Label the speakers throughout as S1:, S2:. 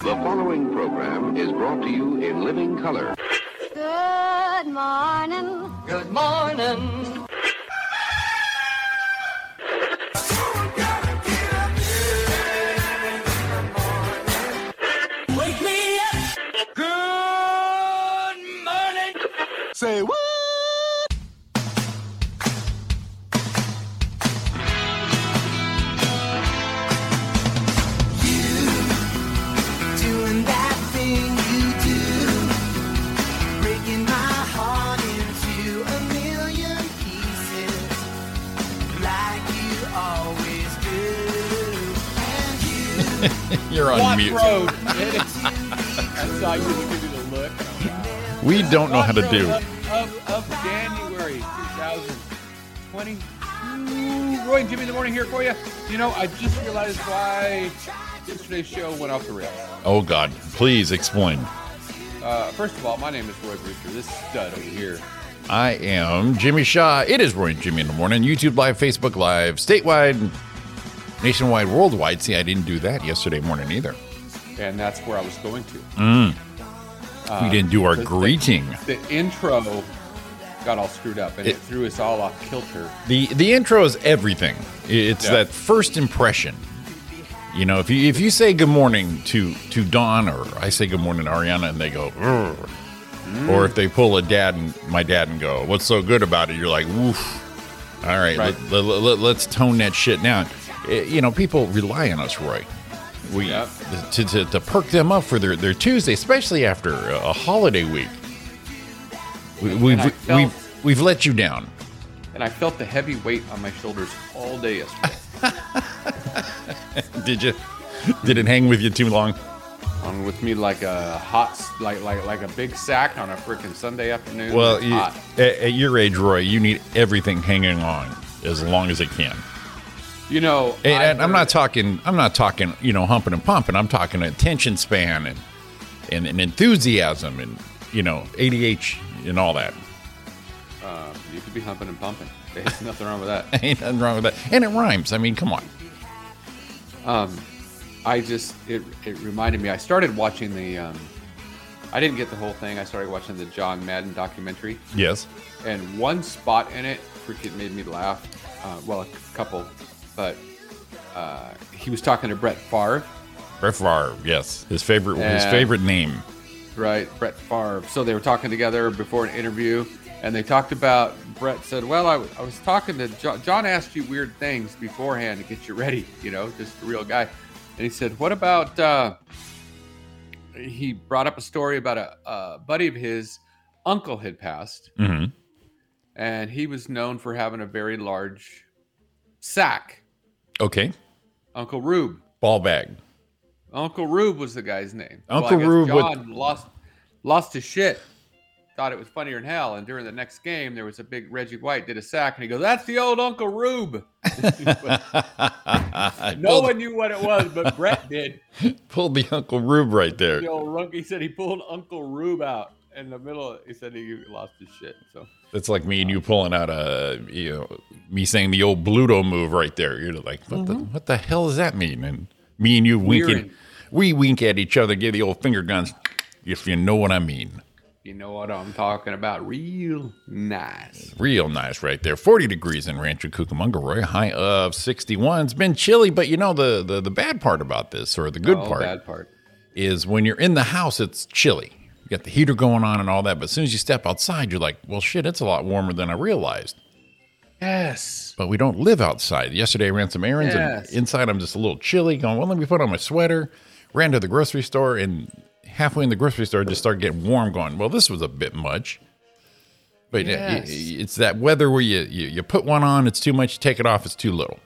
S1: The following program is brought to you in living color.
S2: Good morning.
S3: Good morning.
S4: Wake me up. Good morning.
S5: Say what?
S4: Doing that thing you do. Breaking my heart into a million pieces. Like you always do. And you
S6: You're on
S7: What
S6: mute.
S7: road? That's how you would give me the look.
S6: We don't know how to
S7: What
S6: do.
S7: road Of, of, of January 2020. Ooh, Roy and Jimmy in the morning here for you. You know, I just realized why yesterday's show went off the rails.
S6: Oh God, please explain.
S7: Uh, first of all, my name is Roy Brewster. This stud over here.
S6: I am Jimmy Shaw. It is Roy and Jimmy in the morning. YouTube Live, Facebook Live, statewide, nationwide, worldwide. See, I didn't do that yesterday morning either.
S7: And that's where I was going
S6: Mm.
S7: to. Uh,
S6: we didn't do our greeting.
S7: The intro got all screwed up and it,
S6: It-
S7: threw us all off kilter.
S6: The the intro is everything. It's
S7: Yeah.
S6: that first impression. You know, if you if you say good morning to to Dawn or I say good morning to Ariana and they go, "Urgh."
S7: Mm.
S6: or if they pull a dad and my dad and go, what's so good about it? You're like, woof. All right,
S7: Right.
S6: Let, us tone that shit down. Eh, you know, people rely on us, Roy. We
S7: Yep.
S6: to, to, to perk them up for their, their Tuesday, especially after a a holiday week. We, we've,
S7: I felt-
S6: we've we've let you down.
S7: And I felt the heavy weight on my shoulders all day yesterday.
S6: Did you? Did it hang with you too long?
S7: on with me like a hot, s- like like like a big sack on a freaking Sunday afternoon.
S6: Well,
S7: It's
S6: you,
S7: hot.
S6: at, at your age, Roy, you need everything hanging on as long as it can.
S7: you know,
S6: And,
S7: I
S6: and I'm not
S7: heard-
S6: talking. I'm not talking. You know, humping and pumping. I'm talking attention span and and, and enthusiasm and you know ADH and all that.
S7: You could be humping and pumping. There's nothing wrong with that.
S6: Ain't nothing wrong with that. And it rhymes. I mean, come on.
S7: I just it it reminded me. I started watching the. Um, I didn't get the whole thing. I started watching the John Madden documentary,
S6: Yes.
S7: and one spot in it freaking made me laugh. Uh, well, a couple, but uh, he was talking to Brett Favre,
S6: Brett Favre. Yes. His favorite. His
S7: Yeah.
S6: favorite name.
S7: Right, Brett Favre. So they were talking together before an interview, and they talked about. Brett said, "Well, I, w- I was talking to John. John asked you weird things beforehand to get you ready. You know, just a real guy." And he said, "What about?" Uh, he brought up a story about a, a buddy of his. Uncle had passed,
S6: hmm
S7: and he was known for having a very large sack.
S6: Okay.
S7: Uncle Rube.
S6: Ball bag.
S7: Uncle Rube was the guy's name.
S6: Uncle Rube would-
S7: John lost lost his shit. Thought it was funnier than hell. And during the next game, there was a big Reggie White did a sack, and he goes, "That's the old Uncle Rube." No
S6: Pulled-
S7: one knew what it was, but Brett did.
S6: pulled the Uncle Rube right there.
S7: The old rookie said he pulled Uncle Rube out in the middle. He said he lost his shit. So
S6: That's like me and you pulling out a, you know, me saying the old Bluto move right there. You're like, what the what the hell does that mean? And me and you
S7: Weird.
S6: winking, we wink at each other, give the old finger guns, if you know what I mean.
S7: you know what I'm talking about. Real nice.
S6: Real nice right there. 40 degrees in Rancho Cucamonga, Roy. High of 61. It's been chilly, but you know the the, the bad part about this, or the good
S7: Oh,
S6: part,
S7: Bad part.
S6: is when you're in the house, it's chilly. You got the heater going on and all that, but as soon as you step outside, you're like, well, shit, it's a lot warmer than I realized.
S7: Yes.
S6: but we don't live outside. Yesterday, I ran some errands,
S7: Yes.
S6: and inside, I'm just a little chilly. Going, well, let me put on my sweater. Ran to the grocery store, and halfway in the grocery store, I just started getting warm. Going, well, this was a bit much. But yeah, y-
S7: Yes.
S6: y- it's that weather where you, you you put one on, it's too much. You take it off, it's too little.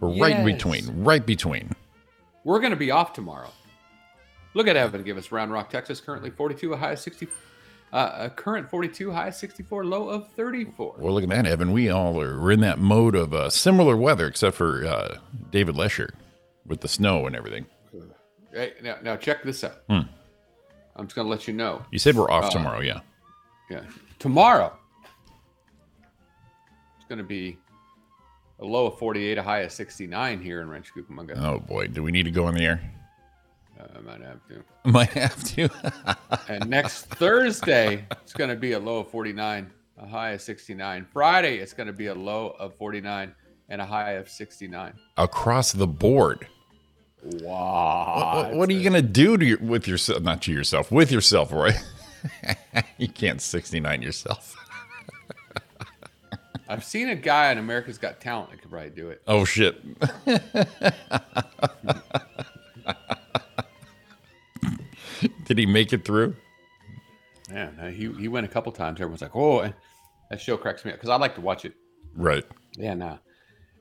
S6: We're right in
S7: Yes.
S6: between. Right between.
S7: We're gonna be off tomorrow. Look at heaven give us Round Rock, Texas. Currently 42, a high of 60. Uh, a current 42, high of 64, low of 34.
S6: Well, look at that, Evan. We all are we're in that mode of uh, similar weather, except for uh, David Lesher with the snow and everything.
S7: Hey, now, now check this out. I'm just gonna let you know.
S6: You said we're off
S7: Oh.
S6: tomorrow, yeah.
S7: Yeah, tomorrow it's gonna be a low of 48, a high of 69 here in Rancho Cucamonga. Uh,
S6: Oh boy, do we need to go in the air?
S7: I might have to.
S6: Might have to.
S7: And next Thursday, it's going to be a low of 49, a high of 69. Friday, it's going to be a low of 49 and a high of 69.
S6: Across the board.
S7: Wow.
S6: what, what are you gonna do to your, with yourself? Not to yourself, with yourself, Roy. you can't sixty nine yourself.
S7: I've seen a guy on America's Got Talent that could probably do it.
S6: Oh shit! Did he make it through?
S7: Man, uh, he, he went a couple times. Everyone's like, oh, and that show cracks me up because I like to watch it.
S6: Right.
S7: Yeah, nah.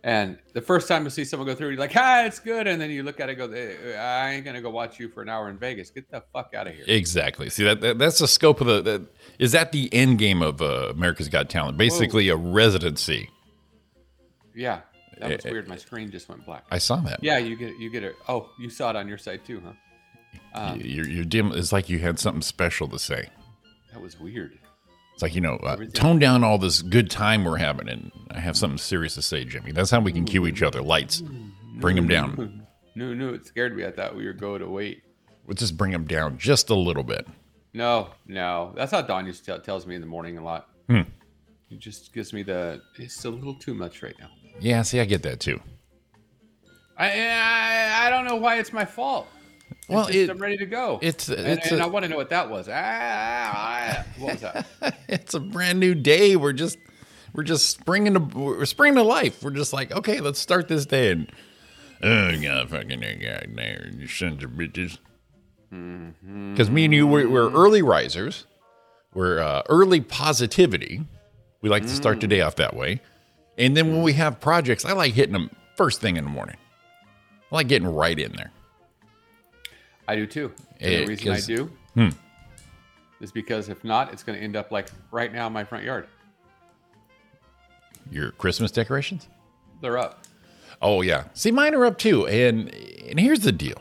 S7: And the first time you see someone go through, you're like, ah, it's good. And then you look at it and go, "Eh, I ain't going to go watch you for an hour in Vegas. Get the fuck out of here.
S6: Exactly. See that, that that's the scope of the. That, is that the end game of uh, America's Got Talent? Basically, a residency.
S7: yeah. That was
S6: Eh, eh.
S7: weird. My screen just went black.
S6: I saw that.
S7: Yeah, you get you get it. Oh, you saw it on your side too, huh?
S6: Your your dim. It's like you had something special to say.
S7: That was weird.
S6: It's like you know, uh,
S7: Everything-
S6: tone down all this good time we're having, and I have something serious to say, Jimmy. That's how we can cue each other. Lights, bring them down.
S7: No, no, it scared me. I thought we were going to wait.
S6: We'll just bring them down just a little bit.
S7: No, no, that's how Don used to tell, tells me in the morning a lot.
S6: Hmm.
S7: He just gives me the. It's a little too much right now.
S6: Yeah, see, I get that too.
S7: I I, I don't know why it's my fault.
S6: Well,
S7: Just,
S6: it,
S7: I'm ready to go.
S6: it's-
S7: and,
S6: it's
S7: and
S6: a-
S7: I want to know what that was. Ah, ah, ah. what was that?
S6: it's a brand new day. We're just we're just springing to we're springing to life. We're just like, okay, let's start this day. And oh god, fucking oh, god, there, you sons of bitches. Because me and you, we're, we're early risers. We're uh, early positivity. We like to start the day off that way. And then when we have projects, I like hitting them first thing in the morning. I like getting right in there.
S7: I do too. And
S6: Eh,
S7: the reason I
S6: 'cause-
S7: do
S6: Hmm.
S7: is because if not, it's going to end up like right now in my front yard.
S6: Your Christmas decorations?
S7: They're up.
S6: Oh yeah. See, mine are up too. And and here's the deal.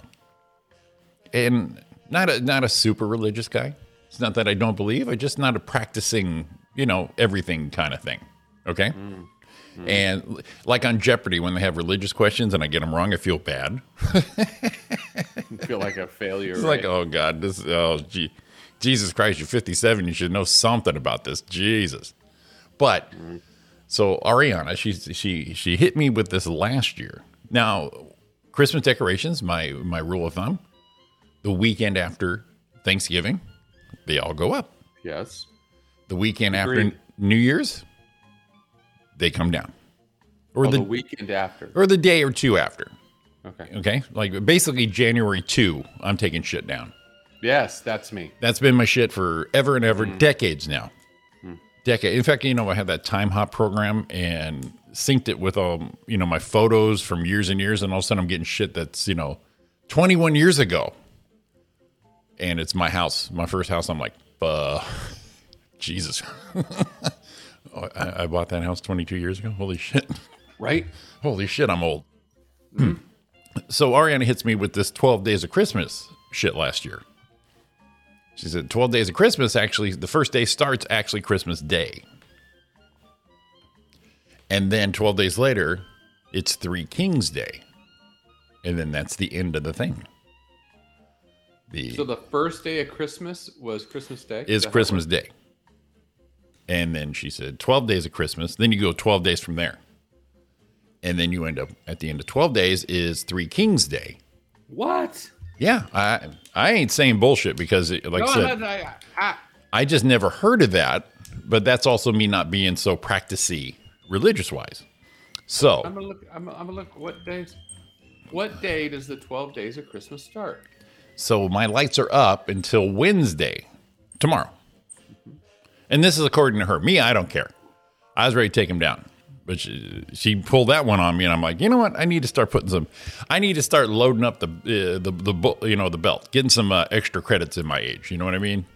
S6: And not a not a super religious guy. It's not that I don't believe. I'm just not a practicing, you know, everything kind of thing. Okay. And l- like on Jeopardy, when they have religious questions and I get them wrong, I feel bad.
S7: I feel like a failure.
S6: It's
S7: right?
S6: like, oh God, this, oh gee, Jesus Christ, you're 57. You should know something about this, Jesus. But so Ariana, she she she hit me with this last year. Now, Christmas decorations, my my rule of thumb, the weekend after Thanksgiving, they all go up.
S7: yes.
S6: The weekend
S7: Agreed.
S6: after New Year's, they come down, or
S7: Oh, the,
S6: the
S7: weekend after.
S6: or the day or two after.
S7: Okay.
S6: Okay, like basically January two, I'm taking shit down.
S7: Yes, that's me.
S6: That's been my shit for ever and ever, decades now. Decade. In fact, you know, I had that time hop program and synced it with um, you know, my photos from years and years, and all of a sudden I'm getting shit that's you know, 21 years ago, and it's my house, my first house. I'm like, uh, Jesus, Oh, I, I bought that house 22 years ago. Holy shit.
S7: Right?
S6: Holy shit, I'm old. Hmm. so Ariana hits me with this 12 Days of Christmas shit last year. She said 12 Days of Christmas actually, the first day starts actually Christmas Day. And then 12 days later, it's Three Kings Day. And then that's the end of the thing. The
S7: So the first day of Christmas was Christmas Day.
S6: is
S7: That's-
S6: Christmas Day. And then she said 12 days of Christmas. Then you go 12 days from there. And then you end up at the end of 12 days is Three Kings Day.
S7: What?
S6: Yeah, I I ain't saying bullshit because it, like
S7: No,
S6: I
S7: I,
S6: said,
S7: I, I,
S6: I just never heard of that, but that's also me not being so practicey religious wise. So,
S7: I'm gonna look. I'm, gonna- I'm gonna look. What days? What day does the 12 days of Christmas start?
S6: So my lights are up until Wednesday, tomorrow. And this is according to her. Me, I don't care. I was ready to take him down. But she, she pulled that one on me, and I'm like, you know what? I need to start putting some. I need to start loading up the uh, the the bu- you know the belt, getting some uh, extra credits in my age. You know what I mean?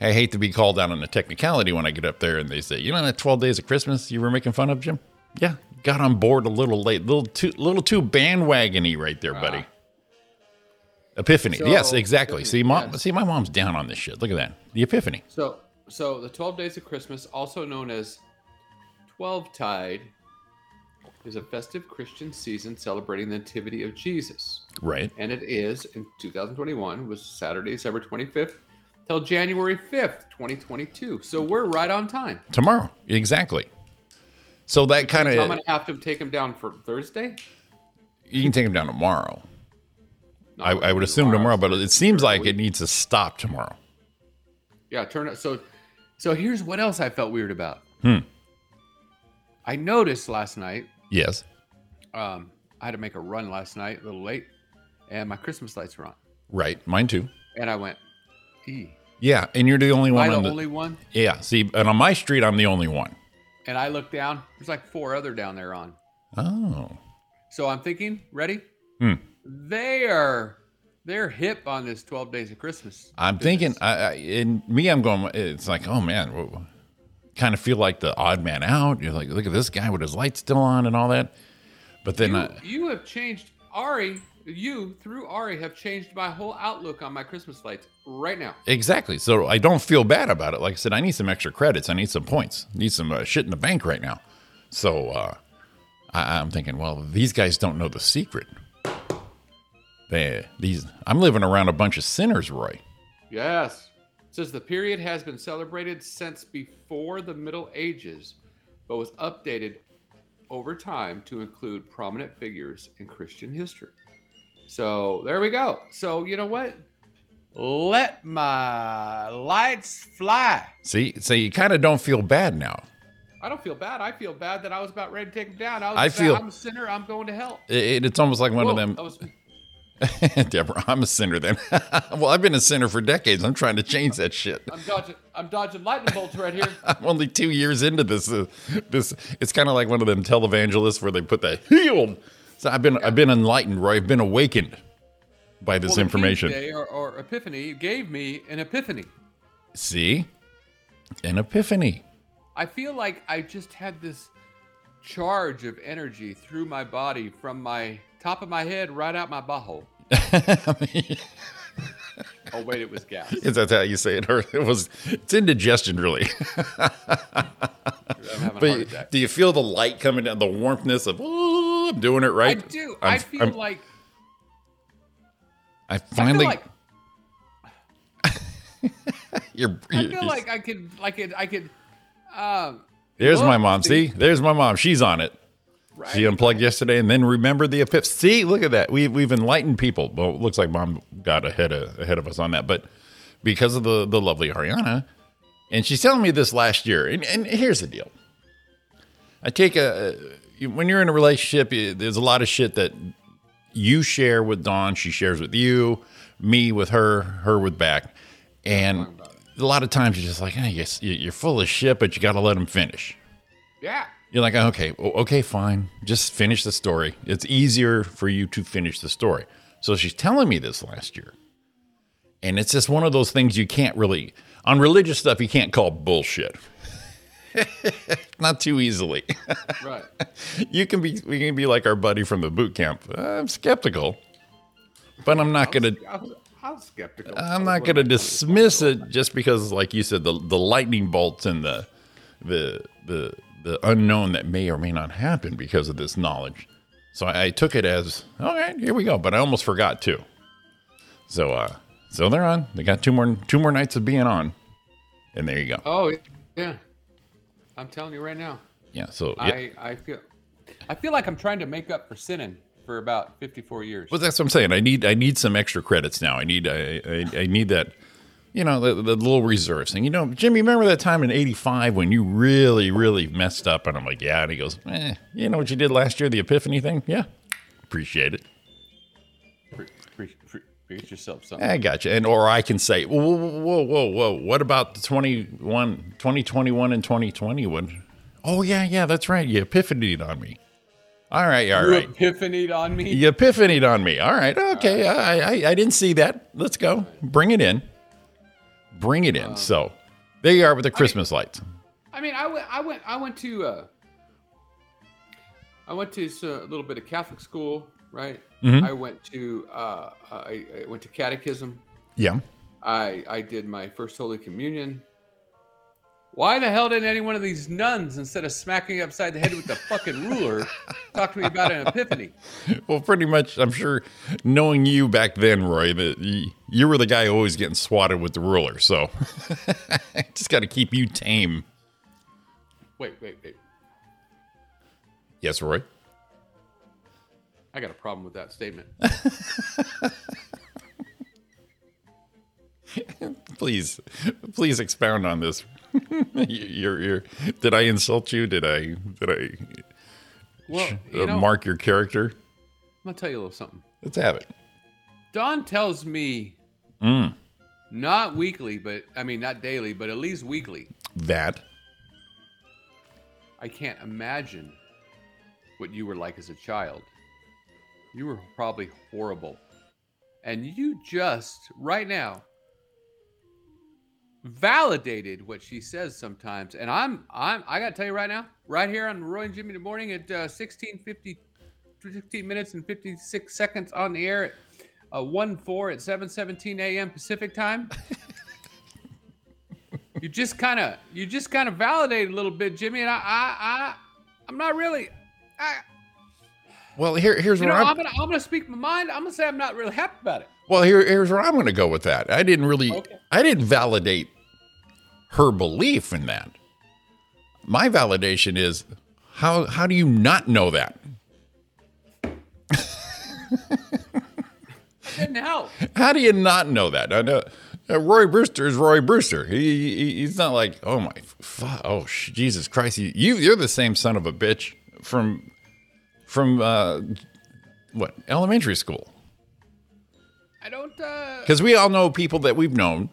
S6: I hate to be called out on the technicality when I get up there and they say, you know that 12 days of Christmas you were making fun of, Jim? Yeah, got on board a little late, little too little too bandwagony right there, buddy. Epiphany. yes,
S7: So-
S6: exactly. See,
S7: Epiphany,
S6: mom,
S7: yes.
S6: see, my mom's down on this shit. Look at that. The epiphany.
S7: So, so the 12 days of Christmas, also known as 12 Tide, is a festive Christian season celebrating the Nativity of Jesus.
S6: Right.
S7: And it is in 2021 was Saturday, December 25th till January 5th, 2022. So we're right on time.
S6: Tomorrow. Exactly. So that kind
S7: So I'm
S6: of
S7: gonna have to take him down for Thursday.
S6: you can take them down tomorrow.
S7: Not
S6: I, I would assume tomorrow, but it seems
S7: Sure,
S6: like
S7: we-
S6: it needs to stop tomorrow.
S7: Yeah, turn it. So, so here's what else I felt weird about.
S6: Hmm.
S7: I noticed last night.
S6: Yes.
S7: Um, I had to make a run last night, a little late, and my Christmas lights were on.
S6: Right. Mine too.
S7: And I went, "E,
S6: Yeah. And you're the only
S7: am I
S6: one.
S7: the
S6: on the,
S7: only one?"
S6: yeah. See, and on my street, I'm the only one.
S7: And I looked down. There's like four other down there on.
S6: Oh.
S7: So I'm thinking, ready?
S6: Hmm.
S7: They are, they're hip on this 12 days of Christmas.
S6: I'm
S7: business.
S6: thinking, I, I, in me, I'm going, it's like, oh man, whoa, kind of feel like the odd man out. You're like, look at this guy with his lights still on and all that. But then,
S7: you,
S6: I,
S7: you have changed Ari. You through Ari have changed my whole outlook on my Christmas lights right now.
S6: exactly. So I don't feel bad about it. Like I said, I need some extra credits. I need some points. I need some uh, shit in the bank right now. So uh, I, I'm thinking, well, these guys don't know the secret. They, these, I'm living around a bunch of sinners, Roy.
S7: Yes. It says the period has been celebrated since before the Middle Ages, but was updated over time to include prominent figures in Christian history. So there we go. So you know what? Let my lights fly.
S6: See, so you kind of don't feel bad now.
S7: I don't feel bad. I feel bad that I was about ready to take him down. I, was
S6: I
S7: about-
S6: feel-
S7: I'm a sinner. I'm going to hell.
S6: It, it's almost like one
S7: Whoa,
S6: of them.
S7: that was me.
S6: Deborah, I'm a sinner then. well, I've been a sinner for decades. I'm trying to change that shit.
S7: I'm dodging. I'm dodging lightning bolts right here.
S6: I'm only two years into this. Uh, this it's kind of like one of them televangelists where they put the healed. So I've been I've been enlightened, Roy. I've been awakened by this
S7: Well, the King's
S6: information.
S7: Day or, or Epiphany gave me an epiphany.
S6: See, an epiphany.
S7: I feel like I just had this charge of energy through my body from my top of my head right out my butthole.
S6: Is
S7: Oh wait, it was gas.
S6: that how you say it? Or it was it's indigestion, really.
S7: I'm having a heart
S6: But
S7: attack.
S6: do you feel the light coming down, the warmthness of oh, I'm doing it
S7: I
S6: right?
S7: do. i
S6: I'm-
S7: feel
S6: I'm-
S7: like
S6: I finally.
S7: I feel like
S6: you're,
S7: I
S6: you're-
S7: feel like I could like it I could um
S6: There's my
S7: Look,
S6: mom. See,
S7: see?
S6: there's my mom. She's on it.
S7: right?
S6: She unplugged yesterday and then remembered the epiphany. See, look at that. We've we've enlightened people. Well, it looks like mom got ahead of ahead of us on that, but because of the the lovely Ariana, and she's telling me this last year. And, and here's the deal. I take a you- when you're in a relationship, you- there's a lot of shit that you share with Dawn, she shares with you, me with her, her with back, and a lot of times you're just like, hey, yes, you- you're full of shit, but you got to let them finish.
S7: yeah.
S6: You're like, okay, well, okay, fine. Just finish the story. It's easier for you to finish the story. So she's telling me this last year. And it's just one of those things you can't really, on religious stuff, you can't call bullshit. Not too easily.
S7: Right.
S6: you can be, we can be like our buddy from the boot camp. I'm skeptical, but I'm not going to,
S7: I was, I was skeptical.
S6: I'm not going to dismiss it just because, like you said, the the lightning bolts and the the the the unknown that may or may not happen because of this knowledge. So I, I took it as all right, here we go. But I almost forgot too. So uh, so they're on. They got two more two more nights of being on, and there you go.
S7: Oh yeah. I'm telling you right now.
S6: Yeah. So yeah.
S7: I, I feel I feel like I'm trying to make up for sinning for about 54 years.
S6: Well, that's what I'm saying. I need I need some extra credits now. I need I I, I need that, you know, the, the little reserves thing. You know, Jimmy, remember that time in '85 when you really really messed up? And I'm like, yeah. And he goes, eh, you know what you did last year, the Epiphany thing? Yeah, appreciate it.
S7: Pre- pre- pre- preach yourself something.
S6: I got you. And or I can say, whoa, whoa, whoa, whoa, whoa. What about the 21, 2021 and 2020? When, oh yeah, yeah, that's right. You epiphanied on me. All right, all
S7: You
S6: right.
S7: epiphanied on me.
S6: You epiphanied on me. All right. Okay. I, I, I didn't see that. Let's go. Bring it in. Bring it in. So there you are with the Christmas lights.
S7: I mean, I went, I went, I went to, uh, I went to uh, a little bit of Catholic school, right?
S6: Mm-hmm.
S7: I went to, uh, I, I went to catechism.
S6: Yeah.
S7: I, I did my first Holy Communion. Why the hell didn't any one of these nuns, instead of smacking you upside the head with the fucking ruler, talk to me about an epiphany?
S6: Well, pretty much, I'm sure knowing you back then, Roy, that y- you were the guy always getting swatted with the ruler. So just got to keep you tame.
S7: Wait, wait, wait.
S6: Yes, Roy.
S7: I got a problem with that statement.
S6: Please, please expound on this. you're, you're, did I insult you? Did I, did
S7: Well,
S6: I
S7: you
S6: uh,
S7: know,
S6: mark your character?
S7: I'm gonna tell you a little something.
S6: Let's have it. Mm,
S7: Don tells me, not weekly, but I mean not daily, but at least weekly.
S6: That.
S7: I can't imagine what you were like as a child. You were probably horrible. And you just, right now, validated what she says sometimes. And I'm, I'm, I gotta tell you right now, right here on Roy and Jimmy in the morning at uh, 1650, 15 minutes and 56 seconds on the air at uh, 1 4 at 7 17 a.m. Pacific time. you just kind of you just kind of validated a little bit, Jimmy, and I I, I I'm not really I
S6: Well, here, here's
S7: you
S6: where
S7: know
S6: I'm,
S7: I'm gonna I'm gonna speak my mind. I'm gonna say I'm not really happy about it.
S6: well, here, here's where I'm going to go with that. I didn't really,
S7: Okay.
S6: I didn't validate her belief in that. My validation is how, how do you not know that?
S7: It didn't help.
S6: How do you not know that? I know uh, Roy Brewster is Roy Brewster. He, he he's not like oh my fuck oh sh- Jesus Christ you you- you're the same son of a bitch from from uh, what elementary school
S7: I don't. Uh,
S6: because we all know people that we've known,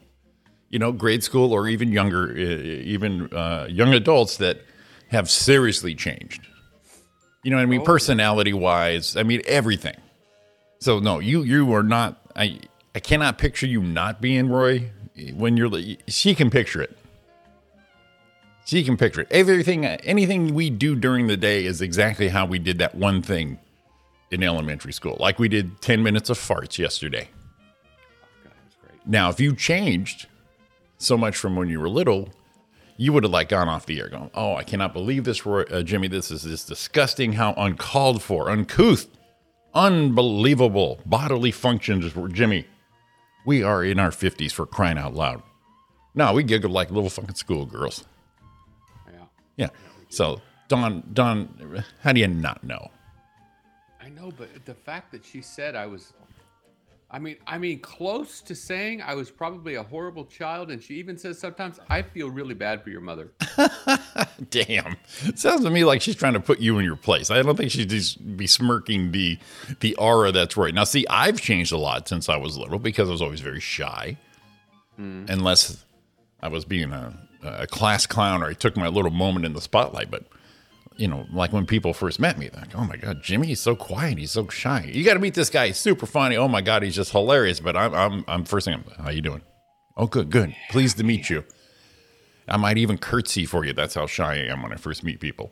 S6: you know, grade school or even younger, uh, even uh, young adults that have seriously changed. You know what I mean? Personality wise, I mean everything. So no, you you are not. I I cannot picture you not being Roy when you're. li- She can picture it. She can picture it. Everything, anything we do during the day is exactly how we did that one thing in elementary school. Like we did ten minutes of farts yesterday. Now, if you changed so much from when you were little, you would have like gone off the air going, Oh, I cannot believe this, Roy, uh, Jimmy. This is just disgusting. How uncalled for, uncouth, unbelievable bodily functions, were Jimmy. We are in our 50s for crying out loud. No, we giggled like little fucking schoolgirls.
S7: yeah,
S6: Yeah. So, Don, Don, how do you not know?
S7: I know, but the fact that she said I was. I mean, I mean, close to saying I was probably a horrible child, and she even says sometimes I feel really bad for your mother.
S6: Damn. Sounds to me like she's trying to put you in your place. I don't think she's just besmirking the the aura that's right. Now see, I've changed a lot since I was little because I was always very shy. Unless I was being a, a class clown or I took my little moment in the spotlight, but you know, like when people first met me, they're like, oh my God, Jimmy, he's so quiet. He's so shy. You got to meet this guy. He's super funny. Oh my God, he's just hilarious. But I'm, I'm, I'm first thing, I'm, how you doing? Oh, good, good. Pleased to meet you. I might even curtsy for you. That's how shy I am when I first meet people.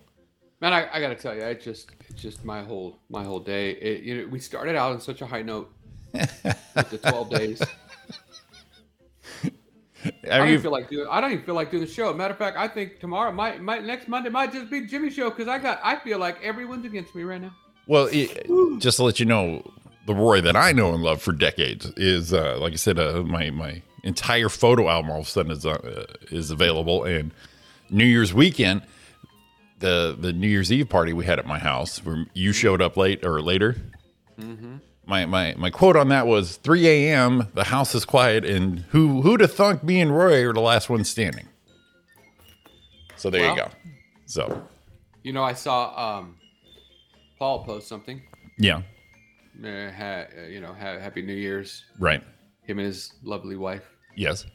S7: Man, I, I gotta tell you, I just it's just my whole my whole day. It, you know, we started out on such a high note with the twelve days.
S6: I
S7: I
S6: mean,
S7: don't even feel like doing. I don't even feel like doing the show. Matter of fact, I think tomorrow might, might next Monday might just be Jimmy's show because I got. I feel like everyone's against me right now.
S6: well, it, just to let you know, the Roy that I know and love for decades is, uh, like I said, uh, my my entire photo album all of a sudden is uh, is available. And New Year's weekend, the the New Year's Eve party we had at my house, where you showed up late or later. My, my my quote on that was 3 a.m. The house is quiet, and who who to thunk me and Roy are the last one standing. So there you
S7: Well.
S6: go. So
S7: You know, I saw um, Paul post something.
S6: yeah,
S7: Uh, ha, uh, you know, ha, Happy New Year's.
S6: right.
S7: Him and his lovely wife.
S6: Yes.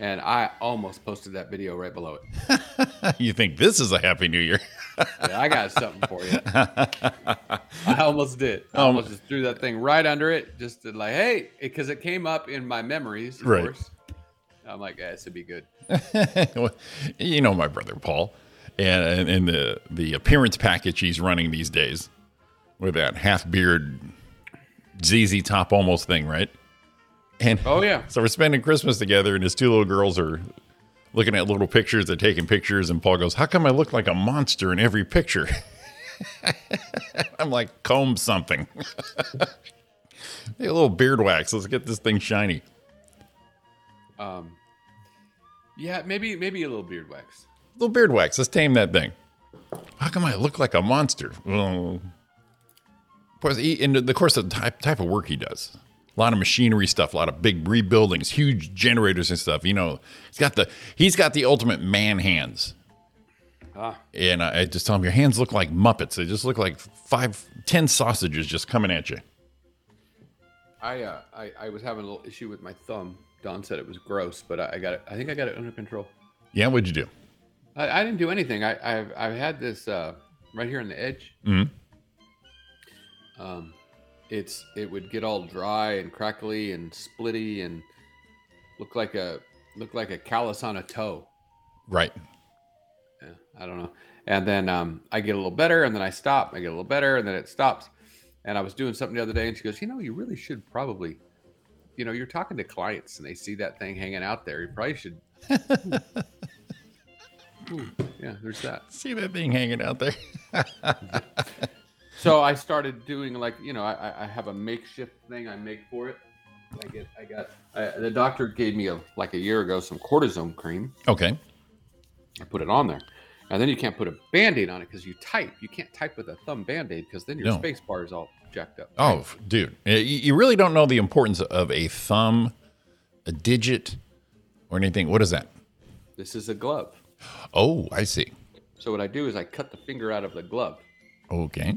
S7: And I almost posted that video right below it.
S6: You think this is a happy new year?
S7: Yeah, I got something for you. I almost did. I almost just threw that thing right under it, just to like, hey, because it came up in my memories, of
S6: Right.
S7: course. I'm like, yeah, this would be good.
S6: you know my brother Paul, and, and and the the appearance package he's running these days with that half beard, ZZ top almost thing, right? And
S7: Oh yeah.
S6: so we're spending Christmas together, and his two little girls are looking at little pictures, they're taking pictures, and Paul goes, "How come I look like a monster in every picture?" I'm like, "Comb something, hey, a little beard wax. Let's get this thing shiny."
S7: Um, yeah, maybe maybe a little beard wax.
S6: little beard wax. Let's tame that thing. How come I look like a monster? Well, of course, he, and the course of the type, type of work he does. A lot of machinery stuff, a lot of big rebuildings, huge generators and stuff. You know, he's got the he's got the ultimate man hands. And I, I just tell him your hands look like muppets. They just look like five, ten sausages just coming at you.
S7: I, uh, I I was having a little issue with my thumb. Don said it was gross, but I, I got it. I think I got it under control.
S6: Yeah, what'd you do?
S7: I, I didn't do anything. I I've, I've had this uh, right here on the edge.
S6: Mhm.
S7: Um, it's it would get all dry and crackly and splitty and look like a look like a callus on a toe.
S6: Right.
S7: Yeah, I don't know. And then um, I get a little better, and then I stop. I get a little better, and then it stops. And I was doing something the other day, and she goes, "You know, you really should probably, you know, you're talking to clients, and they see that thing hanging out there. You probably should." Ooh, yeah, there's that.
S6: See that thing hanging out there?
S7: So I started doing like you know I, I- I have a makeshift thing I make for it. I get I got I, the doctor gave me a like a year ago some cortisone cream.
S6: Okay.
S7: I put it on there, and then you can't put a band-aid on it because you type. You can't type with a thumb band-aid because then your
S6: No.
S7: space bar is all jacked up.
S6: Oh, f- dude, Uh, you- you really don't know the importance of a thumb, a digit, or anything. What is that?
S7: This is a glove.
S6: Oh, I see.
S7: So what I do is I cut the finger out of the glove
S6: Okay.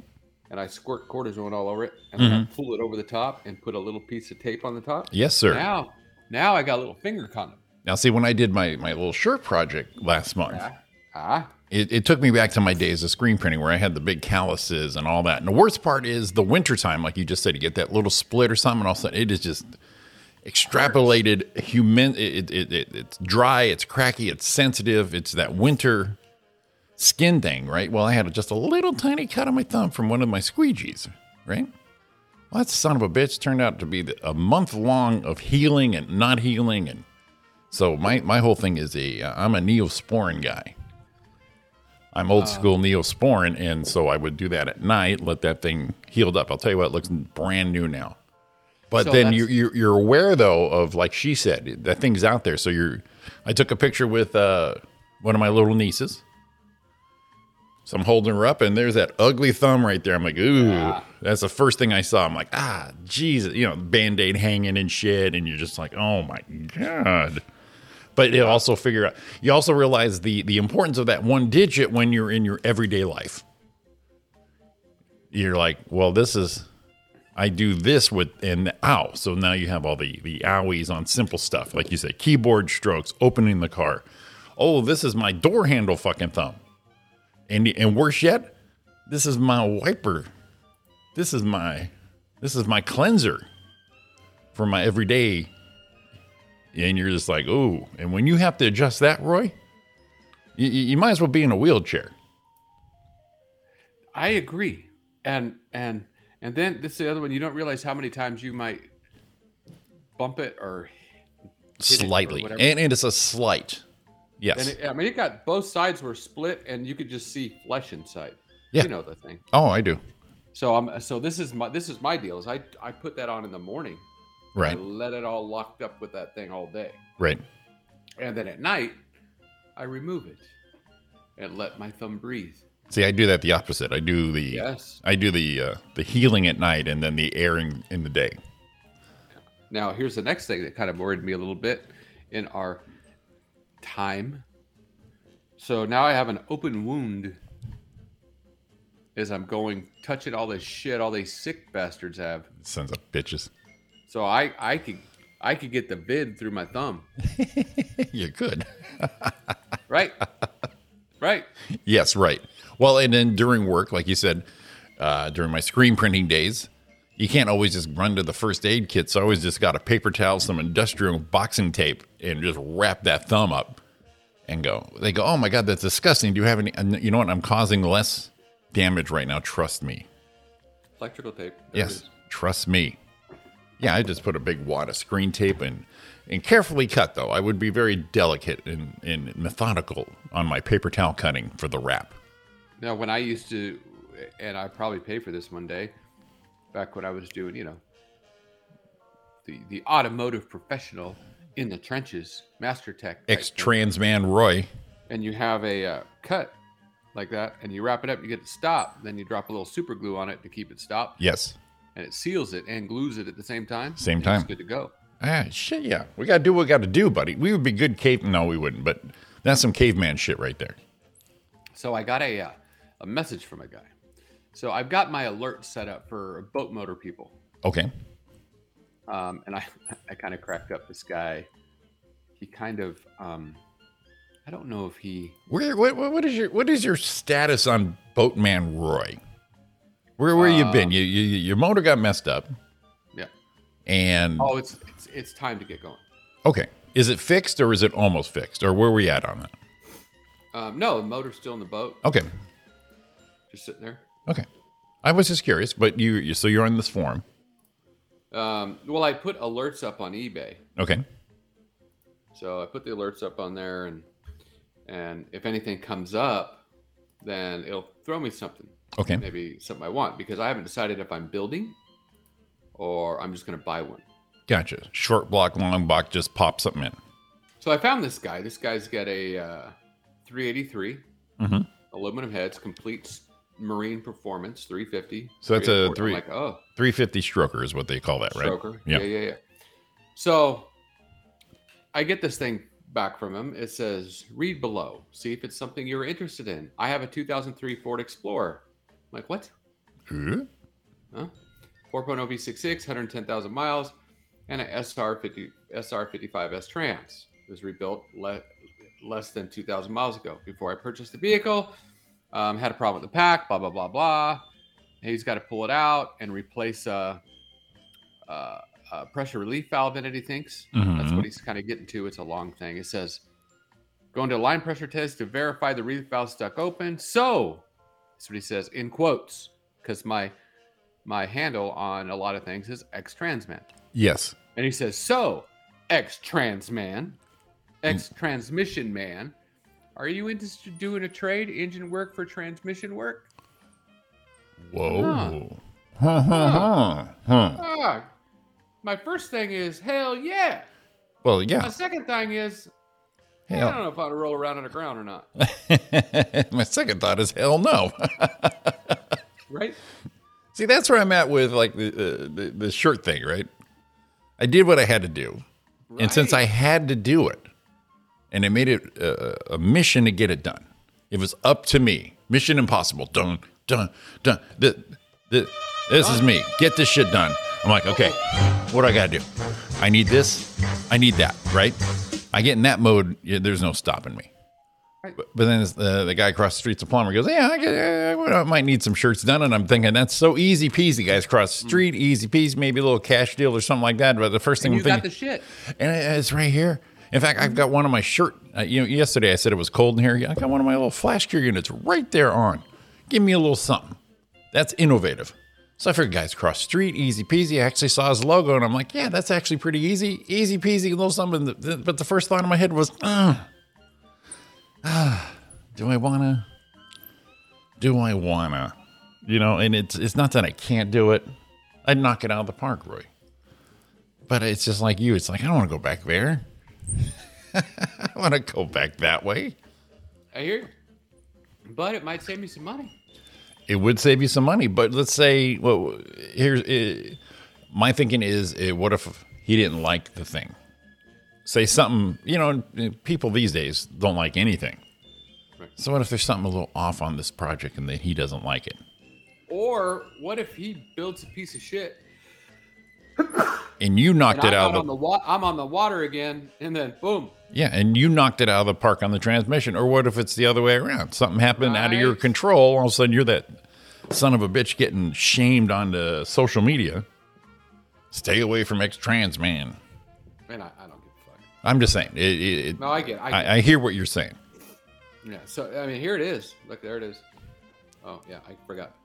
S7: and I squirt cortisone all over it, and then I pull it over the top and put a little piece of tape on the top.
S6: Mm-hmm. Yes, sir. Now,
S7: Now, now I got a little finger condom.
S6: see, when I did my, my little shirt project last month,
S7: Ah,
S6: it, it took me back to my days of screen printing where I had the big calluses and all that. And the worst part is the wintertime, like you just said, you get that little split or something, and all of a sudden it is just extrapolated human it, it, it, it's dry it's cracky it's sensitive it's that winter skin thing right well i had just a little tiny cut on my thumb from one of my squeegees right well that son of a bitch turned out to be the, a month long of healing and not healing and so my, my whole thing is a uh, i'm a neosporin guy i'm old school neosporin and so i would do that at night let that thing healed up i'll tell you what it looks brand new now but
S7: So
S6: then you,
S7: that's-
S6: you're, you're aware though of like she said that thing's out there. So you're, I took a picture with uh, one of my little nieces. So I'm holding her up, and there's that ugly thumb right there. I'm like, ooh, that's the first thing I saw. I'm like, ah, Jesus, you know, band aid hanging and shit, and you're just like, oh my god. But it also figure out. You also realize the the importance of that one digit when you're in your everyday life. You're like, well, this is I do this with an ow. So now you have all the the owies on simple stuff, like you said, keyboard strokes, opening the car. Oh, this is my door handle fucking thumb, and and worse yet, this is my wiper. This is my this is my cleanser for my everyday. And you're just like, oh, and when you have to adjust that, Roy, you, you you might as well be in a wheelchair.
S7: I agree. And and and then this is the other one. You don't realize how many times you might bump it or it or
S6: Slightly,
S7: whatever.
S6: and, and it's a slight. Yes.
S7: and it, I mean it got both sides were split and you could just see flesh inside.
S6: Yeah.
S7: You know the thing.
S6: oh, I do.
S7: So I'm so this is my this is my deal is I I put that on in the morning. I
S6: Right.
S7: let it all locked up with that thing all day.
S6: Right.
S7: And then at night I remove it and let my thumb breathe.
S6: See, I do that the opposite. I do the
S7: Yes.
S6: I do the uh, the healing at night and then the airing in the day.
S7: Now, here's the next thing that kind of worried me a little bit in our time. So now I have an open wound as I'm going touching all this shit all these sick bastards have.
S6: Sons of bitches.
S7: So I I could I could get the vid through my thumb.
S6: you could.
S7: Right? right.
S6: Yes, right. Well, and then during work, like you said, uh, during my screen printing days, you can't always just run to the first aid kit. So I always just got a paper towel, some industrial boxing tape, and just wrap that thumb up and go. They go, "Oh my god, that's disgusting." Do you have any? And you know what? I'm causing less damage right now. Trust me.
S7: Electrical tape. There it
S6: Yes,
S7: is.
S6: trust me. Yeah, I just put a big wad of screen tape and and carefully cut though. I would be very delicate and, and methodical on my paper towel cutting for the wrap.
S7: Now, when I used to, and I probably pay for this one day, back when I was doing, you know, the the automotive professional in the trenches, master tech, type
S6: Ex
S7: thing.
S6: trans man Roy.
S7: and you have a uh, cut like that, and you wrap it up, you get it stopped, then you drop a little super glue on it to keep it stopped,
S6: Yes.
S7: and it seals it and glues it at the same time.
S6: Same
S7: and
S6: time.
S7: it's good to go.
S6: Ah, shit, yeah. We got to do what we got to do, buddy. We would be good cave. No, we wouldn't, but that's some caveman shit right there.
S7: So I got a uh, a message from a guy. So I've got my alert set up for boat motor people.
S6: Okay.
S7: um, and I, I kind of cracked up. This guy, he kind of, um, I don't know if he,
S6: Where, what, what what is your what is your status on Boatman Roy? Where where you been? You, you your motor got messed up,
S7: yeah.
S6: and
S7: Oh, it's it's, it's time to get going.
S6: okay, is it fixed or is it almost fixed or where are we at on that?
S7: Um, no, the motor's still in the boat,
S6: Okay,
S7: just sitting there.
S6: okay, I was just curious, but you you- so you're on this forum,
S7: Um, well, I put alerts up on eBay,
S6: okay?
S7: so I put the alerts up on there, and and if anything comes up, then it'll throw me something,
S6: Okay,
S7: maybe something I want, because I haven't decided if I'm building or I'm just going to buy one.
S6: gotcha. Short block, long block, just pop something in.
S7: So I found this guy. This guy's got a uh, 383
S6: Mhm.
S7: aluminum heads, complete marine performance 350.
S6: So that's a
S7: 384.
S6: three-
S7: I'm like oh,
S6: Three fifty stroker is what they call that, right?
S7: stroker.
S6: Yeah.
S7: yeah, yeah, yeah. So I get this thing back from him. It says, "Read below. See if it's something you're interested in." I have a 2003 Ford Explorer. I'm like what?
S6: Huh?
S7: Huh? 4.0 V66, 110,000 miles, and a SR 50 SR 55S Trans. It was rebuilt le- less than 2,000 miles ago. Before I purchased the vehicle, um, had a problem with the pack. Blah blah blah blah. And he's got to pull it out and replace a, uh a pressure relief valve in it. He thinks that's
S6: Mhm.
S7: what he's kind of getting to. It's a long thing. It says going to a line pressure test to verify the relief valve stuck open. So that's what he says in quotes because my my handle on a lot of things is X trans man.
S6: Yes.
S7: And he says, So, X trans man, X transmission man, are you interested in doing a trade, engine work for transmission work?
S6: Whoa. Huh. Huh, huh, huh.
S7: Ah, my first thing is, Hell yeah.
S6: Well,
S7: My
S6: yeah.
S7: second thing is, I don't
S6: Ah. Hell.
S7: know if I'd roll around on the ground or not.
S6: My second thought is hell no.
S7: Right?
S6: See, that's where I'm at with like the, the, the, the shirt thing, right? I did what I had to do. And since I
S7: Right.
S6: had to do it, and I made it a, a mission to get it done, it was up to me. Mission impossible. Dun, dun, dun. Th- th- this is me. Get this shit done. I'm like, okay, what do I got to do? I need this. I need that, right? I get in that mode, yeah, there's no stopping me.
S7: Right.
S6: But, but then uh, the, the guy across the street's a plumber goes, Yeah, I, could- uh, I might need some shirts done. And I'm thinking, That's so easy peasy. Guys across
S7: Hmm.
S6: the street, easy peasy, maybe a little cash deal or something like that. But the first thing
S7: You
S6: I'm thinking,
S7: got the shit.
S6: and it- it's right here. In fact, I've got one on my shirt. Uh, you know, yesterday I said it was cold in here. I got one of my little flash gear units right there on. Give me a little something. That's innovative. So I figured, guys, cross street, easy peasy. I actually saw his logo, and I'm like, yeah, that's actually pretty easy, easy peasy, a little something. Th- th- But the first thought in my head was, "Ugh. Ah, do I wanna? Do I wanna? You know, and it's it's not that I can't do it. I'd knock it out of the park, Roy. But it's just like you. It's like I don't want to go back there. I want to go back that way.
S7: I hear you. But it might save me some money.
S6: It would save you some money, but let's say, well, here's eh, my thinking is, eh, what if he didn't like the thing? Say something, you know, eh, people these days don't like anything.
S7: Right.
S6: So what if there's something a little off on this project and that he doesn't like it?
S7: Or what if he builds a piece of shit
S6: And you knocked
S7: and I'm
S6: it out
S7: out
S6: of the
S7: on the wa- I'm on the water again, and then boom.
S6: Yeah, and you knocked it out of the park on the transmission. Or what if it's the other way around? Something happened out of your
S7: Right.
S6: control. All of a sudden, you're that son of a bitch getting shamed onto social media. Stay away from ex trans man.
S7: And I, I don't give a fuck.
S6: I'm just saying. It, it, it-
S7: No, I get. It. I, get
S6: I, I hear what you're saying.
S7: it. yeah. So I mean, here it is. Look, there it is. Oh yeah, I forgot.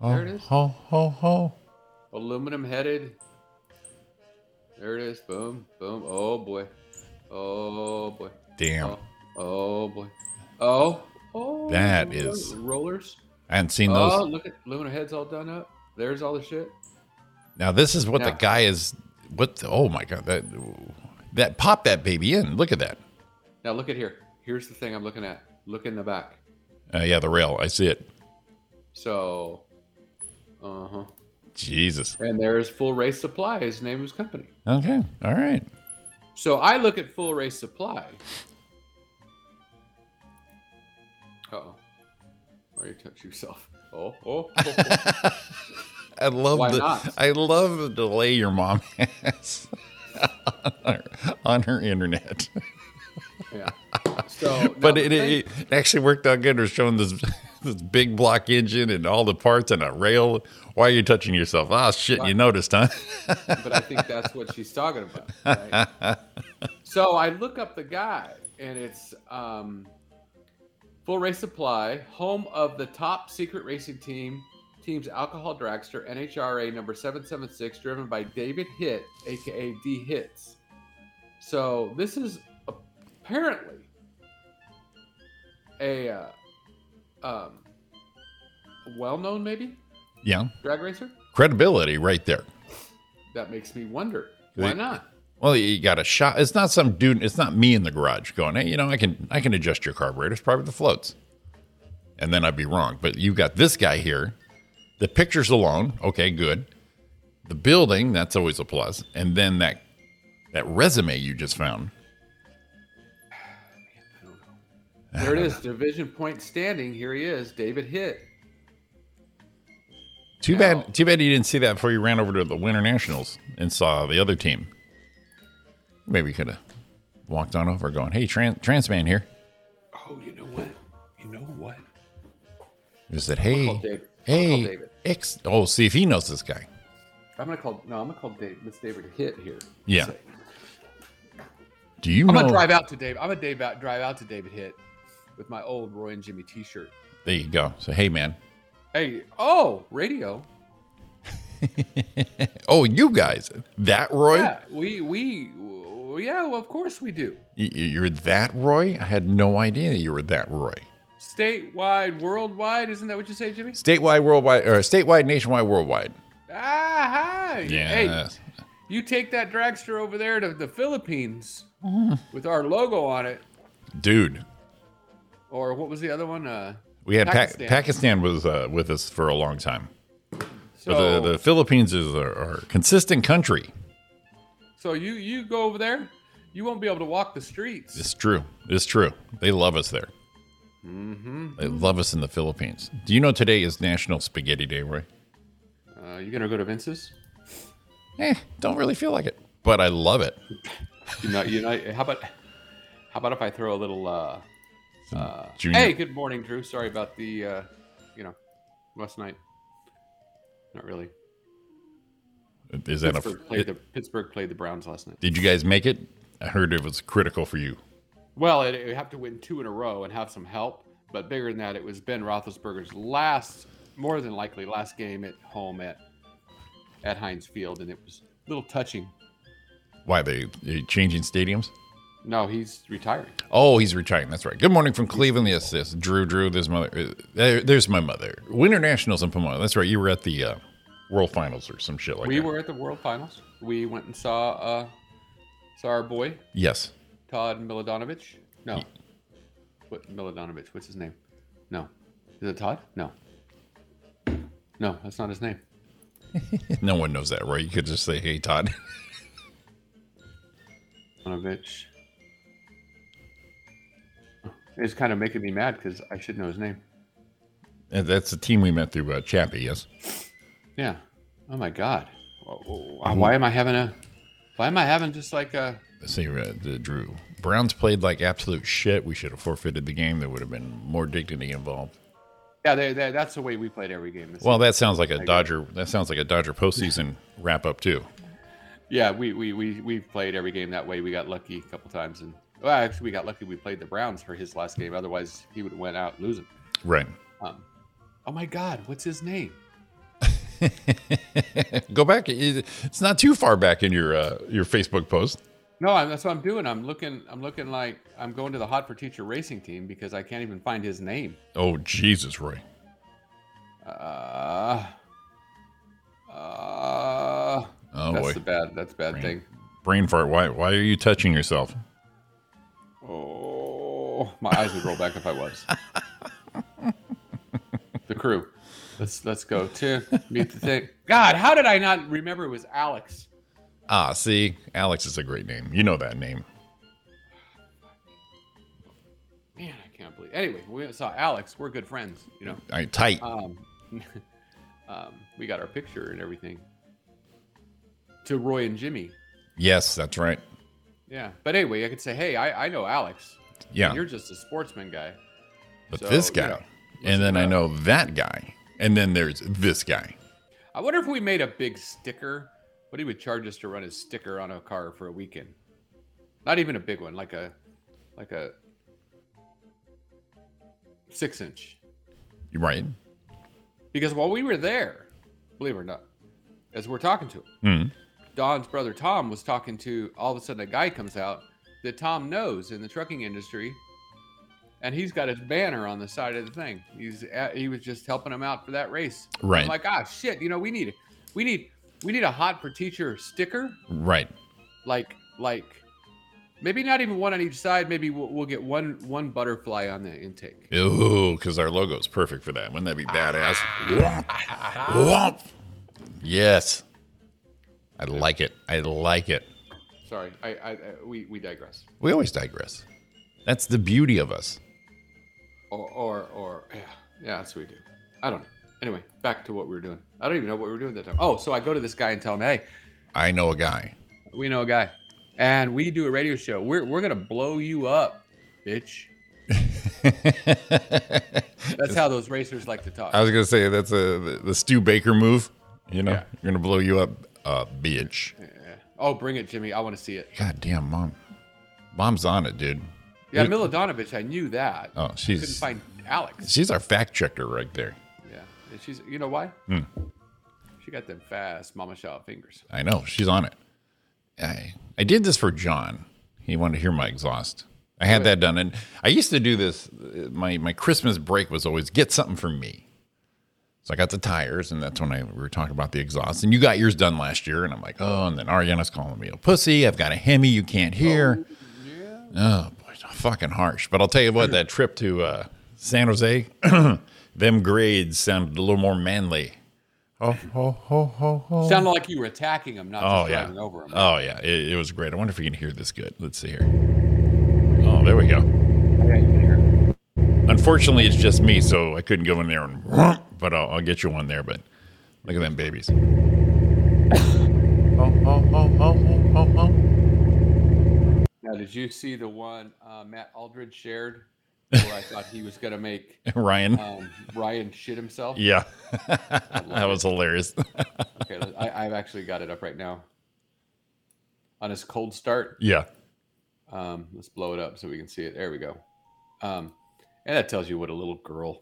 S6: Oh,
S7: There it is.
S6: Ho, ho, ho.
S7: Aluminum headed There it is. Boom, boom. Oh boy. Oh boy.
S6: Damn.
S7: Oh, oh boy. Oh. Oh.
S6: That is-
S7: rollers.
S6: I hadn't seen those.
S7: Oh, look at Luna head's all done up. There's all the shit.
S6: Now this is what the
S7: Yeah.
S6: guy is. What? The, oh my god! That that pop that baby in. Look at that.
S7: Now look at here. Here's the thing I'm looking at. Look in the back.
S6: Uh, yeah, the rail. I see it.
S7: So, uh huh.
S6: Jesus.
S7: And there's Full Race Supply. His name is company.
S6: Okay. All right.
S7: So I look at Full Race Supply. Oh, or you touch yourself. Oh, oh, oh, oh.
S6: I love
S7: Why
S6: the.
S7: not?
S6: I love the delay your mom has on her, on her internet.
S7: yeah. So, now
S6: but
S7: the
S6: it,
S7: thing-
S6: it, it actually worked out good. It was showing this this big block engine and all the parts and a rail. Why are you touching yourself? Ah, shit! You noticed, huh?
S7: but I think that's what she's talking about. Right? so I look up the guy, and it's um, Full Race Supply, home of the top secret racing team, team's alcohol dragster, NHRA number 776, driven by David Hitt, aka D Hits. So this is apparently a uh, um, well known, maybe,
S6: yeah.
S7: drag racer.
S6: Credibility right there.
S7: That makes me wonder why
S6: They-
S7: not?
S6: Well, you got a shot. It's not some dude. It's not me in the garage going, "Hey, you know, I can I can adjust your carburetor. It's probably the floats." And then I'd be wrong. But you got this guy here. The pictures alone, okay, good. The building, that's always a plus. And then that that resume you just found.
S7: There it is, division point standing. Here he is, David Hitt.
S6: Too
S7: Wow.
S6: bad. Too bad you didn't see that before you ran over to the Winter Nationals and saw the other team. Maybe you could have walked on over, going, "Hey, trans, trans man here."
S7: Oh, you know what? You know what?
S6: Just said, "Hey,
S7: call Dave. I'll call
S6: hey,
S7: David."
S6: ex." Oh, see if he knows this guy.
S7: I'm gonna call. No, I'm gonna call Dave. Miss David Hitt here.
S6: Yeah.
S7: Say,
S6: Do you
S7: I'm
S6: know?
S7: gonna drive out to Dave. I'm gonna Dave out, drive out to David Hitt with my old Roy and Jimmy T-shirt.
S6: There you go. So, hey, man.
S7: Hey, oh, radio.
S6: Oh, you guys, that Roy?
S7: Yeah, we we w- yeah. Well, of course we do.
S6: Y- y- You're that Roy? I had no idea you were that Roy.
S7: Statewide, worldwide, isn't that what you say, Jimmy?
S6: Statewide, worldwide, or statewide, nationwide, worldwide.
S7: Ah, hi. Hey,
S6: Yes.
S7: you take that dragster over there to the Philippines
S6: Mm.
S7: with our logo on it.
S6: Dude,
S7: or what was the other one? Uh,
S6: we had Pakistan,
S7: Pakistan.
S6: Pakistan was uh, with us for a long time.
S7: so,
S6: But the, the Philippines is our, our consistent country.
S7: so you you go over there, you won't be able to walk the streets.
S6: It's true. It's true. They love us there. Mm-hmm. They love us in the Philippines. Do you know today is National Spaghetti Day, Roy?
S7: uh, you gonna go to Vince's?
S6: Eh, don't really feel like it, but I love it.
S7: You know, you know. How about how about if I throw a little? Uh,
S6: Junior.
S7: hey, good morning, Drew. Sorry about the, uh, you know, last night. Not really.
S6: Is that
S7: Pittsburgh,
S6: a?
S7: played the, Pittsburgh played the Browns last night.
S6: did you guys make it? I heard it was critical for you.
S7: Well, it, it have to win two in a row and have some help. But bigger than that, it was Ben Roethlisberger's last, more than likely, last game at home at at Heinz Field, and it was a little touching.
S6: Why they they changing stadiums?
S7: No, he's retiring.
S6: Oh, he's retiring. That's right. Good morning from Cleveland. Yes, yes. Drew, Drew. There's mother. uh, there- there's my mother. Winter Nationals in Pomona. That's right. You were at the uh, World Finals or some shit like
S7: We
S6: that.
S7: were at the World Finals. We went and saw uh, saw our boy
S6: Yes.
S7: Todd Milidanovich. No, what Milidanovich? What's his name? No, is it Todd? No, no, that's not his name.
S6: No one knows that, right? You could just say, "Hey, Todd."
S7: Milanovic. It's kind of making me mad because I should know his name.
S6: And That's the team we met through uh, Chappie. Yes.
S7: Yeah. Oh my God. Wh- wh- Why am I having a? Why am I having just like a?
S6: Let's see, uh, the Drew Browns played like absolute shit. We should have forfeited the game. There would have been more dignity involved.
S7: Yeah, they, they, that's the way we played every game. It's-
S6: Well, that sounds like a Dodger. That sounds like a Dodger postseason wrap up too.
S7: yeah, we we we we played every game that way. We got lucky a couple times, and well, actually, we got lucky. We played the Browns for his last game. Otherwise, he would have went out losing.
S6: Right.
S7: Um, oh my God, what's his name?
S6: Go back. It- It's not too far back in your uh, your Facebook post.
S7: No, I'm, that's what I'm doing. I'm looking. I'm looking like I'm going to the Hot for Teacher racing team because I can't even find his name.
S6: Oh Jesus, Roy.
S7: Uh, uh,
S6: Oh,
S7: that's
S6: boy.
S7: a bad. That's a bad
S6: Brain.
S7: thing.
S6: Brain fart. Why why are you touching yourself?
S7: Oh, my eyes would roll back if I was. the crew. Let's let's go to meet the thing. God, how did I not remember it was Alex?
S6: Ah, see, Alex is a great name. You know that name.
S7: Man, I can't believe. Anyway, we saw Alex. We're good friends, you know.
S6: I tight.
S7: Um, um, we got our picture and everything. To Roy and Jimmy.
S6: yes, that's right.
S7: Yeah, but anyway, I could say, hey, I, I know Alex.
S6: Yeah.
S7: You're just a sportsman guy.
S6: But
S7: So,
S6: this
S7: you
S6: guy,
S7: know,
S6: and then I
S7: about-
S6: know that guy, and then there's this guy.
S7: I wonder if we made a big sticker, what he would charge us to run his sticker on a car for a weekend. Not even a big one, like a like a six inch.
S6: You're right.
S7: Because while we were there, believe it or not, as we're talking to him,
S6: Mhm.
S7: Don's brother Tom was talking to all of a sudden a guy comes out that Tom knows in the trucking industry, and he's got his banner on the side of the thing. He's at, he was just helping him out for that race.
S6: Right.
S7: I'm like, ah, shit. You know, we need we need we need a hot for teacher sticker.
S6: Right.
S7: Like like maybe not even one on each side. Maybe we'll, we'll get one one butterfly on the intake.
S6: Ooh, because our logo's perfect for that. Wouldn't that be badass? Womp. Womp. Yes. I like it. I like it.
S7: Sorry, I, I, I we we digress.
S6: We always digress. That's the beauty of us.
S7: or or or yeah, yeah, that's what we do. I don't know. Anyway, back to what we were doing. I don't even know what we were doing that time. Oh, so I go to this guy and tell him, hey,
S6: I know a guy.
S7: we know a guy, and we do a radio show. We're we're gonna blow you up, bitch. That's how those racers like to talk.
S6: I was gonna say that's a the, the Stu Baker move. You know,
S7: Yeah.
S6: you're gonna blow you up, uh, bitch.
S7: oh, bring it, Jimmy. I want to see it.
S6: God damn, mom. Mom's on it, dude.
S7: Yeah,
S6: You-
S7: Milodonovich, I knew that.
S6: Oh,
S7: couldn't
S6: she's
S7: find Alex.
S6: she's our fact checker right there.
S7: Yeah, and she's. You know why?
S6: Hmm.
S7: She got them fast Mama Shaw fingers.
S6: I know she's on it. I I did this for John. He wanted to hear my exhaust. I had that done, and I used to do this. uh, My my Christmas break was always get something for me. So I got the tires, and that's when I we were talking about the exhaust. And you got yours done last year, and I'm like, oh. And then Ariana's calling me a pussy. I've got a Hemi you can't hear. Oh, boy, it's fucking harsh. But I'll tell you what, that trip to uh, San Jose, them grades sounded a little more manly. Oh, ho, ho, ho, ho.
S7: Sounded like you were attacking him, not
S6: Oh
S7: just
S6: yeah.
S7: driving over him.
S6: Oh yeah. It, it was great. I wonder if we can hear this good. Let's see here. Oh, there we go. Unfortunately, it's just me, so I couldn't go in there and. whomp, But I'll, I'll get you one there. But look at them babies. oh, oh, oh, oh, oh, oh.
S7: Now, did you see the one uh, Matt Aldridge shared where I thought he was going to make
S6: oh. Ryan.
S7: um, Ryan shit himself?
S6: yeah. that was hilarious.
S7: Okay, let- I, I've actually got it up right now. On his cold start,
S6: yeah.
S7: um, let's blow it up so we can see it. There we go. Um, and that tells you what a little girl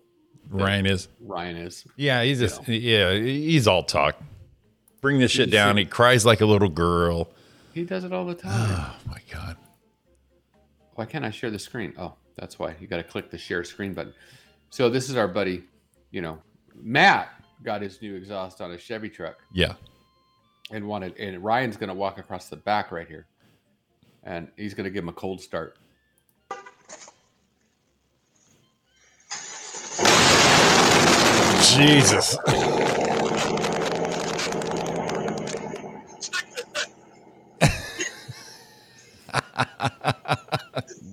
S6: Ryan is.
S7: Ryan is.
S6: Yeah, he's just yeah, he's all talk. Bring this shit down. He cries like a little girl.
S7: He does it all the time.
S6: Oh my god.
S7: why can't I share the screen? Oh, that's why you got to click the share screen button. So this is our buddy, you know, Matt got his new exhaust on a Chevy truck.
S6: Yeah.
S7: and wanted and Ryan's gonna walk across the back right here. And he's gonna give him a cold start.
S6: Jesus.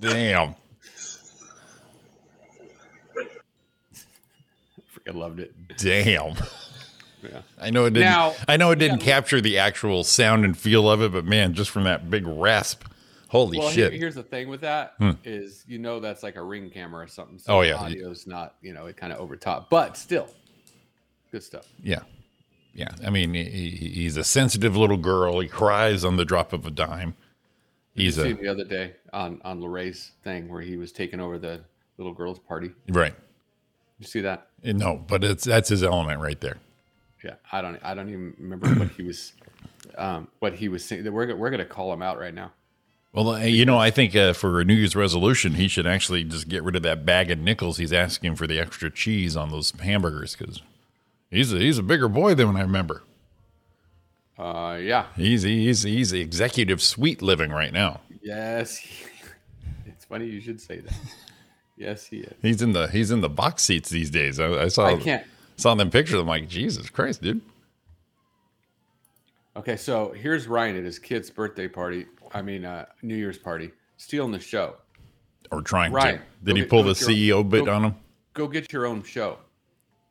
S6: Damn.
S7: Freaking loved it.
S6: Damn.
S7: Yeah.
S6: I know it didn't
S7: Now-
S6: I know it didn't capture the actual sound and feel of it, but man, just from that big rasp. Holy
S7: Well, here-
S6: shit. Hmm.
S7: here's the thing with that is you know that's like a ring camera or something. So
S6: Oh,
S7: the
S6: yeah.
S7: audio's not you know it kind of over top, but still, good stuff.
S6: yeah. Yeah. I mean, he, he- he's a sensitive little girl. He cries on the drop of a dime. He's
S7: See
S6: a
S7: the other day on on Laray's thing where he was taking over the little girls party.
S6: right.
S7: You see that?
S6: No, but it's that's his element right there.
S7: Yeah, I don't. I don't even remember what he was. Um, what he was saying. We're go- we're gonna call him out right now.
S6: Well, uh, you know, I think uh, for a New Year's resolution, he should actually just get rid of that bag of nickels he's asking for the extra cheese on those hamburgers because he's a, he's a bigger boy than I remember.
S7: Uh, yeah.
S6: He's he's he's executive sweet living right now.
S7: Yes. he- it's funny you should say that. Yes, he is.
S6: He's in the he's in the box seats these days. I, I saw
S7: I can't.
S6: saw them pictures. I'm like, Jesus Christ, dude.
S7: Okay, so here's Ryan at his kid's birthday party. I mean, uh, New Year's party, stealing the show.
S6: Or trying
S7: Right.
S6: to. Did
S7: Go
S6: he
S7: get-
S6: pull
S7: go
S6: the
S7: get your-
S6: CEO bit
S7: go-
S6: on him?
S7: Go get your own show.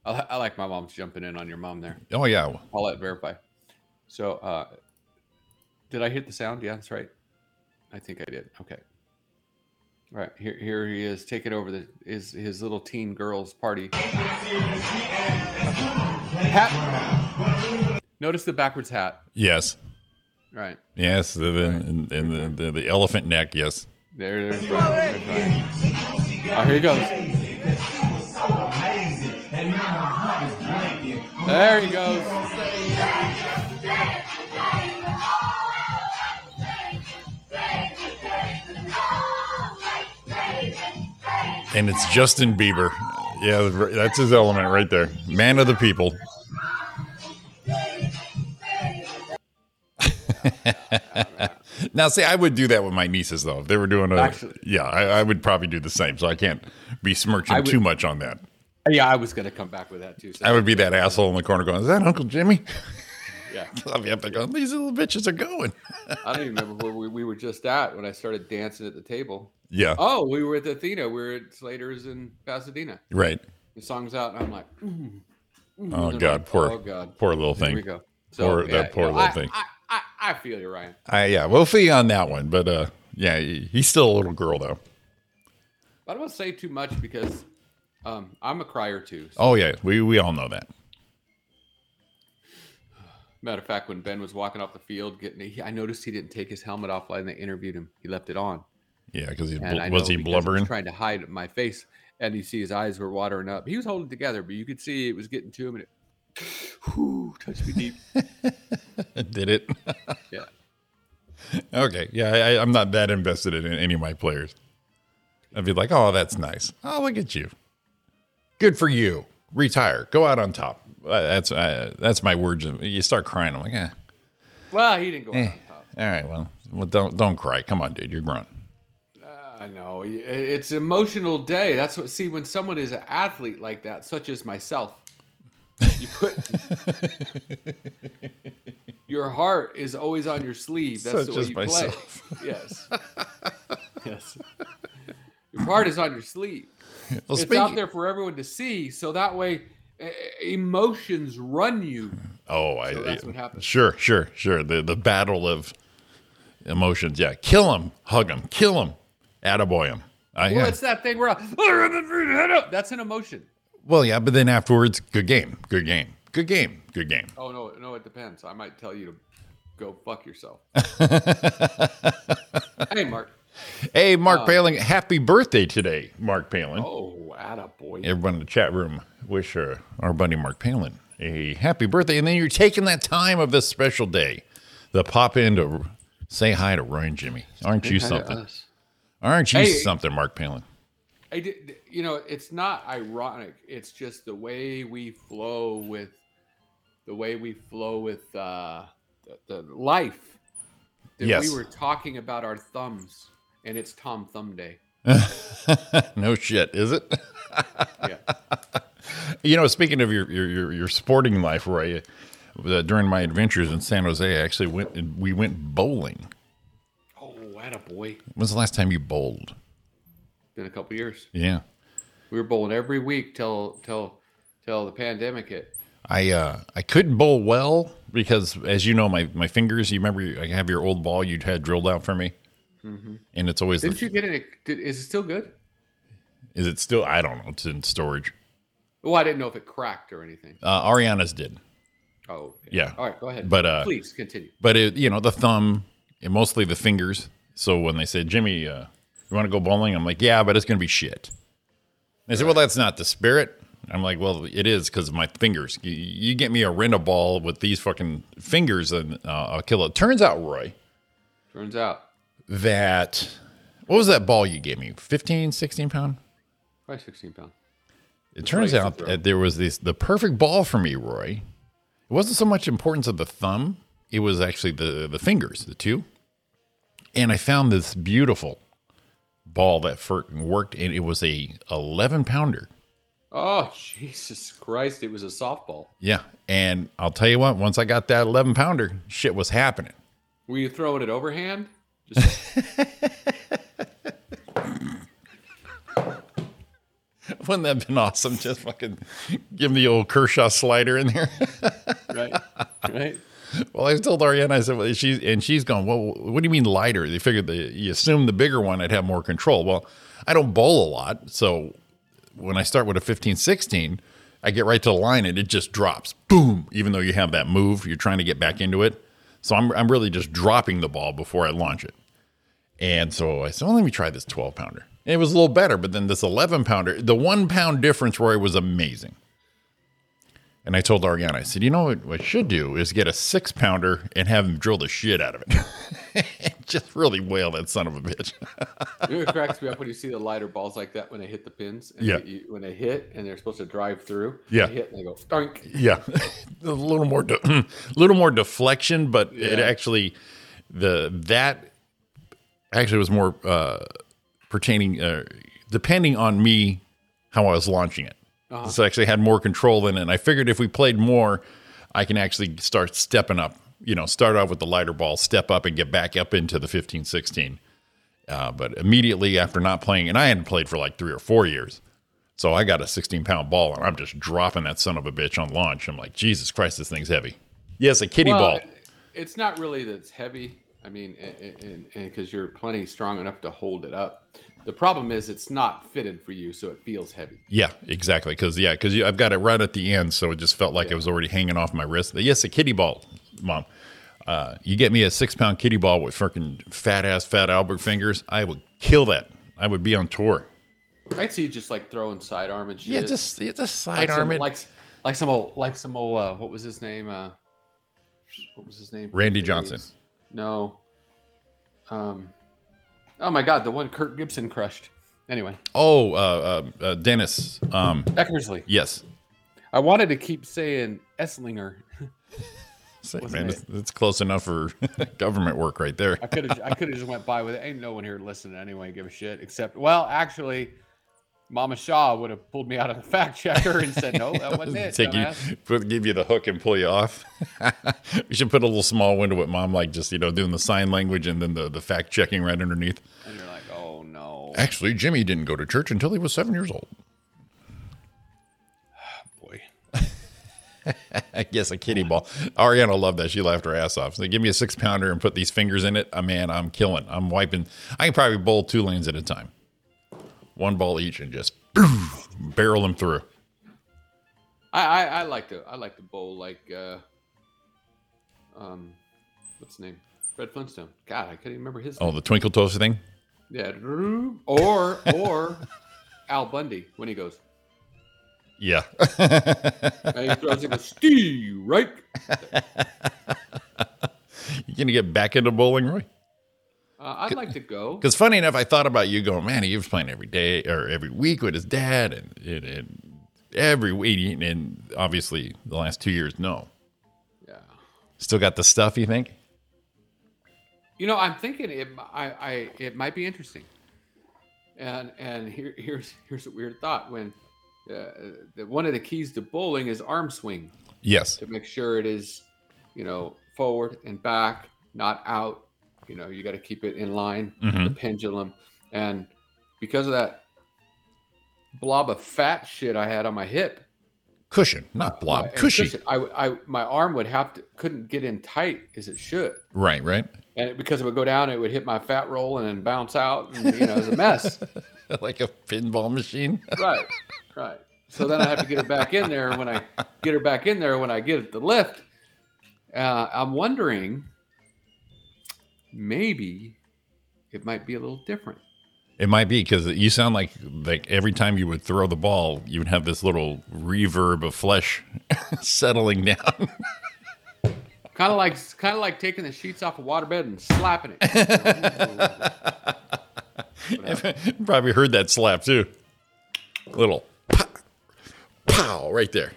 S7: I, I like my mom's jumping in on your mom there.
S6: Oh yeah.
S7: I'll let verify. So, uh, did I hit the sound? Yeah, that's right. I think I did. Okay. All right. Here, here he is taking over the his his little teen girls party. Hat. Notice the backwards hat.
S6: Yes.
S7: Right.
S6: Yes. The, the, and, and the, the the elephant neck. Yes.
S7: There, there's Brian. There's Brian. Oh, here he goes. There he goes.
S6: And it's Justin Bieber. Yeah, that's his element right there. Man of the people. now, see, I would do that with my nieces though. If they were doing a,
S7: Actually-
S6: yeah, I, I would probably do the same. So I can't be smirching
S7: I would-
S6: too much on that.
S7: Yeah, I was gonna come back with that too. So,
S6: I would be that asshole in the corner going, "Is that Uncle Jimmy?"
S7: yeah.
S6: I'd be up there going, "These little bitches are going."
S7: I don't even remember where we, we were just at when I started dancing at the table.
S6: Yeah,
S7: Oh, we were at the Athena. We were at Slater's in Pasadena.
S6: right.
S7: The song's out, and I'm like,
S6: Oh
S7: they're
S6: God,
S7: like,
S6: poor,
S7: oh, God.
S6: poor little
S7: here
S6: thing.
S7: we go.
S6: Poor- that poor
S7: I,
S6: little thing.
S7: I, I, I feel you, Ryan.
S6: I, yeah, we'll fee on that one, but uh, yeah, he- he's still a little girl though.
S7: But I don't want to say too much because um, I'm a crier too. So,
S6: Oh yeah, we we all know that.
S7: matter of fact, when Ben was walking off the field, getting, he, I noticed he didn't take his helmet off when they interviewed him. He left it on.
S6: Yeah, because he's
S7: And
S6: bl-
S7: I
S6: was
S7: know
S6: he
S7: because
S6: blubbering?
S7: trying to hide my face, and you see his eyes were watering up. He was holding together, but you could see it was getting to him, and it whew, touched me deep.
S6: Did it?
S7: Yeah.
S6: okay, yeah, I, I- I'm not that invested in any of my players. I'd be like, "Oh, that's nice. Oh, look at you. Good for you. Retire. Go out on top." Uh, that's uh, that's my words. of- You start crying. I'm like, eh.
S7: Well, he didn't go out
S6: Eh,
S7: on top.
S6: all right. Well, well, don't don't cry. Come on, dude. You're grown.
S7: I know y- it's emotional day. That's what. See, when someone is an athlete like that, such as myself, you put your heart is always on your sleeve.
S6: Such
S7: That's the way
S6: as
S7: you
S6: myself.
S7: play. Yes, yes. Your heart is on your sleeve.
S6: Well,
S7: it's out there for everyone to see. So that way, e- emotions run you.
S6: Oh, I,
S7: that's what happens.
S6: Sure, sure, sure. The the battle of emotions. Yeah, kill him, hug him, kill him, attaboy him. I,
S7: Well,
S6: yeah.
S7: it's that thing where I- that's an emotion.
S6: well, yeah, but then afterwards, good game, good game, good game, good game.
S7: Oh no, no, it depends. I might tell you to go fuck yourself. hey, Mark.
S6: Hey, Mark Palin, happy birthday today, Mark Palin.
S7: Uh, Oh, attaboy.
S6: Everyone in the chat room, wish our, our buddy Mark Palin a happy birthday. And then you're taking that time of this special day, the pop in to say hi to Roy and Jimmy. Aren't you something? Aren't you
S7: Uh, Hey.
S6: something, Mark Palin?
S7: I did, you know, it's not ironic. It's just the way we flow with, the way we flow with uh, the, the life. That
S6: Yes.
S7: We were talking about our thumbs, and it's Tom Thumb Day.
S6: no shit, is it?
S7: Yeah.
S6: You know, speaking of your your your, your sporting life, Roy, uh, during my adventures in San Jose, I actually went and we went bowling.
S7: oh, attaboy.
S6: When's the last time you bowled?
S7: Been a couple years.
S6: Yeah,
S7: We were bowling every week till till till the pandemic hit.
S6: I uh, I couldn't bowl well because, as you know, my my fingers. You remember I have your old ball you had drilled out for me, and it's always
S7: Didn't
S6: the,
S7: you get it? Did, is it still good?
S6: is it still? I don't know. It's in storage.
S7: Well, I didn't know if it cracked or anything.
S6: Uh, Ariana's did,
S7: Oh, okay.
S6: Yeah.
S7: All right, go ahead.
S6: But, uh,
S7: please continue.
S6: but it you know the thumb and mostly the fingers. So when they said Jimmy, uh, you want to go bowling? I'm like, yeah, but it's gonna be shit. They said, well, that's not the spirit. I'm like, well, it is because of my fingers. You, you get me a rent a ball with these fucking fingers, and uh, I'll kill it. Turns out, Roy,
S7: Turns out,
S6: that what was that ball you gave me? 15, 16 pound?
S7: probably 16 pound.
S6: It turns
S7: right, it's a
S6: out
S7: throw.
S6: that there was this the perfect ball for me, Roy. It wasn't so much importance of the thumb; it was actually the the fingers, the two. And I found this beautiful ball that fir- worked, and it was a eleven pounder.
S7: Oh Jesus Christ! It was a softball.
S6: Yeah, and I'll tell you what: once I got that eleven pounder, shit was happening.
S7: Were you throwing it overhand? Just,
S6: Wouldn't that have been awesome? Just fucking give him the old Kershaw slider in there.
S7: right, right.
S6: Well, I told Ariana, I said, well, she's, and she's gone, well, what do you mean lighter? They figured the, you assume the bigger one, I'd have more control. Well, I don't bowl a lot. So when I start with a 15, 16, I get right to the line and it just drops. Boom. Even though you have that move, you're trying to get back into it. So I'm, I'm really just dropping the ball before I launch it. And so I said, well, let me try this 12 pounder. And it was a little better, but then this 11 pounder, the one pound difference, Roy, was amazing. And I told Ariana, I said, you know what, what I should do is get a six pounder and have him drill the shit out of it. Just really wail that son of a bitch.
S7: You know, it cracks me up when you see the lighter balls like that when they hit the pins. And
S6: Yeah.
S7: you- when they hit and they're supposed to drive through.
S6: Yeah.
S7: They hit and they go thunk.
S6: yeah. a little more, de- a little more deflection, but it
S7: Yeah.
S6: actually, the, that actually was more uh, pertaining, uh, depending on me, how I was launching it. So I actually had more control in it. And I figured if we played more, I can actually start stepping up, you know, start off with the lighter ball, step up and get back up into the 15, 16. Uh, but immediately after not playing, and I hadn't played for like three or four years. So I got a 16 pound ball and I'm just dropping that son of a bitch on launch. I'm like, Jesus Christ, this thing's heavy. Yes, a kitty ball.
S7: Well, It's not really that it's heavy. I mean, and because you're plenty strong enough to hold it up. The problem is it's not fitted for you, so it feels heavy.
S6: Yeah, exactly. Because yeah, because I've got it right at the end, so it just felt like it was already hanging off my wrist. Yes, a kitty ball, mom. Uh, you get me a six pound kitty ball with freaking fat ass fat Albert fingers, I would kill that. I would be on tour.
S7: I'd see you just like throwing sidearm and shit.
S6: Yeah, just yeah, just
S7: like some,
S6: sidearm it.
S7: like like some old like some old uh, what was his name? Uh, what was his name?
S6: Randy Johnson.
S7: No. Um. Oh my God, the one Kurt Gibson crushed. Anyway,
S6: oh, uh, uh, uh, Dennis. Um,
S7: Eckersley.
S6: yes.
S7: I wanted to keep saying Esslinger.
S6: Say,
S7: Wasn't
S6: Man,
S7: it?
S6: that's, that's close enough for government work right there.
S7: I could have I could have just went by with it. Ain't no one here listening anyway. Give a shit. Except, well, actually, Mama Shaw would have pulled me out of the fact checker and said, no, that wasn't it.
S6: Take you,
S7: dumbass."
S6: put, give you the hook and pull you off. we should put a little small window with mom, like just you know doing the sign language and then the, the fact checking right underneath.
S7: And you're like, oh no,
S6: Actually, Jimmy didn't go to church until he was seven years old.
S7: boy.
S6: I guess a kitty ball. Ariana loved that. She laughed her ass off. So give me a six pounder and put these fingers in it. Oh, man, I'm killing. I'm wiping. I can probably bowl two lanes at a time, one ball each, and just barrel them through.
S7: I, I, I like to I like to bowl like uh, um, what's his name? Fred Flintstone. God, I couldn't remember his.
S6: Oh,
S7: name.
S6: the twinkle toast thing.
S7: Yeah, droo- or or Al Bundy when he goes,
S6: Yeah.
S7: and he throws it a Steve right.
S6: you gonna get back into bowling, Roy?
S7: Uh, I'd like to go.
S6: Because funny enough, I thought about you going, man, he was playing every day or every week with his dad, and, and, and every week, and obviously the last two years, no.
S7: Yeah.
S6: Still got the stuff, you think?
S7: You know, I'm thinking it. m- I, I- it might be interesting. And and here here's here's a weird thought when. Uh, the, one of the keys to bowling is arm swing.
S6: Yes.
S7: to make sure it is, you know, forward and back, not out. You know, you got to keep it in line, the
S6: Mhm.
S7: pendulum. And because of that blob of fat shit I had on my hip,
S6: Cushion, not blob,
S7: my- and
S6: cushy.
S7: I, I, my arm would have to, couldn't get in tight as it should.
S6: Right, right.
S7: And it, because it would go down, it would hit my fat roll and then bounce out. And, you know, it was a mess.
S6: like a pinball machine.
S7: right, right. So then I have to get her back in there. and When I get her back in there, when I get the lift, uh, I'm wondering maybe it might be a little different.
S6: It might be because you sound like like every time you would throw the ball, you would have this little reverb of flesh settling down.
S7: Kind of like kind of like taking the sheets off a waterbed and slapping it.
S6: Probably heard that slap too. Little pow, pow right there.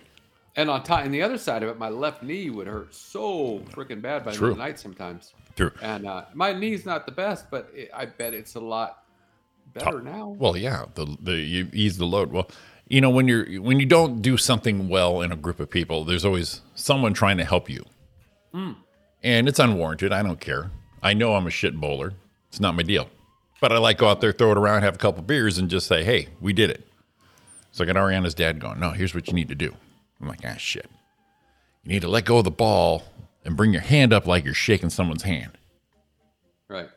S7: and on top, and the other side of it, my left knee would hurt so freaking bad by
S6: True.
S7: the night sometimes.
S6: True.
S7: And uh, my knee's not the best, but it, I bet it's a lot better now.
S6: Well, yeah, the the you ease the load. Well, you know when you're when you don't do something well in a group of people, there's always someone trying to help you, and it's unwarranted. I don't care. I know I'm a shit bowler. It's not my deal, but I like go out there, throw it around, have a couple beers, and just say, "Hey, we did it." So I got Ariana's dad going, "No, here's what you need to do." I'm like, "Ah, shit. You need to let go of the ball and bring your hand up like you're shaking someone's hand."
S7: right.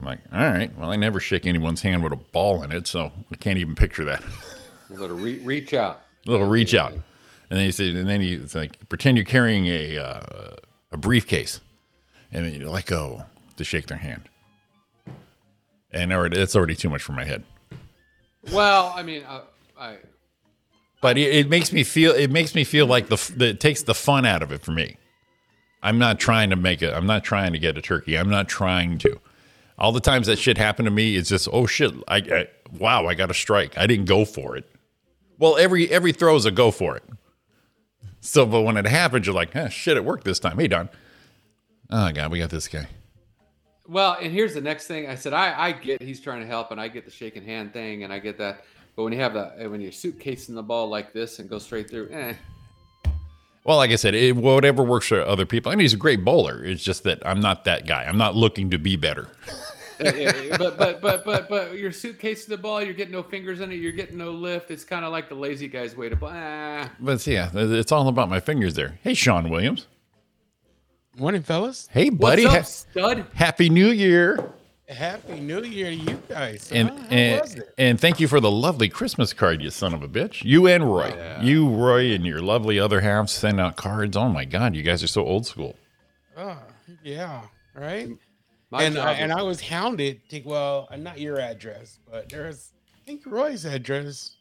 S6: I'm like, "All right. Well, I never shake anyone's hand with a ball in it, so I can't even picture that."
S7: A little re- reach out.
S6: little reach out. And then you say, and then you it's like pretend you're carrying a uh, a briefcase, and then you let go to shake their hand. And already, that's already too much for my head.
S7: Well, I mean, I, I
S6: But it, it makes me feel it makes me feel like the, f- the it takes the fun out of it for me. I'm not trying to make it. I'm not trying to get a turkey. I'm not trying to. All the times that shit happened to me, it's just oh shit! I, I wow, I got a strike. I didn't go for it. Well, every every throw is a go for it. So, but when it happens, you're like, eh, shit, it worked this time. Hey, Don. Oh god, we got this guy.
S7: Well, and here's the next thing. I said, I, I get he's trying to help, and I get the shaking hand thing, and I get that. But when you have the when you're suitcasing the ball like this and go straight through, eh,
S6: Well, like I said, it, whatever works for other people. And he's a great bowler. It's just that I'm not that guy. I'm not looking to be better.
S7: Yeah, yeah, yeah. but but but but but you're suitcasing the ball. You're getting no fingers in it. You're getting no lift. It's kind of like the lazy guy's way to play. Ah.
S6: But yeah, it's all about my fingers there. Hey, Sean Williams.
S5: Morning, fellas.
S6: Hey,
S7: What's
S6: buddy.
S7: up,
S6: Ha-
S7: stud?
S6: Happy New Year.
S5: Happy New Year to you guys.
S6: And
S5: Huh? Ah, How was
S6: and,
S5: it?
S6: and thank you for the lovely Christmas card, you son of a bitch. You and Roy. You, Roy, and your lovely other half send out cards. Oh my God, you guys are so old school.
S5: Oh, yeah, right.
S7: My
S5: and
S7: job
S5: Mm, I,
S7: is-
S5: and I was hounded to well, uh, not your address, but there's I think Roy's address,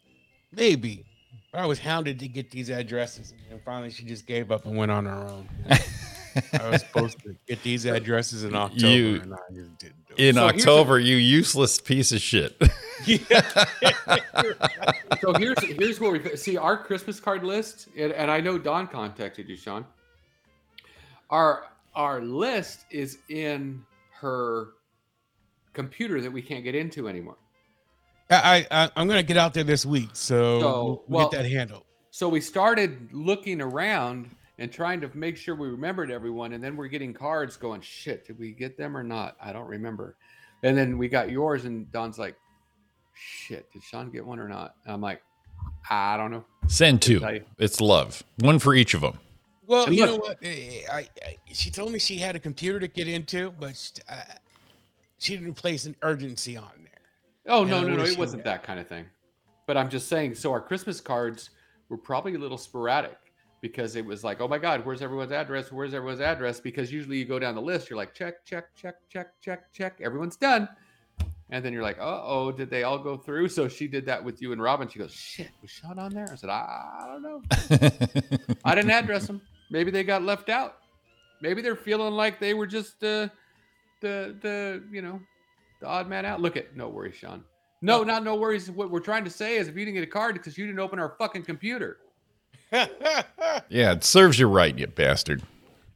S5: maybe. But I was hounded to get these addresses, and finally she just gave up and went on her own. I was supposed to get these addresses in October,
S6: You-
S5: and I just didn't do it.
S6: In
S7: So here's
S6: October, you useless piece of shit.
S7: so here's here's where we see our Christmas card list, and, and I know Don contacted you, Sean. Our our list is in her computer that we can't get into anymore.
S5: I, I, I'm gonna get out there this week,
S7: So,
S5: so, we'll,
S7: well-
S5: we'll get that handled.
S7: So we started looking around and trying to make sure we remembered everyone, and then we're getting cards going, shit, did we get them or not? I don't remember. And then we got yours, and Don's like, shit, did Sean get one or not? And I'm like, I don't know.
S6: Send two.
S7: Nice.
S6: It's love. One for each of them.
S5: Well,
S7: And
S5: you
S7: look-
S5: know what? eh, I, I she told me she had a computer to get into, but she, I- she didn't place an urgency on there.
S7: Oh
S5: Yeah,
S7: no,
S5: I
S7: no, no,
S5: would've
S7: it
S5: seen
S7: wasn't that kind of thing. But I'm just saying, so our Christmas cards were probably a little sporadic because it was like, oh my God, where's everyone's address? Where's everyone's address? Because usually you go down the list, you're like, check, check, check, check, check, check, everyone's done. And then you're like, uh oh, did they all go through? So she did that with you and Robin. She goes, shit, was Sean on there? I said, I don't know. I didn't address them. Maybe they got left out. Maybe they're feeling like they were just uh, the the you know the odd man out. Look at no worries, Sean. No, not no worries. What we're trying to say is if you didn't get a card because you didn't open our fucking computer.
S6: yeah, it serves you right, you bastard.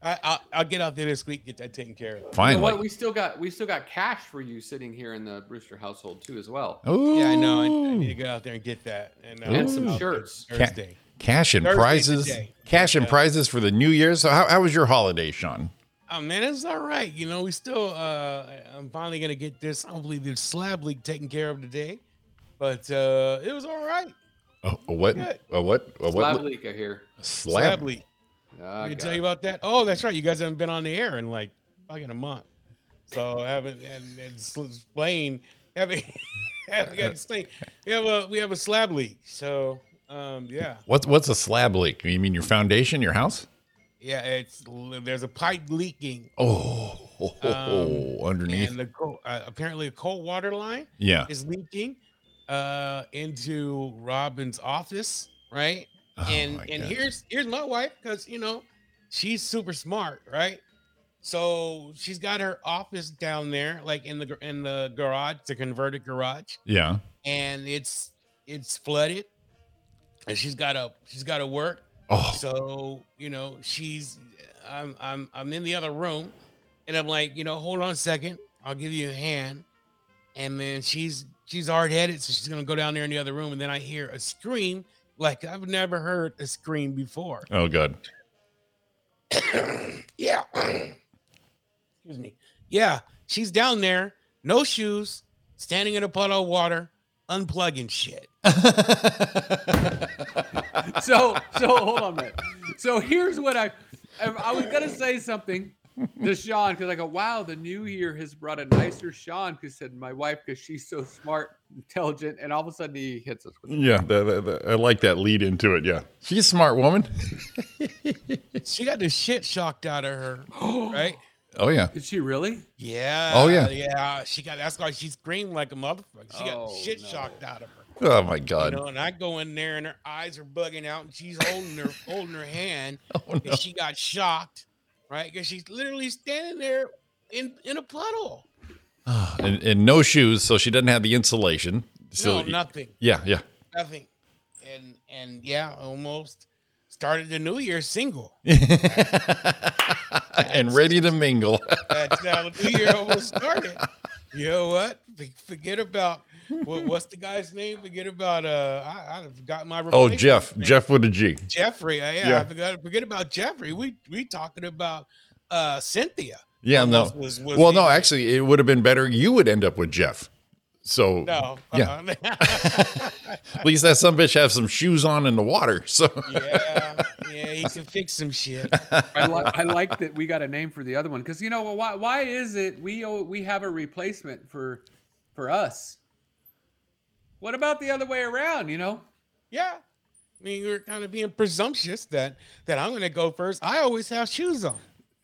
S5: I, I'll, I'll get out there this week, get that taken care of.
S7: You know
S6: Finally.
S7: what? We still got we still got cash for you sitting here in the Brewster household too as well.
S6: Ooh.
S5: Yeah, I know. I, I need to go out there and get that, and, uh,
S7: And some
S5: I'll-
S7: shirts.
S6: Ca-
S5: Thursday.
S6: cash and
S5: Thursday's
S6: prizes.
S5: the day.
S6: Cash and prizes for the New Year. So, how, how was your holiday, Sean?
S5: Oh man, it's all right. You know, we still. uh I'm finally gonna get this. Hopefully, this slab leak taken care of today. But uh it was all right.
S6: Oh, a what?
S5: Good.
S6: A what? A what?
S7: Slab leak, I hear.
S5: Slab,
S6: Slab.
S5: leak.
S7: Ah,
S5: I can
S7: God.
S5: tell you about that. Oh, that's right. You guys haven't been on the air in like fucking a month. So I haven't and, and s- explain haven't haven't got to explain. We have a we have a slab leak. So um yeah.
S6: What's what's a slab leak? You mean your foundation, your house?
S5: Yeah, it's l- there's a pipe leaking.
S6: Oh, ho, ho, ho, underneath.
S5: Um, and the co- uh, apparently a cold water line
S6: yeah.
S5: is leaking uh into Robin's office, right?
S6: Oh
S5: and
S6: my
S5: and
S6: God.
S5: here's here's my wife because you know she's super smart right so she's got her office down there like in the gar- in the garage the converted garage
S6: yeah.
S5: and it's it's flooded and she's got to she's got to work
S6: Oh,
S5: so you know she's i'm i'm i'm in the other room and i'm like you know hold on a second i'll give you a hand and then she's she's hard-headed so she's gonna go down there in the other room and then i hear a scream like i've never heard a scream before
S6: oh, God.
S5: yeah excuse me yeah she's down there no shoes standing in a puddle of water unplugging shit
S7: so so hold on a minute. So here's what I I, I was gonna say something to Sean because I go, wow, the new year has brought a nicer Sean because said my wife because she's so smart, intelligent, and all of a sudden he hits us. With
S6: Yeah. that- that- that- I like that lead into it. Yeah. She's a smart woman.
S5: she got the shit shocked out of her right
S6: Oh, yeah.
S7: Did she really?
S5: Yeah.
S6: Oh, yeah.
S5: Yeah. She got. That's why she screamed like a motherfucker. She got
S7: Oh,
S5: shit
S7: no.
S5: shocked out of her.
S6: Oh, my
S5: You
S6: God.
S5: know, and I go in there, and her eyes are bugging out, and she's holding her holding her hand,
S6: Oh, no.
S5: and she got shocked, right? Because she's literally standing there in in a puddle.
S6: and, and no shoes. So she doesn't have the insulation. So,
S5: no, nothing,
S6: yeah. Yeah.
S5: nothing, and and yeah, almost started the new year single.
S6: and ready to mingle.
S5: That's how the new year almost started. You know what? F- Forget about what, what's the guy's name? Forget about uh, I, I forgot my.
S6: Oh,
S5: replacement
S6: Jeff.
S5: name.
S6: Jeff with a G.
S5: Jeffrey. uh, yeah,
S6: Yeah.
S5: I forgot. Forget about Jeffrey. We we talking about uh Cynthia.
S6: Yeah, no.
S5: Almost was- was
S6: well, no,
S5: even-
S6: actually, it would have been better. You would end up with Jeff. So,
S5: No.
S6: yeah,
S5: uh-uh.
S6: at least that some bitch have some shoes on in the water. So,
S5: yeah. Yeah. He can fix some shit.
S7: I, li- I like that we got a name for the other one because you know well, why why is it we o- we have a replacement for for us? What about the other way around? You know,
S5: Yeah. I mean, you're kind of being presumptuous that that I'm gonna go first. I always have shoes on.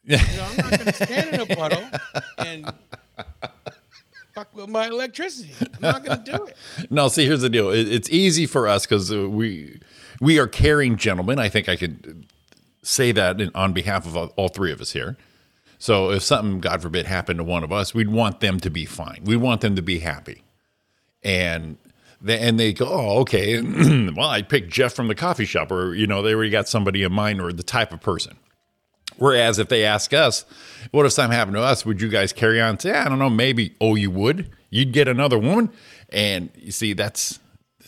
S5: You know, I'm not gonna stand in a puddle and fuck with my electricity. I'm not gonna do it.
S6: no, see, here's the deal. It, it's easy for us because we we are caring gentlemen. I think I could say that in, on behalf of all, all three of us here. So, if something, God forbid, happened to one of us, we'd want them to be fine. We want them to be happy. and they, and they go, oh, okay. well, I picked Jeff from the coffee shop, or you know, they already got somebody in mind, or the type of person. Whereas if they ask us, what if something happened to us? Would you guys carry on? Say, I don't know, maybe. Oh, you would. You'd get another woman, and you see, that's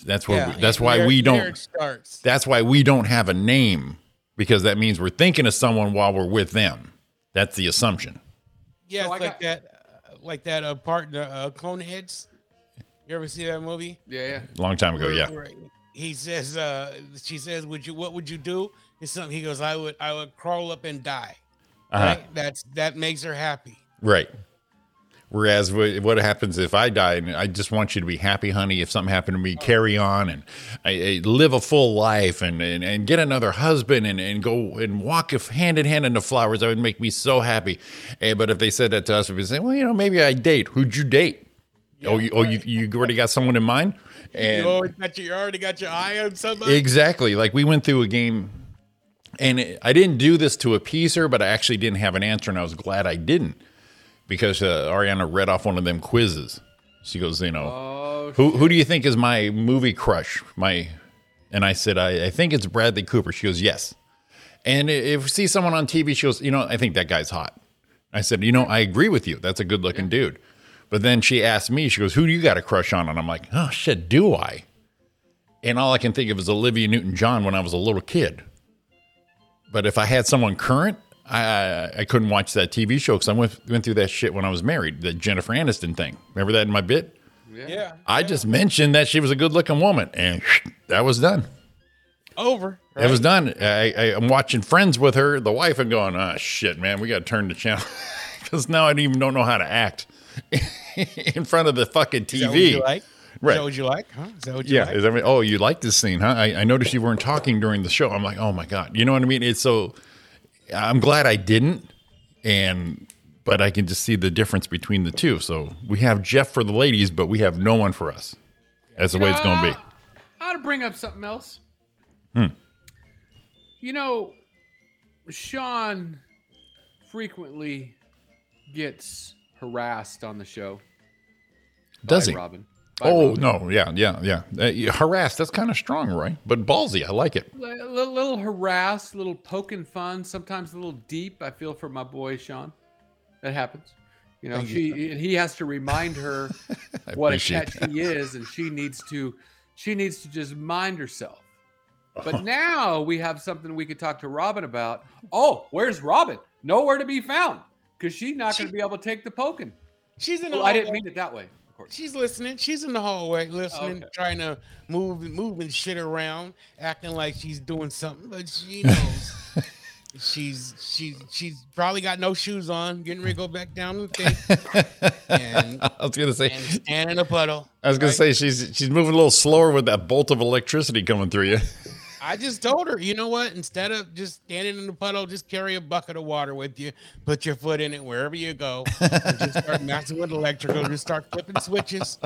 S6: that's where we, that's
S5: and
S6: why
S5: there-
S6: we
S5: there it
S6: don't
S5: starts.
S6: that's why we don't have a name because that means we're thinking of someone while we're with them. That's the assumption.
S5: Yeah,
S7: So
S5: it's
S7: I got-
S5: like that, uh, like that uh, part in uh, Clone Heads. You ever see that movie?
S7: yeah, yeah.
S6: A long time ago,
S5: Where-
S6: Oh, yeah.
S5: where He says, uh, she says, "Would you? What would you do?" It's something. He goes, "I would. I would crawl up and die."
S6: Uh-huh.
S5: Right? That's that makes her happy.
S6: Right. Whereas wh- what happens if I die and I just want you to be happy, honey. If something happened to me, carry on and I, I live a full life and, and, and get another husband and, and go and walk if- hand in hand into flowers. That would make me so happy. Eh, but if they said that to us, we'd say, well, you know, maybe I date. Who'd you date? oh, you, oh, you, you already got someone in mind. And
S5: you already got your, you already got your eye on somebody.
S6: Exactly. Like we went through a game, and it- I didn't do this to appease her, but I actually didn't have an answer, and I was glad I didn't because uh, Ariana read off one of them quizzes. She goes, you know,
S7: Oh,
S6: who who do you think is my movie crush? My, and I said, I, I think it's Bradley Cooper. She goes, yes. And i- if we see someone on TV, she goes, you know, I think that guy's hot. I said, you know, I agree with you. That's a good looking dude. But then she asked me, she goes, who do you got a crush on? And I'm like, oh shit, do I? And all I can think of is Olivia Newton John when I was a little kid. But if I had someone current, I I, I couldn't watch that TV show because I went, went through that shit when I was married, the Jennifer Aniston thing. Remember that in my bit?
S5: Yeah.
S6: I just mentioned that she was a good looking woman, and that was done.
S5: Over.
S6: It was done. I, I, I'm watching Friends with her, the wife, and going, ah, shit, man, we got to turn the channel because now I don't even don't know how to act in front of the fucking
S5: Is that what you
S6: TV.
S5: like? Is
S6: Right.
S5: that what you like? Huh? Is that what you
S6: Yeah.
S5: like?
S6: Is every, oh, you like this scene, huh? I, I noticed you weren't talking during the show. I'm like, oh my God. You know what I mean? It's so, I'm glad I didn't. And but I can just see the difference between the two. So we have Jeff for the ladies, but we have no one for us. That's the way it's going to be. Hmm.
S7: I ought to Uh, bring up something else. You know, Sean frequently gets harassed on the show.
S6: Does
S7: by
S6: he?
S7: Robin. By
S6: Oh
S7: Robin.
S6: no, yeah, yeah, yeah. Uh, you- harassed. That's kind of strong, Roy, but ballsy. I like it.
S7: Li- li- little, harassed, little poking fun, sometimes a little deep. I feel for my boy Sean. That happens. You know, she and he has to remind her
S6: I
S7: what a
S6: appreciate
S7: catch he is, and she needs to she needs to just mind herself.
S6: Oh.
S7: But now we have something we could talk to Robin about. Oh, where's Robin? Nowhere to be found because she's not going to be able to take the poking.
S5: She's in the
S7: Well, I
S5: hallway.
S7: didn't mean it that way. Of course.
S5: She's listening. She's in the hallway listening,
S7: Okay.
S5: trying to move moving shit around, acting like she's doing something, but she knows. she's she's she's probably got no shoes on, getting ready to go back down the thing and,
S6: I was gonna say.
S5: and stand in a puddle.
S6: I was gonna
S5: right?
S6: say she's she's moving a little slower with that bolt of electricity coming through you.
S5: I just told her, you know what? Instead of just standing in the puddle, just carry a bucket of water with you. Put your foot in it wherever you go. And just start messing with electrical. Just start flipping switches.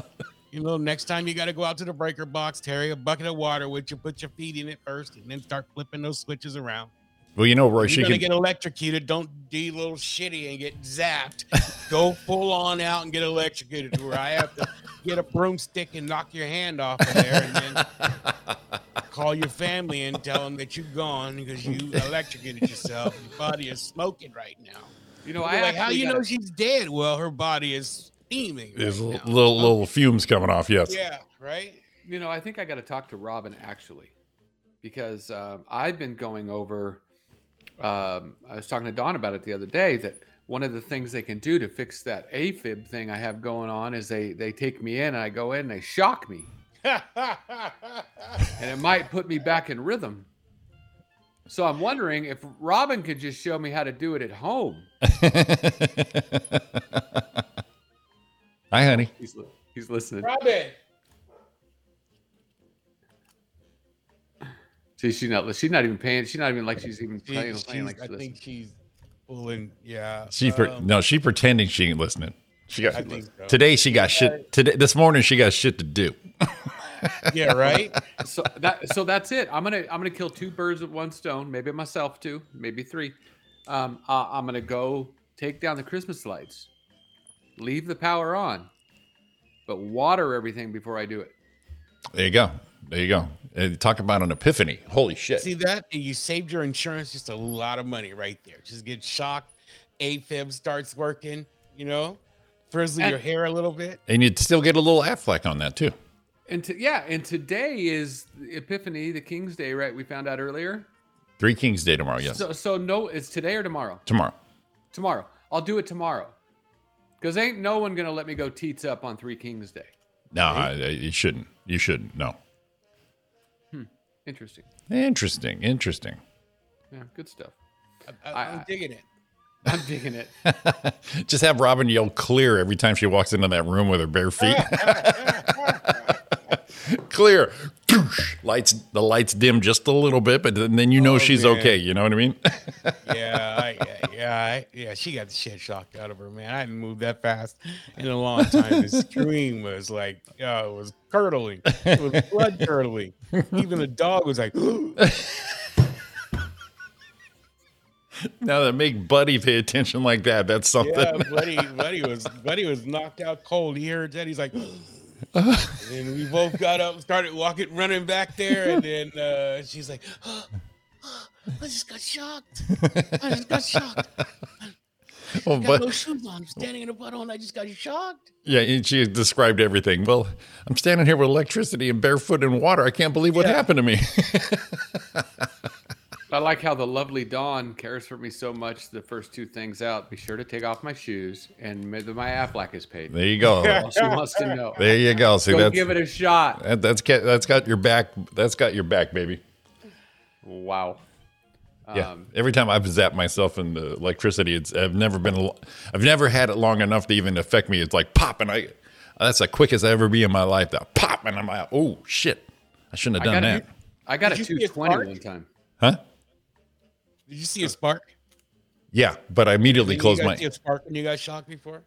S5: You know, next time you got to go out to the breaker box, carry a bucket of water with you. Put your feet in it first, and then start flipping those switches around.
S6: Well, you know, Roy,
S5: If
S6: she
S5: you're gonna
S6: can.
S5: get electrocuted. Don't be a little shitty and get zapped. go full on out and get electrocuted, to where I have to get a broomstick and knock your hand off of there, and then call your family and tell them that you're gone because you electrocuted yourself. Your body is smoking right now.
S7: You know, I
S5: You're like, how
S7: actually
S5: you
S7: got
S5: know
S7: a-
S5: she's dead? Well, her body is steaming. Right
S6: There's little,
S5: now.
S6: little little fumes coming off. Yes.
S5: Yeah, right.
S7: You know, I think I got to talk to Robin actually, because um, I've been going over. Um, I was talking to Don about it the other day that one of the things they can do to fix that AFib thing I have going on is they they take me in and I go in and they shock me and it might put me back in rhythm. So I'm wondering if Robin could just show me how to do it at home.
S6: Hi, honey.
S7: He's li- he's listening.
S5: Robin.
S7: See, she's not she's not even paying. She's not even like she's even
S5: She-
S7: playing,
S5: she's-
S7: playing like
S5: I
S7: she's listening.
S5: think she's pulling. Yeah.
S6: She pre-
S5: um,
S6: no, she pretending she ain't listening. She got
S5: I think so.
S6: today. She got shit today. This morning she got shit to do.
S5: yeah. Right.
S7: so that so that's it. I'm gonna I'm gonna kill two birds with one stone. Maybe myself too. Maybe three. Um, uh, I'm gonna go take down the Christmas lights, leave the power on, but water everything before I do it.
S6: There you go. There you go. Uh, Talk about an epiphany. Holy shit.
S5: See that? And you saved your insurance just a lot of money right there. Just get shocked. AFib starts working. You know,
S7: Eh.
S5: frizzle your hair a little bit.
S6: and you'd still get a little Affleck on that too.
S7: And to, yeah, and today is the Epiphany, the King's Day, right? We found out earlier.
S6: Three Kings Day tomorrow. Yes.
S7: So so no, it's today or tomorrow.
S6: tomorrow.
S7: Tomorrow. I'll do it tomorrow. Cause ain't no one gonna let me go teats up on Three Kings Day.
S6: No, I, I- you shouldn't. You shouldn't. No.
S7: Interesting.
S6: Interesting. Interesting.
S7: Yeah, good stuff.
S5: I,
S7: I-
S5: am
S7: I-
S5: digging it.
S7: I'm digging it.
S6: Just have Robin yell clear every time she walks into that room with her bare feet. clear. Doosh. Lights the lights dim just a little bit, but then, then you know
S5: Oh,
S6: she's
S5: man.
S6: okay. You know what I mean?
S5: Yeah, I, yeah, yeah, I- yeah. She got the shit shocked out of her, man. I hadn't moved that fast in a long time. The scream was like, uh, it was curdling. It was blood curdling. Even the dog was like,
S6: now that make Buddy pay attention like that, that's something.
S5: yeah, buddy, buddy was buddy was knocked out cold. He heard that. He's like, and then we both got up, and started walking, running back there, and then uh, she's like, I just got shocked. I just got shocked.
S6: Well,
S5: I got
S6: but-
S5: no shoes on. I'm standing in a puddle, and I just got shocked.
S6: Yeah, and she described everything. Well, I'm standing here with electricity and barefoot in water. I can't believe what happened to me.
S7: I like how the lovely Dawn cares for me so much. The first two things out, be sure to take off my shoes and whether my Aflac is paid.
S6: there you go.
S7: All she wants to know.
S6: there you go. See,
S7: Go
S6: that's
S7: give it a shot.
S6: that, that's ca- that's got your back. That's got your back, baby.
S7: Wow.
S6: Yeah.
S7: Um,
S6: Every time I've zapped myself in the electricity, it's I've never been. al- I've never had it long enough to even affect me. It's like pop, and I. That's the quickest I ever be in my life. That pop, and I'm like, oh shit, I shouldn't have
S7: I got
S6: done
S7: a,
S6: that,
S7: I got a
S5: Did you see a
S7: 220
S5: spark?
S7: one time.
S6: huh?
S5: Did you see a spark?
S6: Yeah, but I immediately
S5: You
S6: closed
S5: guys
S6: my.
S5: see a spark when you got shocked before?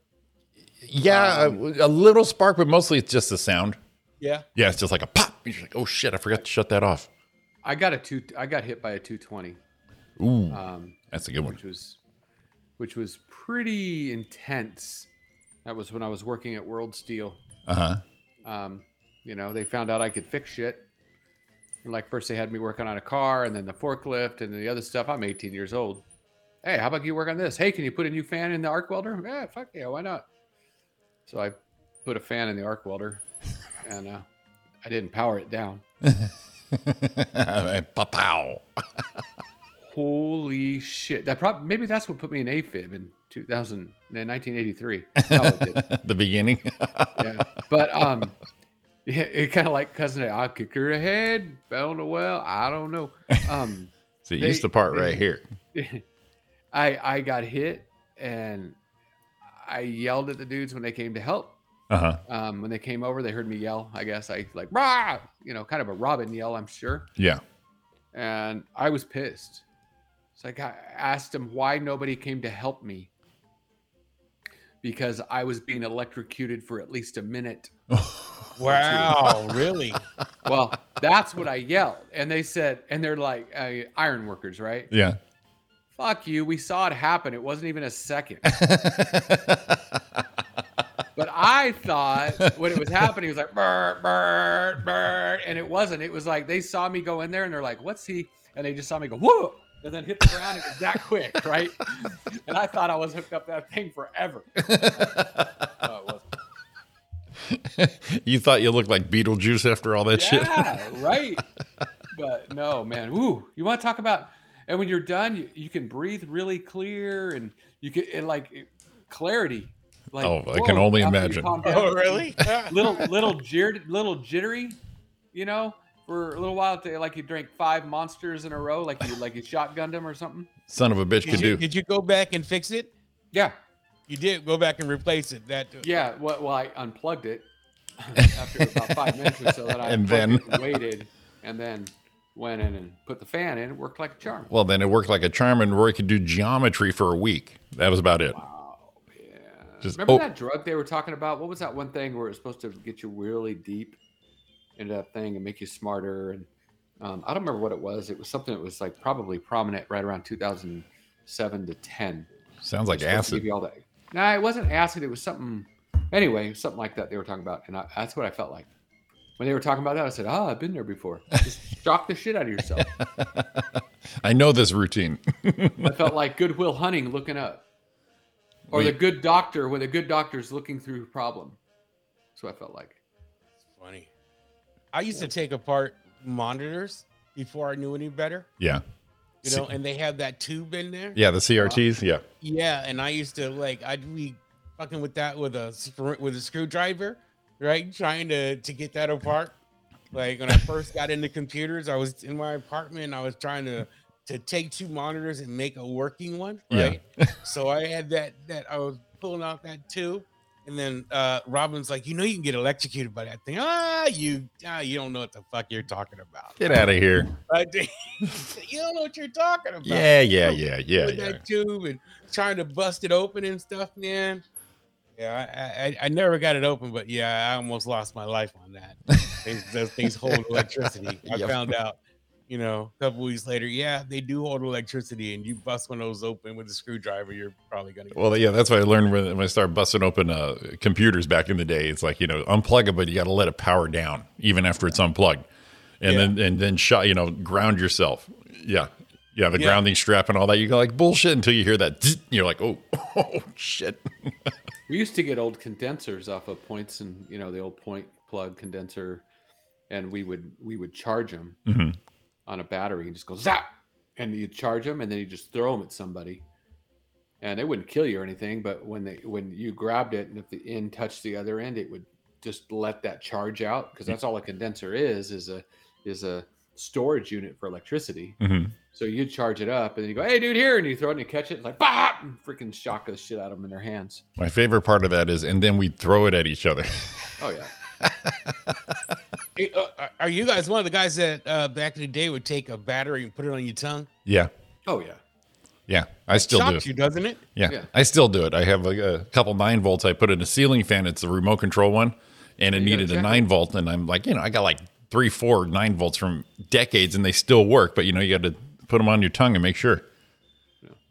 S6: Yeah, a, a little spark, but mostly it's just the sound.
S5: Yeah.
S6: Yeah, it's just like a pop. You're like, oh shit, I forgot to shut that off.
S7: I got a two. I got hit by a 220,
S6: Ooh,
S7: um,
S6: that's a good one.
S7: which was, which was pretty intense. That was when I was working at World Steel.
S6: Uh huh.
S7: Um, you know, they found out I could fix shit. And like first they had me working on a car, and then the forklift, and then the other stuff. I'm 18 years old. Hey, how about you work on this? Hey, can you put a new fan in the arc welder? Yeah, fuck yeah, why not? So I put a fan in the arc welder, and uh, I didn't power it down.
S6: Pow.
S7: Holy shit! That probably maybe that's what put me in AFib in 2000 in 1983. No, it didn't.
S6: the beginning.
S7: yeah. But um, yeah, it kind of like cousin. I kicked her ahead, fell in the well. I don't know. Um,
S6: See,
S7: They-
S6: use the part right here.
S7: I I got hit and I yelled at the dudes when they came to help.
S6: Uh huh.
S7: Um, when they came over, they heard me yell. I guess I like rah, you know, kind of a Robin yell, I'm sure.
S6: Yeah.
S7: And I was pissed. It's like I asked them why nobody came to help me because I was being electrocuted for at least a minute.
S5: Wow, really?
S7: well, that's what I yelled. And they said, and they're like, uh, iron workers, right?
S6: Yeah.
S7: Fuck you. We saw it happen. It wasn't even a second. but I thought when it was happening, it was like, burr, burr, burr. And it wasn't. It was like they saw me go in there and they're like, what's he? And they just saw me go, whoa. And then hit the ground. It was that quick, right? and I thought I was hooked up to that thing forever. No, it wasn't.
S6: you thought you looked like Beetlejuice after all that shit.
S7: Yeah, right. But no, man. Woo. You want to talk about and when you're done, you, you can breathe really clear and you can and like it- clarity. Like
S6: Oh, I can only
S7: after you
S6: imagine.
S7: calm down.
S5: oh, really?
S7: little little jittered, little jittery, you know, for a little while to, like you drank five monsters in a row, like you like you shotgunned them or something.
S6: Son of a bitch could
S5: did, you,
S6: do.
S5: did you go back and fix it?
S7: Yeah.
S5: You did go back and replace it. That
S7: Yeah, well, well, I unplugged it after about five minutes or so. That I
S6: And
S7: unplugged
S6: then-
S7: it and waited, and then went in and put the fan in. It worked like a charm.
S6: Well, then it worked like a charm, and Roy could do geometry for a week. That was about it. Just
S7: Remember
S6: oh,
S7: that drug they were talking about? What was that one thing where it was supposed to get you really deep into that thing and make you smarter? And um, I don't remember what it was. It was something that was like probably prominent right around 2007 to 10.
S6: sounds like
S7: supposed to give
S6: acid.
S7: you all that. Nah, it wasn't acid. It was something. Anyway, something like that they were talking about, and I, that's what I felt like when they were talking about that. I said, "Ah, I've been there before." Just shock the shit out of yourself.
S6: I know this routine.
S7: I felt like Goodwill Hunting looking up, or the
S6: Wait.
S7: good doctor when the good doctor's looking through a problem. That's what I felt like.
S5: funny. I used to take apart monitors before I knew any better,
S6: yeah.
S5: you know, and they have that tube in there.
S6: Yeah. The CRTs. Yeah.
S5: Yeah, and I used to like I'd be fucking with that with a spr- with a screwdriver, right? Trying to to get that apart. Like when I first got into computers, I was in my apartment. I was trying to to take two monitors and make a working one,
S6: Yeah.
S5: right? so I had that that I was pulling out that tube, and then uh Robin's like, you know, you can get electrocuted by that thing. Ah, you ah, you don't know what the fuck you're talking about.
S6: Get out of here.
S5: I think- you don't know what you're talking about
S6: Yeah. Yeah. Yeah. Yeah.
S5: with
S6: Yeah.
S5: that tube and trying to bust it open and stuff, man. Yeah, I, I, I never got it open, but yeah, I almost lost my life on that. Things- those things hold electricity. I
S6: Yep.
S5: found out, you know, a couple weeks later. Yeah, they do hold electricity, and you bust one of those open with a screwdriver, you're probably gonna.
S6: Well, uh yeah, that's what I learned when, when I started busting open uh, computers back in the day. It's like you know, unplug it, but you got to let it power down even after it's unplugged, and then and then shot you know, ground yourself. Yeah, yeah, the
S5: Yeah.
S6: grounding strap and all that. You go like bullshit until you hear that. zzz, and You're like, oh, oh shit.
S7: We used to get old condensers off of points, and you know the old point plug condenser, and we would we would charge them
S6: Mhm.
S5: Mm-hmm,
S7: on a battery and just go zap, and you charge them, and then you just throw them at somebody, and it wouldn't kill you or anything, but when they when you grabbed it and if the end touched the other end, it would just let that charge out because that's all a condenser is is a is a storage unit for electricity.
S5: mm-hmm.
S6: Mhm.
S7: So you charge it up, and then you go, "Hey, dude, here!" and you throw it, and you catch it, and like, bah! and freaking shock the shit out of them in their hands.
S6: My favorite part of that is, and then we throw it at each other.
S7: Oh yeah.
S5: Hey, uh, are- are you guys one of the guys that uh, back in the day would take a battery and put it on your tongue?
S6: yeah,
S7: Oh yeah.
S6: Yeah, I still do.
S5: Shocks you, doesn't it?
S6: Yeah,
S7: Yeah.
S6: I still do it. I have like a couple nine volts. I put in a ceiling fan. It's the remote control one, and it
S7: gotta
S6: needed a
S7: check
S6: nine volt. And I'm like, you know, I got like three, four nine volts from decades, and they still work. But you know, you got to put them on your tongue and make sure.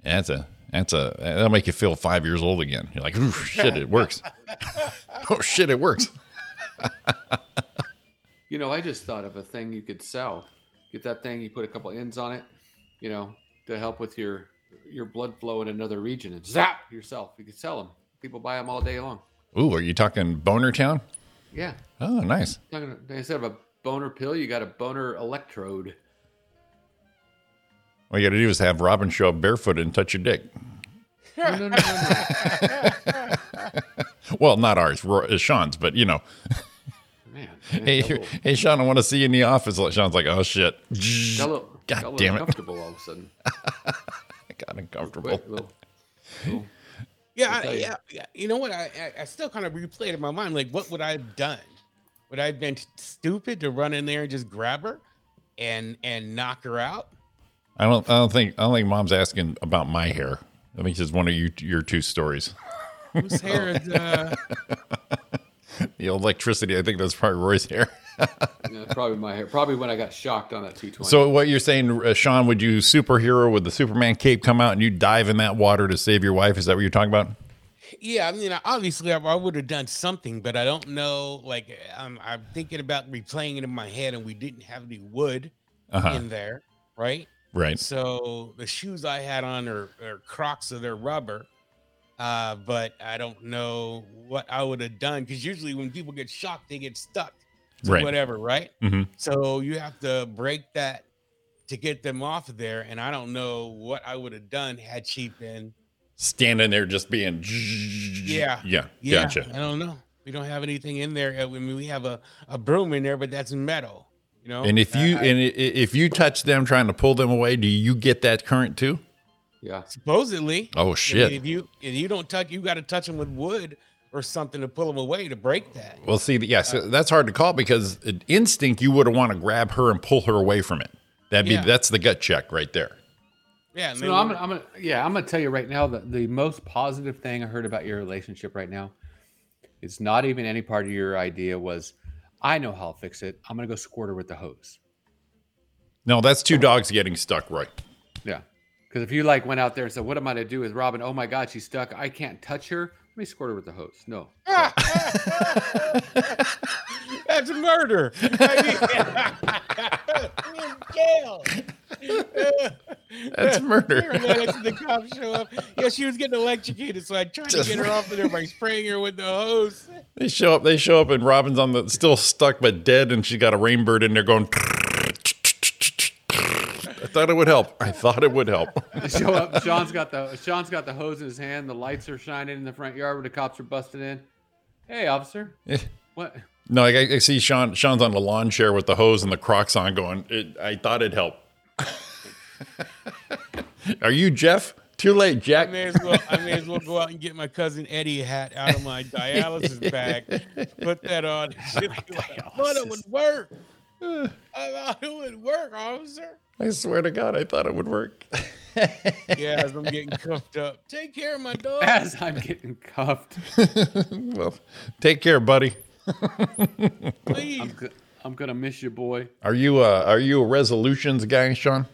S6: That's a that's a that'll make you feel five years old again. You're like, oh shit, it works. oh shit, it works.
S7: You know, I just thought of a thing you could sell. Get that thing, you put a couple ends on it, you know, to help with your your blood flow in another region, and zap yourself. You could sell them. People buy them all day long.
S6: Ooh, are you talking Boner Town?
S7: Yeah,
S6: Oh, nice.
S7: Talking- instead of a boner pill, you got a boner electrode.
S6: All you got to do is have Robin show up barefoot and touch your dick.
S7: No, no, no, no, no.
S6: Well, not ours, Ro- uh, Sean's, but you know.
S7: man.
S6: hey, here- hey, Sean, I want to see you in the office. Like, Sean's like, oh shit,
S7: God
S6: God damn it.
S7: Comfortable all of a sudden.
S6: I got uncomfortable.
S7: Wait, little-
S5: Yeah, I,
S7: tell you.
S5: yeah, yeah. You know what? I, I, I still kind of replay it in my mind. Like, what would I have done? Would I have been stupid to run in there and just grab her and and knock her out?
S6: I don't, I don't think, I don't think mom's asking about my hair. I think it's one of you, your two stories.
S5: Whose hair is uh,
S6: The electricity. I think that's probably Roy's hair.
S7: yeah, probably my hair. Probably when I got shocked on that 220.
S6: So what you're saying, uh, Sean? Would you superhero? Would the Superman cape come out and you dive in that water to save your wife? Is that what you're talking about?
S5: Yeah, I mean, I- obviously, I, I would have done something, but I don't know. Like, I'm, I'm thinking about replaying it in my head, and we didn't have any wood
S6: Uh-huh.
S5: in there, right?
S6: Right.
S5: So the shoes I had on are, are Crocs, so they're rubber. Uh, but I don't know what I would have done because usually when people get shocked, they get stuck, to
S6: Right.
S5: whatever, right?
S6: Mhm.
S5: So you have to break that to get them off of there, and I don't know what I would have done had she been.
S6: Standing there, just being.
S5: Yeah.
S6: Yeah.
S5: Yeah, I
S6: Gotcha.
S5: don't know. We don't have anything in there. I mean, we have a, a broom in there, but that's metal. You know.
S6: And if you
S5: I- I-
S6: and i- i- if you touch them trying to pull them away, do you get that current too?
S7: yeah.
S5: supposedly, I
S6: Oh
S5: mean,
S6: shit!
S5: if you if you don't touch, you got to touch them with wood or something to pull them away to break that.
S6: Well, see, th- yeah, so that's hard to call because an instinct you would want to grab her and pull her away from it. That'd be
S5: Yeah.
S6: that's the gut check right there.
S5: Yeah. and
S7: So
S5: then
S7: I'm,
S5: we-
S7: gonna- I'm gonna, yeah, I'm gonna tell you right now that the most positive thing I heard about your relationship right now, it's not even any part of your idea was, I know how I'll fix it. I'm gonna go squirt her with the hose.
S6: No, that's two dogs getting stuck, right?
S7: Yeah, because if you like went out there and said, "What am I gonna do with Robin? Oh my God, she's stuck. I can't touch her. Let me squirt her with the hose." No,
S5: that's murder. I mean, you're in jail.
S6: That's
S5: Remember
S6: murder.
S5: that after the cops show up. Yeah, she was getting electrocuted, so I tried
S6: Just-
S5: to get her off of there by spraying her with the hose.
S6: they show up. They show up, and Robin's on the still stuck but dead, and she got a rainbird in there going. I thought it would help. I thought it would help.
S7: show up. Sean's got the Sean's got the hose in his hand. The lights are shining in the front yard where the cops are busted in. Hey, officer. What?
S6: No, I, I see Sean. Sean's on the lawn chair with the hose and the Crocs on, going. It, I thought it'd help. Are you Jeff? Too late,
S5: I
S6: Jack.
S5: may as well I may as well go out and get my cousin Eddie hat out of my dialysis bag, put that on. I thought it would work. I thought it would work, officer.
S6: I swear to God, I thought it would work.
S5: Yeah, as I'm getting cuffed up. Take care of my dog.
S7: As I'm getting cuffed.
S6: well, take care, buddy.
S5: Please.
S7: I'm, go- I'm gonna miss you, boy.
S6: Are you uh are you a resolutions guy, Sean?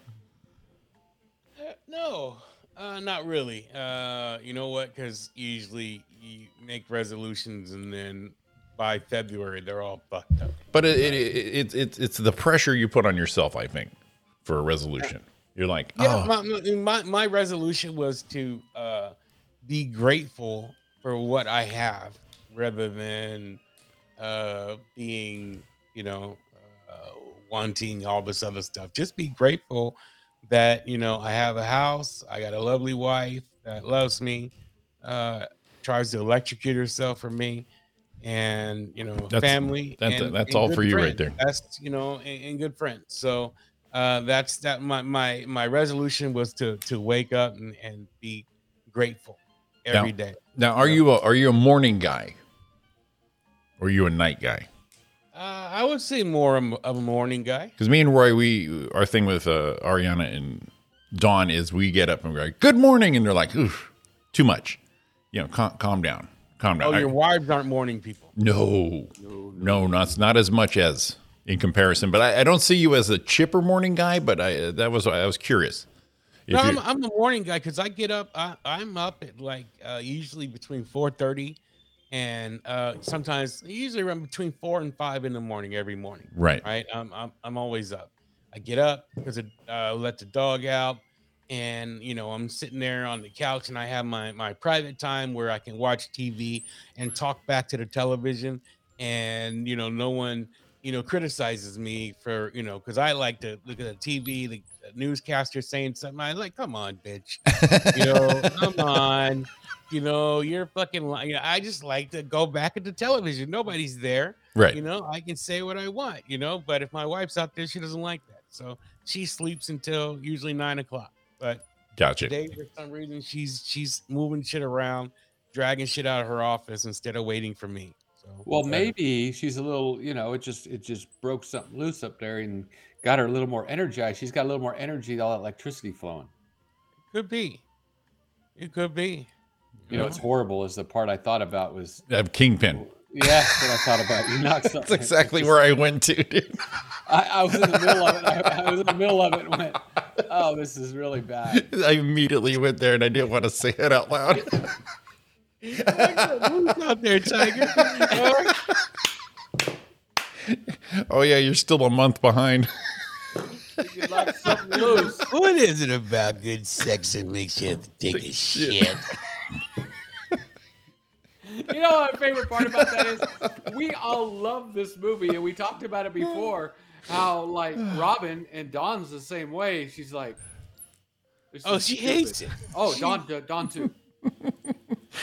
S5: Uh, No, uh, not really. Uh, you know what? Because usually you make resolutions and then by February they're all fucked up.
S6: But it, it, it, it, it's it's the pressure you put on yourself, I think, for a resolution. You're like,
S5: Yeah,
S6: oh,
S5: my, my- my my resolution was to uh, be grateful for what I have rather than uh, being, you know, uh, wanting all this other stuff. Just be grateful that you know I have a house, I got a lovely wife that loves me, uh, tries to electrocute herself for me, and you know,
S6: That's-
S5: family.
S6: that's-
S5: and-
S6: that's
S5: and
S6: all
S5: good
S6: for you right
S5: friends.
S6: there.
S5: That's you know, and, and good friends. So uh, that's that my my my resolution was to to wake up and, and be grateful
S6: Yeah.
S5: every day.
S6: now are you a, are you a morning guy, or are you a night guy?
S5: Uh, I would say more of a morning guy.
S6: Because me and Roy, we our thing with uh, Ariana and Dawn is we get up and we're like, good morning. And they're like, oof, too much. You know, cal- calm down. Calm down.
S5: Oh,
S6: I-
S5: your wives aren't morning people.
S6: no, no, not not as much as in comparison. But I, I don't see you as a chipper morning guy. But I uh, that was I was curious. If
S5: No,
S6: you-
S5: I'm, I'm a morning guy because I get up. I, I'm up at like uh, usually between four thirty, and uh, sometimes usually around between four and five in the morning every morning.
S6: right.
S5: Right, I'm I'm, I'm always up. I get up because I uh, let the dog out, and you know I'm sitting there on the couch and I have my my private time where I can watch TV and talk back to the television, and you know no one you know criticizes me for you know because I like to look at the TV, the newscaster saying something. I like, come on, bitch, you know, come on. You know, you're fucking. Li- you know, I just like to go back at the television. Nobody's there
S6: Right.
S5: you know i can say what i want you know but if my wife's out there she doesn't like that so she sleeps until usually nine o'clock but
S6: gotcha.
S5: today for some reason she's she's moving shit around dragging shit out of her office instead of waiting for me so
S7: Well,
S5: uh,
S7: maybe she's a little, you know, it just it just broke something loose up there and got her a little more energized. She's got a little more energy, all that electricity flowing.
S5: could be it could be
S7: You know, it's horrible. Is the part I thought about was
S6: Uh, Kingpin.
S7: yeah, that's what I thought about. You knocked something.
S6: That's exactly where I went to, dude.
S7: I, I was in the middle of it. I, I was in the middle of it and went, "Oh, this is really bad."
S6: I immediately went there, and I didn't want to say it out loud.
S5: Who's out there tiger
S6: oh yeah, you're still a month behind.
S7: You knocked something loose.
S5: what is it about good sex that makes you have to take a shit
S7: You know what my favorite part about that is we all love this movie and we talked about it before how like Robin and Dawn's the same way. She's like this
S5: oh
S7: is
S5: she
S7: stupid.
S5: hates it
S7: Oh, Dawn Dawn too.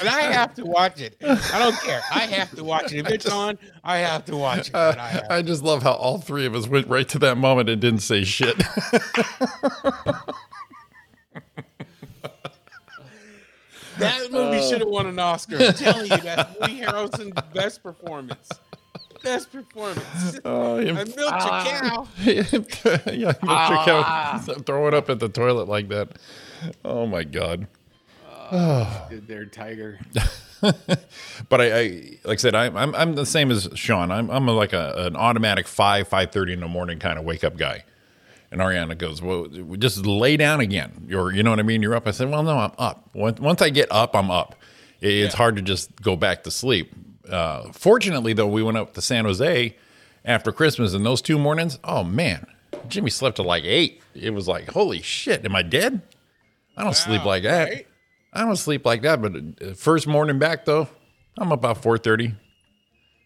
S5: and i have to watch it i don't care i have to watch it if it's on i have to watch it but I have
S6: I just love how all three of us went right to that moment and didn't say shit.
S5: That movie
S6: Uh.
S5: should have won an Oscar. I'm telling you, that's Lee Harrelson's best performance. Best performance.
S6: oh,
S5: I
S6: him
S5: milked a cow.
S6: yeah, Mr. Cow throw it up at the toilet like that. Oh my god!
S7: Did their tiger.
S6: But I, I like I said, I'm I'm, I'm the same as Sean. I'm I'm like a, an automatic five five thirty in the morning kind of wake up guy. And Ariana goes, "Well, just lay down again." Or you know what I mean? You're up. I said, "Well, no, I'm up. Once, once I get up, I'm up. It- It's hard to just go back to sleep." Uh, fortunately, though, we went up to San Jose after Christmas, and those two mornings, oh man, Jimmy slept till like eight. It was like, "Holy shit, am I dead?" I don't sleep
S5: Wow,
S6: like that.
S5: right?
S6: I don't sleep like that. But uh, first morning back though, I'm up about four thirty.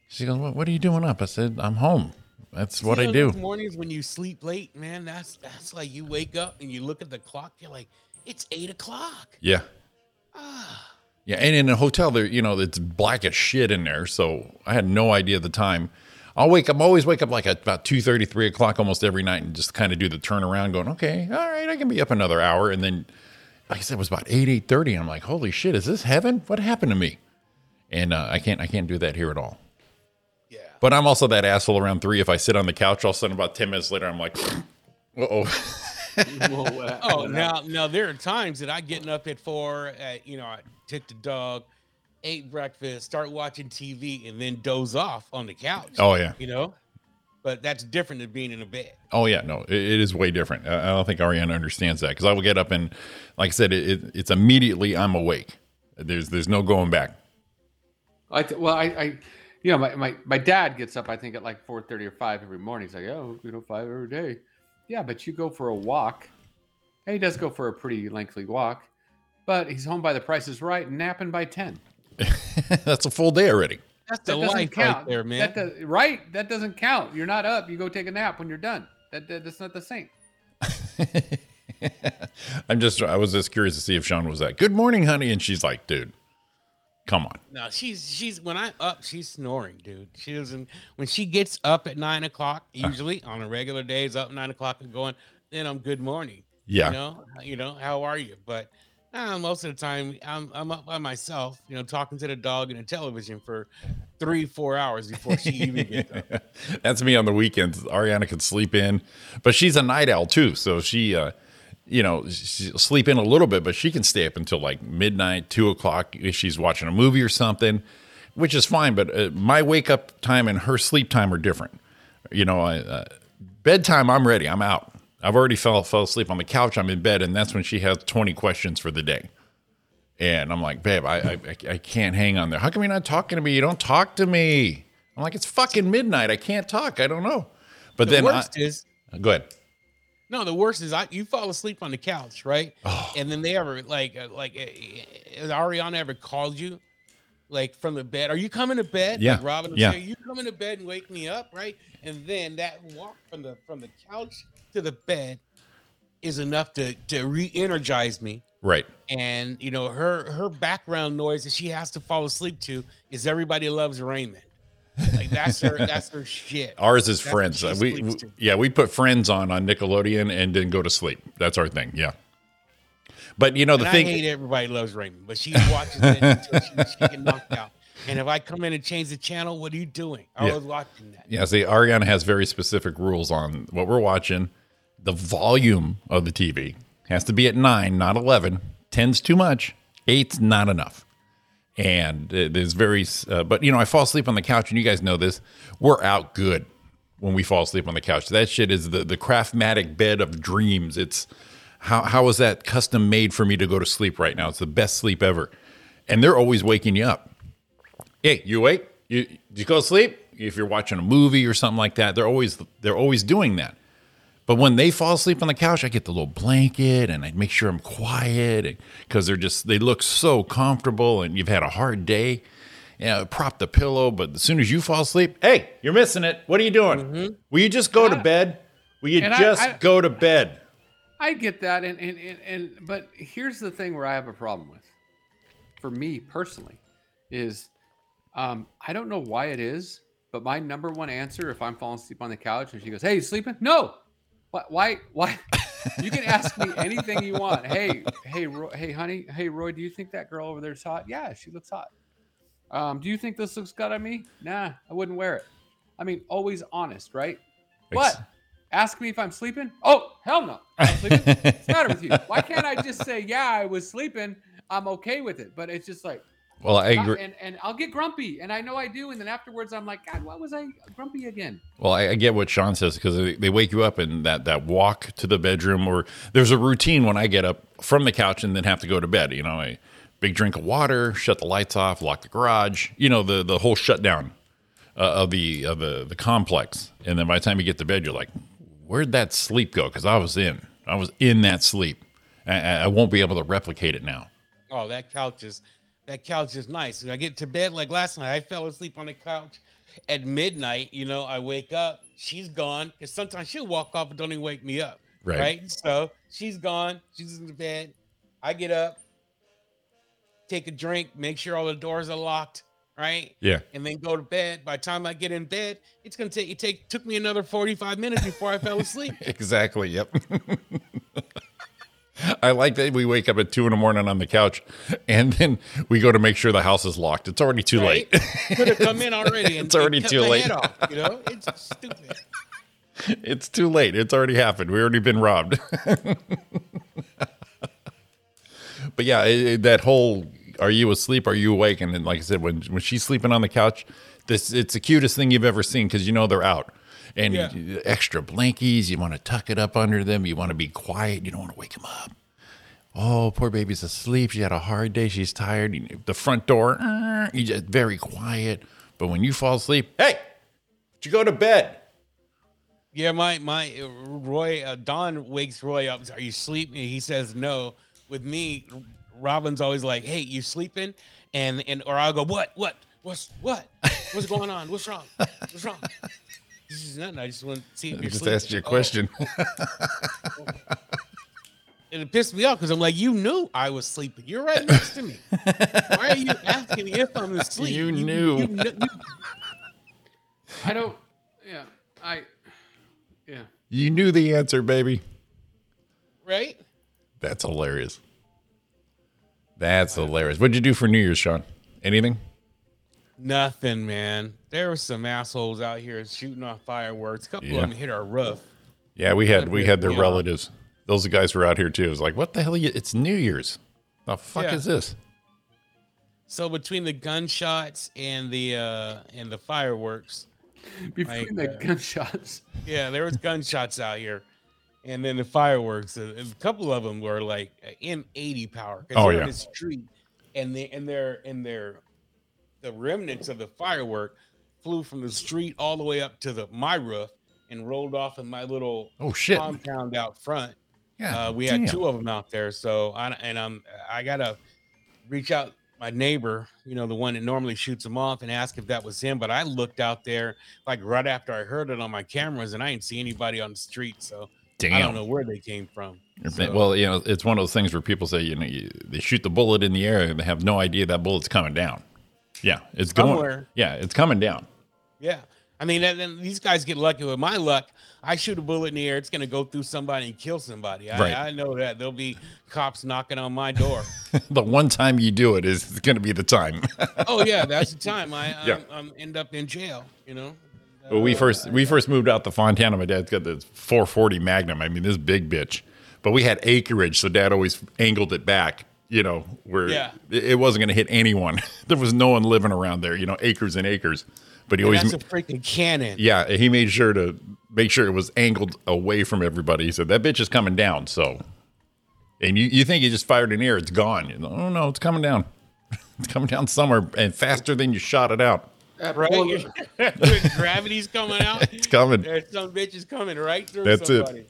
S6: She goes, what, "What are you doing up?" I said, "I'm home. That's what
S5: You
S6: I
S5: know
S6: do."
S5: those mornings when you sleep late, man, that's that's like you wake up and you look at the clock, you're like, it's eight o'clock.
S6: Yeah. Yeah, and in a hotel, there you know it's black as shit in there, so I had no idea the time. I'll wake up, always wake up like at about 2 3 o'clock almost every night and just kind of do the turnaround, going, okay, all right, I can be up another hour. And then, like I said, it was about 8 eight thirty. I'm like, holy shit, is this heaven? What happened to me? And uh, I can't, I can't do that here at all.
S5: Yeah.
S6: But I'm also that asshole around three. If I sit on the couch, all of a sudden, about 10 minutes later, I'm like, uh oh.
S7: Well, what-
S5: Oh,
S7: what
S5: now now there are times that I getting up at four, at, you know, I took the dog, ate breakfast, start watching TV, and then doze off on the couch.
S6: Oh, yeah.
S5: You know, but that's different than being in a bed.
S6: Oh yeah, no, it, it is way different. I, I don't think Ariana understands that because I will get up and, like I said, it, it, it's immediately I'm awake. There's there's no going back.
S7: I th- well, I, I, you know, my, my, my dad gets up, I think at like four thirty or five every morning. He's like, oh, you know, five every day. Yeah, but you go for a walk. And he does go for a pretty lengthy walk, but he's home by the price is right, napping by ten.
S6: That's a full day already.
S5: That's
S7: That
S5: the
S7: doesn't
S5: life
S7: count.
S5: right there, man.
S7: That does, right? That doesn't count. You're not up. You go take a nap when you're done. That, that that's not the same.
S6: I'm just I was just curious to see if Sean was that. Good morning, honey, and she's like, dude, come on.
S5: No, she's she's when I'm up, she's snoring, dude. She doesn't when she gets up at nine o'clock, usually on a regular days up nine o'clock and going, then I'm good morning.
S6: Yeah.
S5: You know, you know, how are you? But uh, most of the time I'm I'm up by myself, you know, talking to the dog and the television for three, four hours before she even gets up.
S6: That's me on the weekends. Ariana can sleep in, but she's a night owl too, so she uh, you know, s- s- sleep in a little bit, but she can stay up until like midnight, two o'clock if she's watching a movie or something, which is fine. But uh, my wake up time and her sleep time are different. You know, I, uh, bedtime, I'm ready. I'm out. I've already fell fell asleep on the couch. I'm in bed, and that's when she has twenty questions for the day. And I'm like, babe, I, I I- I can't hang on there. How come you're not talking to me? You don't talk to me. I'm like, it's fucking midnight. I can't talk. I don't know. But
S5: The
S6: then, I,
S5: worst is
S6: go ahead.
S5: No, the worst is I you fall asleep on the couch, right?
S6: Oh.
S5: And then they ever like uh, like uh, has Ariana ever called you like from the bed? Are you coming to bed?
S6: Yeah,
S5: Like Robin was
S6: yeah.
S5: saying, you coming to bed and wake me up, right? And then that walk from the from the couch to the bed is enough to to re-energize me.
S6: Right.
S5: And you know, her her background noise that she has to fall asleep to is everybody loves Raymond. Like that's her that's her shit.
S6: Ours is
S5: That's what
S6: Friends.
S5: she
S6: Uh, We,
S5: sleeps
S6: we-
S5: to.
S6: yeah, we put Friends on on Nickelodeon and then go to sleep. That's our thing. Yeah. But you know the
S5: and
S6: thing.
S5: I hate everybody loves Raymond, but she watches it until she, she can knock out. And if I come in and change the channel, what are you doing? I
S6: Yeah.
S5: was watching that.
S6: Yeah, see, Ariana has very specific rules on what we're watching. The volume of the TV has to be at nine, not 11. Ten's too much, eight's not enough. And uh, there's very, uh, but you know, I fall asleep on the couch, and you guys know this. We're out good when we fall asleep on the couch. That shit is the, the craftmatic bed of dreams. It's how, how is that custom made for me to go to sleep right now? It's the best sleep ever. And they're always waking you up hey, you wake, you did you go to sleep. If you're watching a movie or something like that, they're always they're always doing that. But when they fall asleep on the couch, I get the little blanket and I make sure I'm quiet because they're just they look so comfortable and you've had a hard day. Yeah, prop the pillow, but as soon as you fall asleep, hey, you're missing it. What are you doing? Will you just go to bed? Will you
S7: Mm-hmm. And I-
S6: just
S7: I-
S6: go to bed?
S7: I get that, and, and and and but here's the thing where I have a problem with, for me personally, is um, I don't know why it is, but my number one answer if I'm falling asleep on the couch and she goes, "Hey, you sleeping?" No, why why why? You can ask me anything you want. Hey, hey, Roy, hey, honey, hey, Roy, do you think that girl over there's hot? Yeah, she looks hot. Um, do you think this looks good on me? Nah, I wouldn't wear it. I mean, always honest, right?
S6: Ex-
S7: What? Ask me if I'm sleeping? Oh, hell no. I'm sleeping. What's the matter with you? Why can't I just say, yeah, I was sleeping? I'm okay with it. But it's just like,
S6: Well, I
S7: God,
S6: agree.
S7: and, and I'll get grumpy. And I know I do. And then afterwards, I'm like, God, why was I grumpy again?
S6: Well, I, I get what Sean says because they, they wake you up and that that walk to the bedroom or there's a routine when I get up from the couch and then have to go to bed. You know, a big drink of water, shut the lights off, lock the garage. You know, the the whole shutdown uh, of the of the the complex. And then by the time you get to bed, you're like, where'd that sleep go? Because I was in, I was in that sleep. I, I I won't be able to replicate it now.
S5: Oh, that couch is that couch is nice. When I get to bed like last night, I fell asleep on the couch at midnight. You know, I wake up, she's gone. Because sometimes she'll walk off and don't even wake me up.
S6: Right.
S5: So she's gone. She's in the bed. I get up, take a drink, make sure all the doors are locked. Right.
S6: Yeah.
S5: and then go to bed. By the time I get in bed, it's gonna take it take took me another 45 minutes before I fell asleep.
S6: Exactly. Yep. I like that we wake up at two in the morning on the couch, and then we go to make sure the house is locked. It's already too
S5: Right?
S6: late.
S5: Could have come in already. And,
S6: It's already
S5: and cut
S6: too
S5: my
S6: late.
S5: head off, you know, it's stupid.
S6: it's too late. It's already happened. We've already been robbed. but yeah, it, it- that whole "Are you asleep? Are you awake?" And then, like I said, when when she's sleeping on the couch, this it's the cutest thing you've ever seen because you know they're out. And
S5: Yeah.
S6: you- extra blankies, you want to tuck it up under them. You want to be quiet. You don't want to wake them up. Oh, poor baby's asleep. She had a hard day. She's tired. You- The front door, "Ah," you just very quiet. But when you fall asleep, hey, did you go to bed?
S5: Yeah, my my uh, Roy uh, Don wakes Roy up. Are you sleeping? He says no. With me, Robin's always like, "Hey, you sleeping?" And and or I'll go, "What? What? What's what? What's going on? What's wrong? What's wrong?" This is nothing. I just want to see if you're
S6: just
S5: sleeping.
S6: asked you a
S5: "Oh."
S6: question.
S5: and it pissed me off because I'm like, you knew I was sleeping. You're right next to me. Why are you asking if I'm asleep?
S6: You knew.
S5: kn-
S7: I don't, yeah, I, yeah.
S6: you knew the answer, baby.
S5: right?
S6: That's hilarious. That's hilarious. What'd you do for New Year's, Sean? Anything?
S5: Nothing, man. There were some assholes out here shooting off fireworks. A couple
S6: Yeah.
S5: of them hit our roof.
S6: Yeah, we had we had their
S5: Yeah.
S6: relatives. those guys were out here too. It was like, what the hell? you- It's New Year's. The fuck
S5: Yeah.
S6: is this?
S5: So between the gunshots and the uh and the fireworks,
S7: Between
S5: Like,
S7: the
S5: uh,
S7: gunshots.
S5: yeah, there was gunshots out here, and then the fireworks. A, a couple of them were like M80 power. 'cause
S6: Oh,
S5: they're
S6: yeah.
S5: in the street, and they and their and their the remnants of the firework flew from the street all the way up to the my roof and rolled off in my little
S6: Oh shit!
S5: compound out front.
S6: yeah,
S5: Um, Uh, we
S6: damn.
S5: had two of them out there, so I and um I gotta reach out my neighbor, you know, the one that normally shoots them off, and ask if that was him. But I looked out there like right after I heard it on my cameras, and I didn't see anybody on the street, so
S6: Damn.
S5: I don't know where they came from.
S6: If
S5: So,
S6: they- Well, you know, it's one of those things where people say, you know, you, they shoot the bullet in the air and they have no idea that bullet's coming down. Yeah, it's going.
S5: Somewhere.
S6: Yeah, it's coming down.
S5: yeah, I mean, and then these guys get lucky with my luck. I shoot a bullet in the air, it's gonna go through somebody and kill somebody. I,
S6: Right.
S5: I know that there'll be cops knocking on my door.
S6: the one time you do it is it's going to be the time.
S5: oh yeah, that's the time I
S6: Yeah.
S5: I'm, I'm end up in jail. You know.
S6: Well, we first we first moved out to Fontana. My dad's got this 440 Magnum. I mean, this big bitch. But we had acreage, so dad always angled it back. You know, where
S5: Yeah.
S6: it, it wasn't going to hit anyone. there was no one living around there. You know, acres and acres. But he
S5: And
S6: always
S5: that's a freaking cannon.
S6: yeah, he made sure to make sure it was angled away from everybody. He said that bitch is coming down. So, and you, you think you just fired an air, it's gone. You know, oh no, it's coming down. it's coming down somewhere and faster than you shot it out.
S5: right? Gravity's coming out.
S6: It's coming.
S5: There's some bitches coming right through
S6: That's it.
S5: somebody.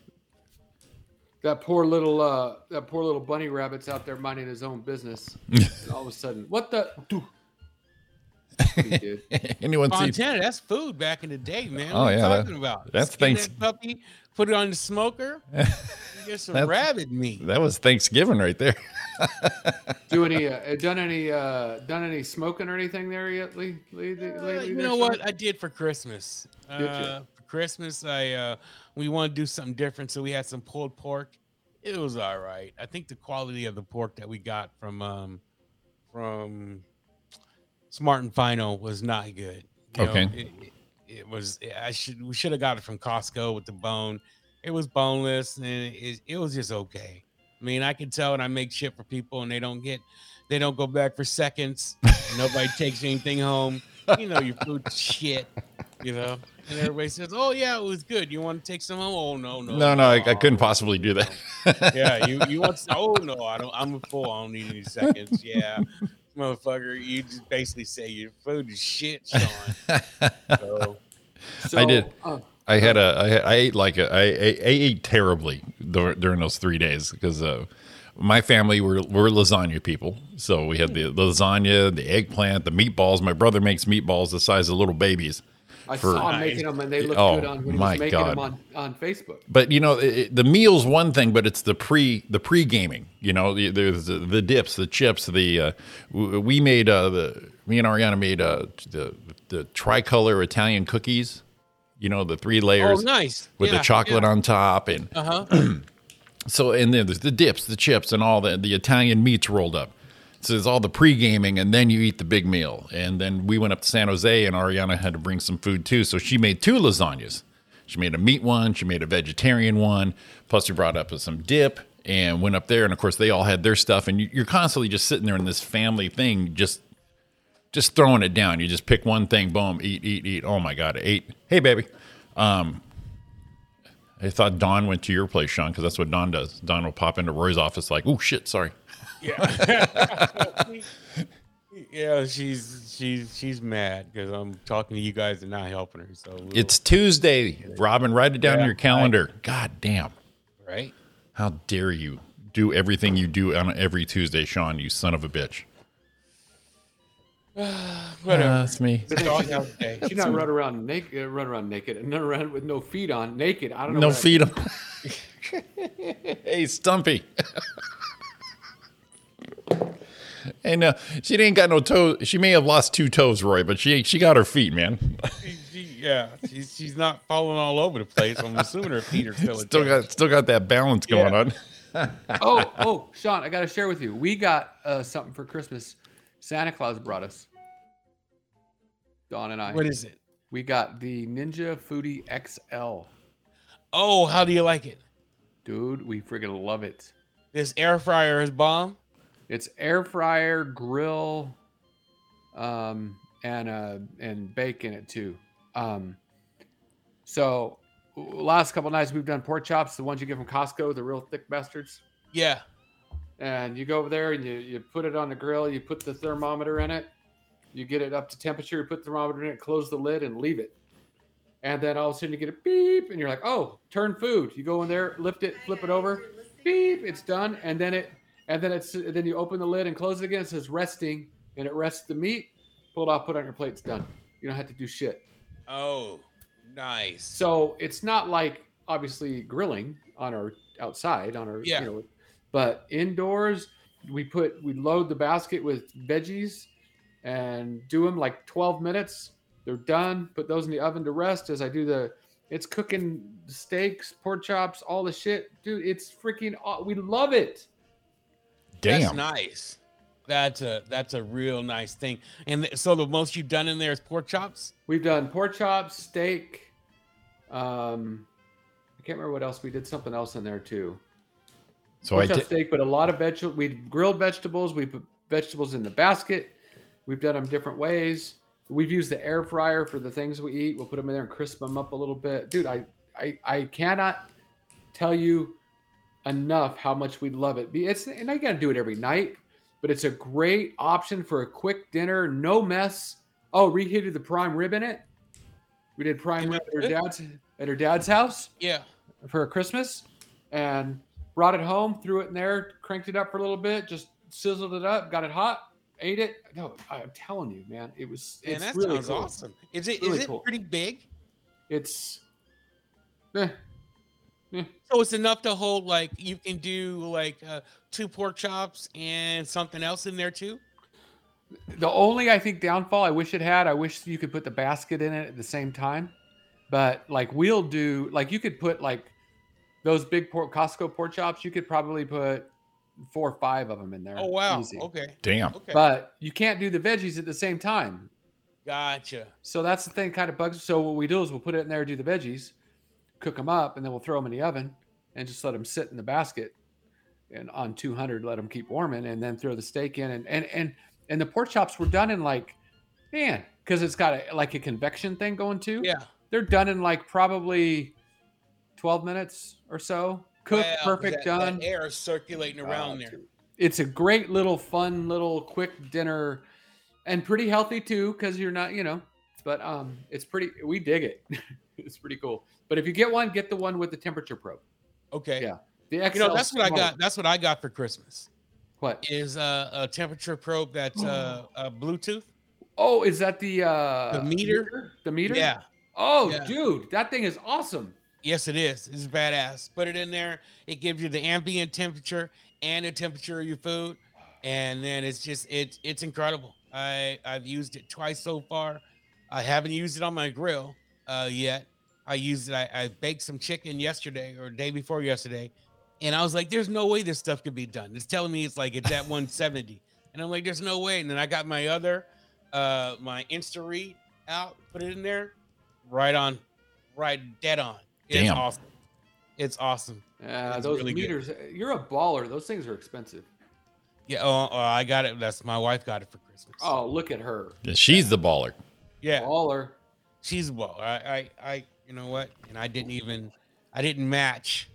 S7: That poor little uh, that poor little bunny rabbit's out there minding his own business. and all of a sudden, what the? He did.
S6: Anyone see?
S5: Montana, Oh, that's food back in the day, man.
S6: Oh,
S5: what are you
S6: yeah, that-
S5: talking about?
S6: that's
S5: Skin
S6: thanks-
S5: that puppy, put it on the smoker, you get some
S6: That's-
S5: rabbit meat.
S6: That was Thanksgiving right there.
S7: Do any uh, done any uh, done any smoking or anything there yet, Lee? Lee, Lee,
S5: Uh,
S7: Lee
S5: you
S7: this
S5: know
S7: year?
S5: what I did for Christmas?
S7: you?
S5: Uh, for Christmas, I uh, we want to do something different, so we had some pulled pork. It was all right. I think the quality of the pork that we got from um, from Smart and Final was not good. You know,
S6: Okay.
S5: it, it- it was. I should we should have got it from Costco with the bone. It was boneless, and it, it was just okay. I mean, I can tell, and I make shit for people, and they don't get, they don't go back for seconds. Nobody takes anything home. You know, your food's shit. You know, and everybody says, "Oh yeah, it was good." You want to take some home? Oh no, no,
S6: No, no, I, I couldn't possibly do that.
S5: Yeah, you you want? Some, oh no, I don't. I'm full. I don't need any seconds. Yeah, motherfucker, you just basically say your food is shit, Sean. So,
S6: I did.
S7: uh,
S6: I had a I, had- I ate like a I, I, I ate terribly dur- during those three days because uh, my family were were lasagna people, so we had the lasagna, the eggplant, the meatballs. My brother makes meatballs the size of little babies.
S7: I
S6: For-
S7: saw him making them, and they looked
S6: Oh,
S7: good on when he
S6: my
S7: was making
S6: God.
S7: them on, on Facebook.
S6: But you know, it, it- the meal's one thing, but it's the pre the pre gaming. You know, the, there's the, the dips, the chips, the uh, w- we made uh, the me and Ariana made uh, the the tricolor Italian cookies. You know, the three
S5: oh
S6: layers
S5: nice
S6: with the chocolate on top and
S5: Uh huh.
S6: So and then there's the dips, the chips, and all the the Italian meats rolled up. So there's all the pre gaming, and then you eat the big meal. And then we went up to San Jose, and Ariana had to bring some food too. So she made two lasagnas. She made a meat one, she made a vegetarian one. Plus, we brought up some dip and went up there. And of course, they all had their stuff. And you- you're constantly just sitting there in this family thing, just just throwing it down. You just pick one thing, boom, eat, eat, eat. Oh my god, I ate. Hey, baby. Um, I thought Don went to your place, Sean, because that's what Don does. Don will pop into Roy's office like, "Oh shit, sorry."
S5: Yeah, she's she's she's mad because I'm talking to you guys and not helping her. So we'll-
S6: It's Tuesday, Robin. Write it down in
S5: Yeah,
S6: your calendar. God damn!
S5: right.
S6: How dare you do everything you do on every Tuesday, Sean? You son of a bitch.
S5: Whatever.
S6: Uh, that's me.
S5: It's all out today.
S7: She's not run around naked, uh, run around naked, and run around with no feet on, naked. I don't know.
S6: No
S7: what I-
S6: feet. On. hey, Stumpy. And uh, she ain't got no toes. She may have lost two toes, Roy, but she she got her feet, man.
S5: She- she- yeah, she's she's not falling all over the place. I'm assuming her feet are still.
S6: Still
S5: attached.
S6: got still got that balance going
S5: Yeah.
S6: on.
S7: Oh, oh, Sean, I got to share with you. We got uh, something for Christmas. Santa Claus brought us. Don and I.
S5: What is it?
S7: we got the Ninja Foodie XL.
S5: Oh, how do you like it?
S7: Dude, we freaking love it.
S5: This air fryer is bomb.
S7: It's air fryer, grill, um, and uh, and bake in it too. Um, so last couple nights we've done pork chops, the ones you get from Costco, the real thick bastards.
S5: Yeah.
S7: And you go over there and you, you put it on the grill, you put the thermometer in it, you get it up to temperature, you put the thermometer in it, close the lid and leave it. And then all of a sudden you get a beep and you're like, oh, turn food. You go in there, lift it, flip it over, beep, it's done. And then it and then it's then you open the lid and close it again. It says resting and it rests the meat, pull it off, put it on your plate, it's done. You don't have to do shit.
S5: Oh, nice.
S7: So it's not like obviously grilling on our outside on our
S5: Yeah.
S7: you know, but indoors we put we load the basket with veggies and do them like 12 minutes. They're done. Put those in the oven to rest as I do the it's cooking steaks, pork chops, all the shit. Dude, it's freaking aw- we love it.
S5: That's
S6: Damn.
S5: nice. That's a that's a real nice thing. And th- so the most you've done in there is pork chops.
S7: We've done pork chops, steak. Um, I can't remember what else we did. Something else in there too.
S6: so I
S7: Pork chop
S6: did.
S7: steak, but a lot of vegetables. We grilled vegetables. We put vegetables in the basket. We've done them different ways. We've used the air fryer for the things we eat. We'll put them in there and crisp them up a little bit. Dude, I I, I cannot tell you enough how much we love it. Be- It's and I got to do it every night, but it's a great option for a quick dinner, no mess. Oh, reheated the prime rib in it. We did prime
S5: And
S7: rib at her
S5: that's it?
S7: dad's at her dad's house
S5: Yeah.
S7: for Christmas and brought it home, threw it in there, cranked it up for a little bit, just sizzled it up, got it hot, ate it. No, I'm telling you, man, it was
S5: And
S7: it's
S5: that
S7: really
S5: sounds
S7: cool.
S5: awesome. Is it is
S7: Really
S5: it
S7: cool.
S5: pretty big?
S7: It's eh,
S5: So it's enough to hold like you can do like uh, two pork chops and something else in there too.
S7: the only I think downfall I wish it had, I wish you could put the basket in it at the same time. But like we'll do like you could put like those big pork Costco pork chops, you could probably put four or five of them in there.
S5: Oh wow.
S7: easy.
S5: Okay.
S6: Damn.
S5: Okay.
S7: But you can't do the veggies at the same time.
S5: gotcha.
S7: So that's the thing, kind of bugs. So what we do is we'll put it in there, do the veggies, cook them up, and then we'll throw them in the oven and just let them sit in the basket and on 200, let them keep warming, and then throw the steak in. And and and and the pork chops were done in like, man, because it's got a, like a convection thing going too.
S5: Yeah.
S7: They're done in like probably 12 minutes or so. Cooked,
S5: Wow, 'cause
S7: perfect,
S5: that- that
S7: done.
S5: air is circulating around
S7: Uh,
S5: there.
S7: It's a great little fun little quick dinner and pretty healthy too cuz you're not, you know, but um it's pretty we dig it. it's pretty cool. But if you get one, get the one with the temperature probe.
S5: Okay.
S7: Yeah. The
S5: You know
S7: XL
S5: that's what I
S7: small.
S5: got. That's what I got for Christmas
S7: What?
S5: is uh, a temperature probe that's uh, uh, Bluetooth.
S7: Oh, is that the uh
S5: The meter?
S7: The meter?
S5: Yeah.
S7: Oh,
S5: Yeah.
S7: dude, that thing is awesome.
S5: Yes, it is. It's badass. Put it in there. It gives you the ambient temperature and the temperature of your food, and then it's just it's it's incredible. I I've used it twice so far. I haven't used it on my grill uh, yet. I used it. I, I baked some chicken yesterday or day before yesterday, and I was like, "There's no way this stuff could be done." It's telling me it's like it's at 170, and I'm like, "There's no way." And then I got my other uh, my Insta read out, put it in there, right on, right dead on. It's
S6: Damn.
S5: awesome. It's awesome.
S7: Uh,
S5: That's
S7: those
S5: really good.
S7: meters, you're a baller. Those things are expensive.
S5: Yeah, oh, oh, I got it. That's my wife got it for Christmas.
S7: Oh, look at her.
S6: She's the baller.
S5: yeah,
S7: Baller.
S5: she's well. I, I, I, you know what? And I didn't even, I didn't match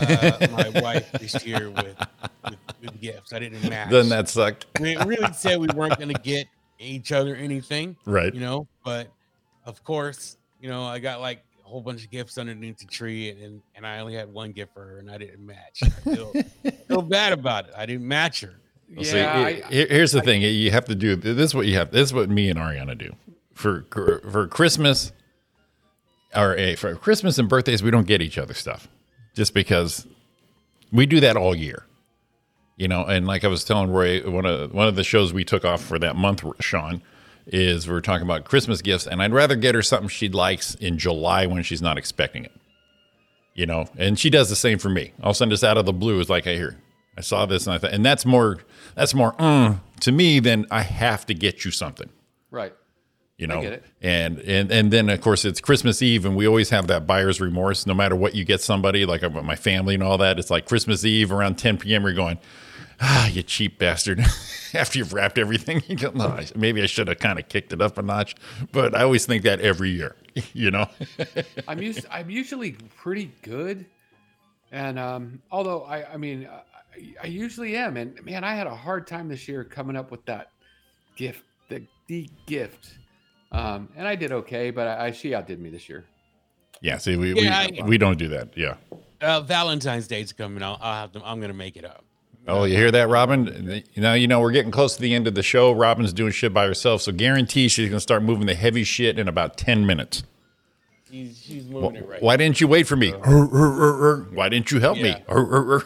S5: uh, my wife this year with, with with gifts. I didn't match.
S6: Then that sucked.
S5: we really said we weren't going to get each other anything.
S6: Right.
S5: you know but of course you know i got like a whole bunch of gifts underneath the tree and and, and i only had one gift for her and i didn't match I feel, feel bad about it i didn't match her
S6: Well, see,
S7: yeah,
S6: it-
S7: I-
S6: here- here's the thing: you have to do this. Is what you have. This is what me and Ariana do for for Christmas, or eh, for Christmas and birthdays. We don't get each other stuff, just because we do that all year. You know, and like I was telling Roy, one of one of the shows we took off for that month, Sean, is we were talking about Christmas gifts, and I'd rather get her something she likes in July when she's not expecting it you know, and she does the same for me. I'll send this out of the blue. It's like, hey, here, I saw this, and I thought, and that's more, that's more mm, to me than I have to get you something.
S7: Right.
S6: you know
S7: get it.
S6: and and and then of course it's christmas eve and we always have that buyer's remorse no matter what you get somebody like uh, my family and all that it's like christmas eve around 10 p.m we're going ah you cheap bastard after you've wrapped everything you go no, I- maybe i should have kind of kicked it up a notch but i always think that every year you know
S7: I'm used. I'm usually pretty good, and um, although I, I mean, I, I usually am. And man, I had a hard time this year coming up with that gift, the the gift. Um, and I did okay, but I, I she outdid me this year.
S6: yeah see we
S5: Yeah,
S6: we,
S5: I-
S6: we don't do that yeah
S5: Uh, Valentine's Day's coming. I'll, I'll have to. I'm gonna make it up.
S6: Oh, you hear that, Robin? Now you know we're getting close to the end of the show. Robin's doing shit by herself, so guarantee she's gonna start moving the heavy shit in about ten minutes.
S5: She's she's moving it right. Uh,
S6: Why didn't you wait for me? Hur, hur, hur, hur. Why didn't you help me?
S5: Yeah.
S6: Hur, hur, hur.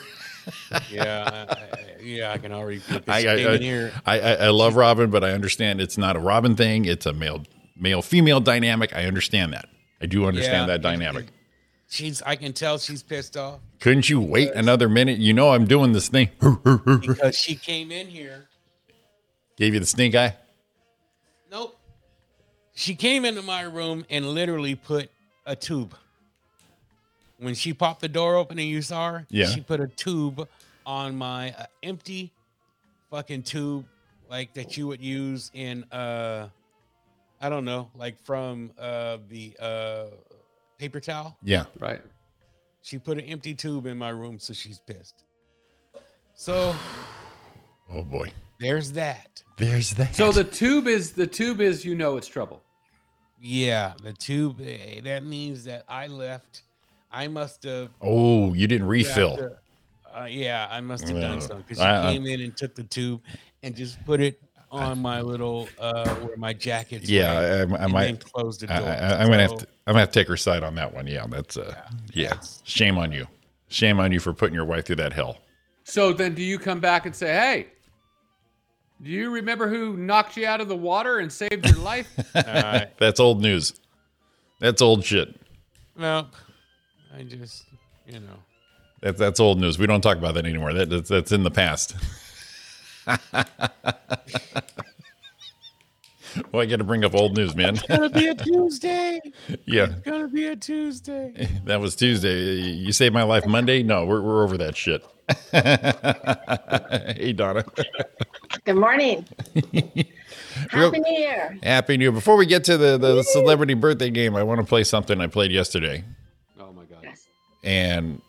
S5: Yeah, I, I, yeah. I can already put this
S6: I, I,
S5: thing in here.
S6: I, I, I love Robin, but I understand it's not a Robin thing. It's a male male female dynamic. I understand that. I do understand
S5: Yeah.
S6: that dynamic.
S5: She's. I can tell she's pissed off
S6: Couldn't you wait another minute? You know I'm doing this thing. Hur, hur, hur.
S5: because she came in here.
S6: Gave you the stink eye.
S5: Nope. She came into my room and literally put a tube. When she popped the door open and you saw her,
S6: Yeah.
S5: she put a tube on my uh, empty fucking tube, like that you would use in, uh, I don't know, like from uh, the uh, paper towel.
S6: Yeah.
S7: Right.
S5: She put an empty tube in my room, so she's pissed. So
S6: Oh boy.
S5: there's that.
S6: There's that.
S7: So the tube is the tube is you know it's trouble.
S5: Yeah, the tube. eh, That means that I left. I must have
S6: oh, you didn't
S5: Yeah,
S6: refill.
S5: sure. Uh, yeah, I must have
S6: Yeah.
S5: done something because she
S6: I- I-
S5: came in and took the tube and just put it on my little uh where my jacket's
S6: Yeah,
S5: at,
S6: I- I- I
S5: and
S6: might-
S5: then close the door.
S6: I, I, I'm gonna have
S5: So,
S6: to. I'm gonna have to take her side on that one. Yeah, that's uh, yeah. Shame on you. Shame on you for putting your wife through that hell.
S7: So then, do you come back and say, "Hey, do you remember who knocked you out of the water and saved your life?"
S5: uh,
S6: That's old news. That's old shit.
S5: nope. I just you know.
S6: That's that's old news. We don't talk about that anymore. That that's, that's in the past. well, I got to bring up old news, man.
S5: Gonna be a Tuesday.
S6: yeah,
S5: Gonna be a Tuesday.
S6: that was Tuesday. You saved my life Monday. No, we're we're over that shit. hey, Donna.
S8: Good morning.
S6: Real-
S8: Happy New Year.
S6: Happy New Year. Before we get to the, the celebrity birthday game, I want to play something I played yesterday.
S7: oh my god.
S8: Yes.
S6: And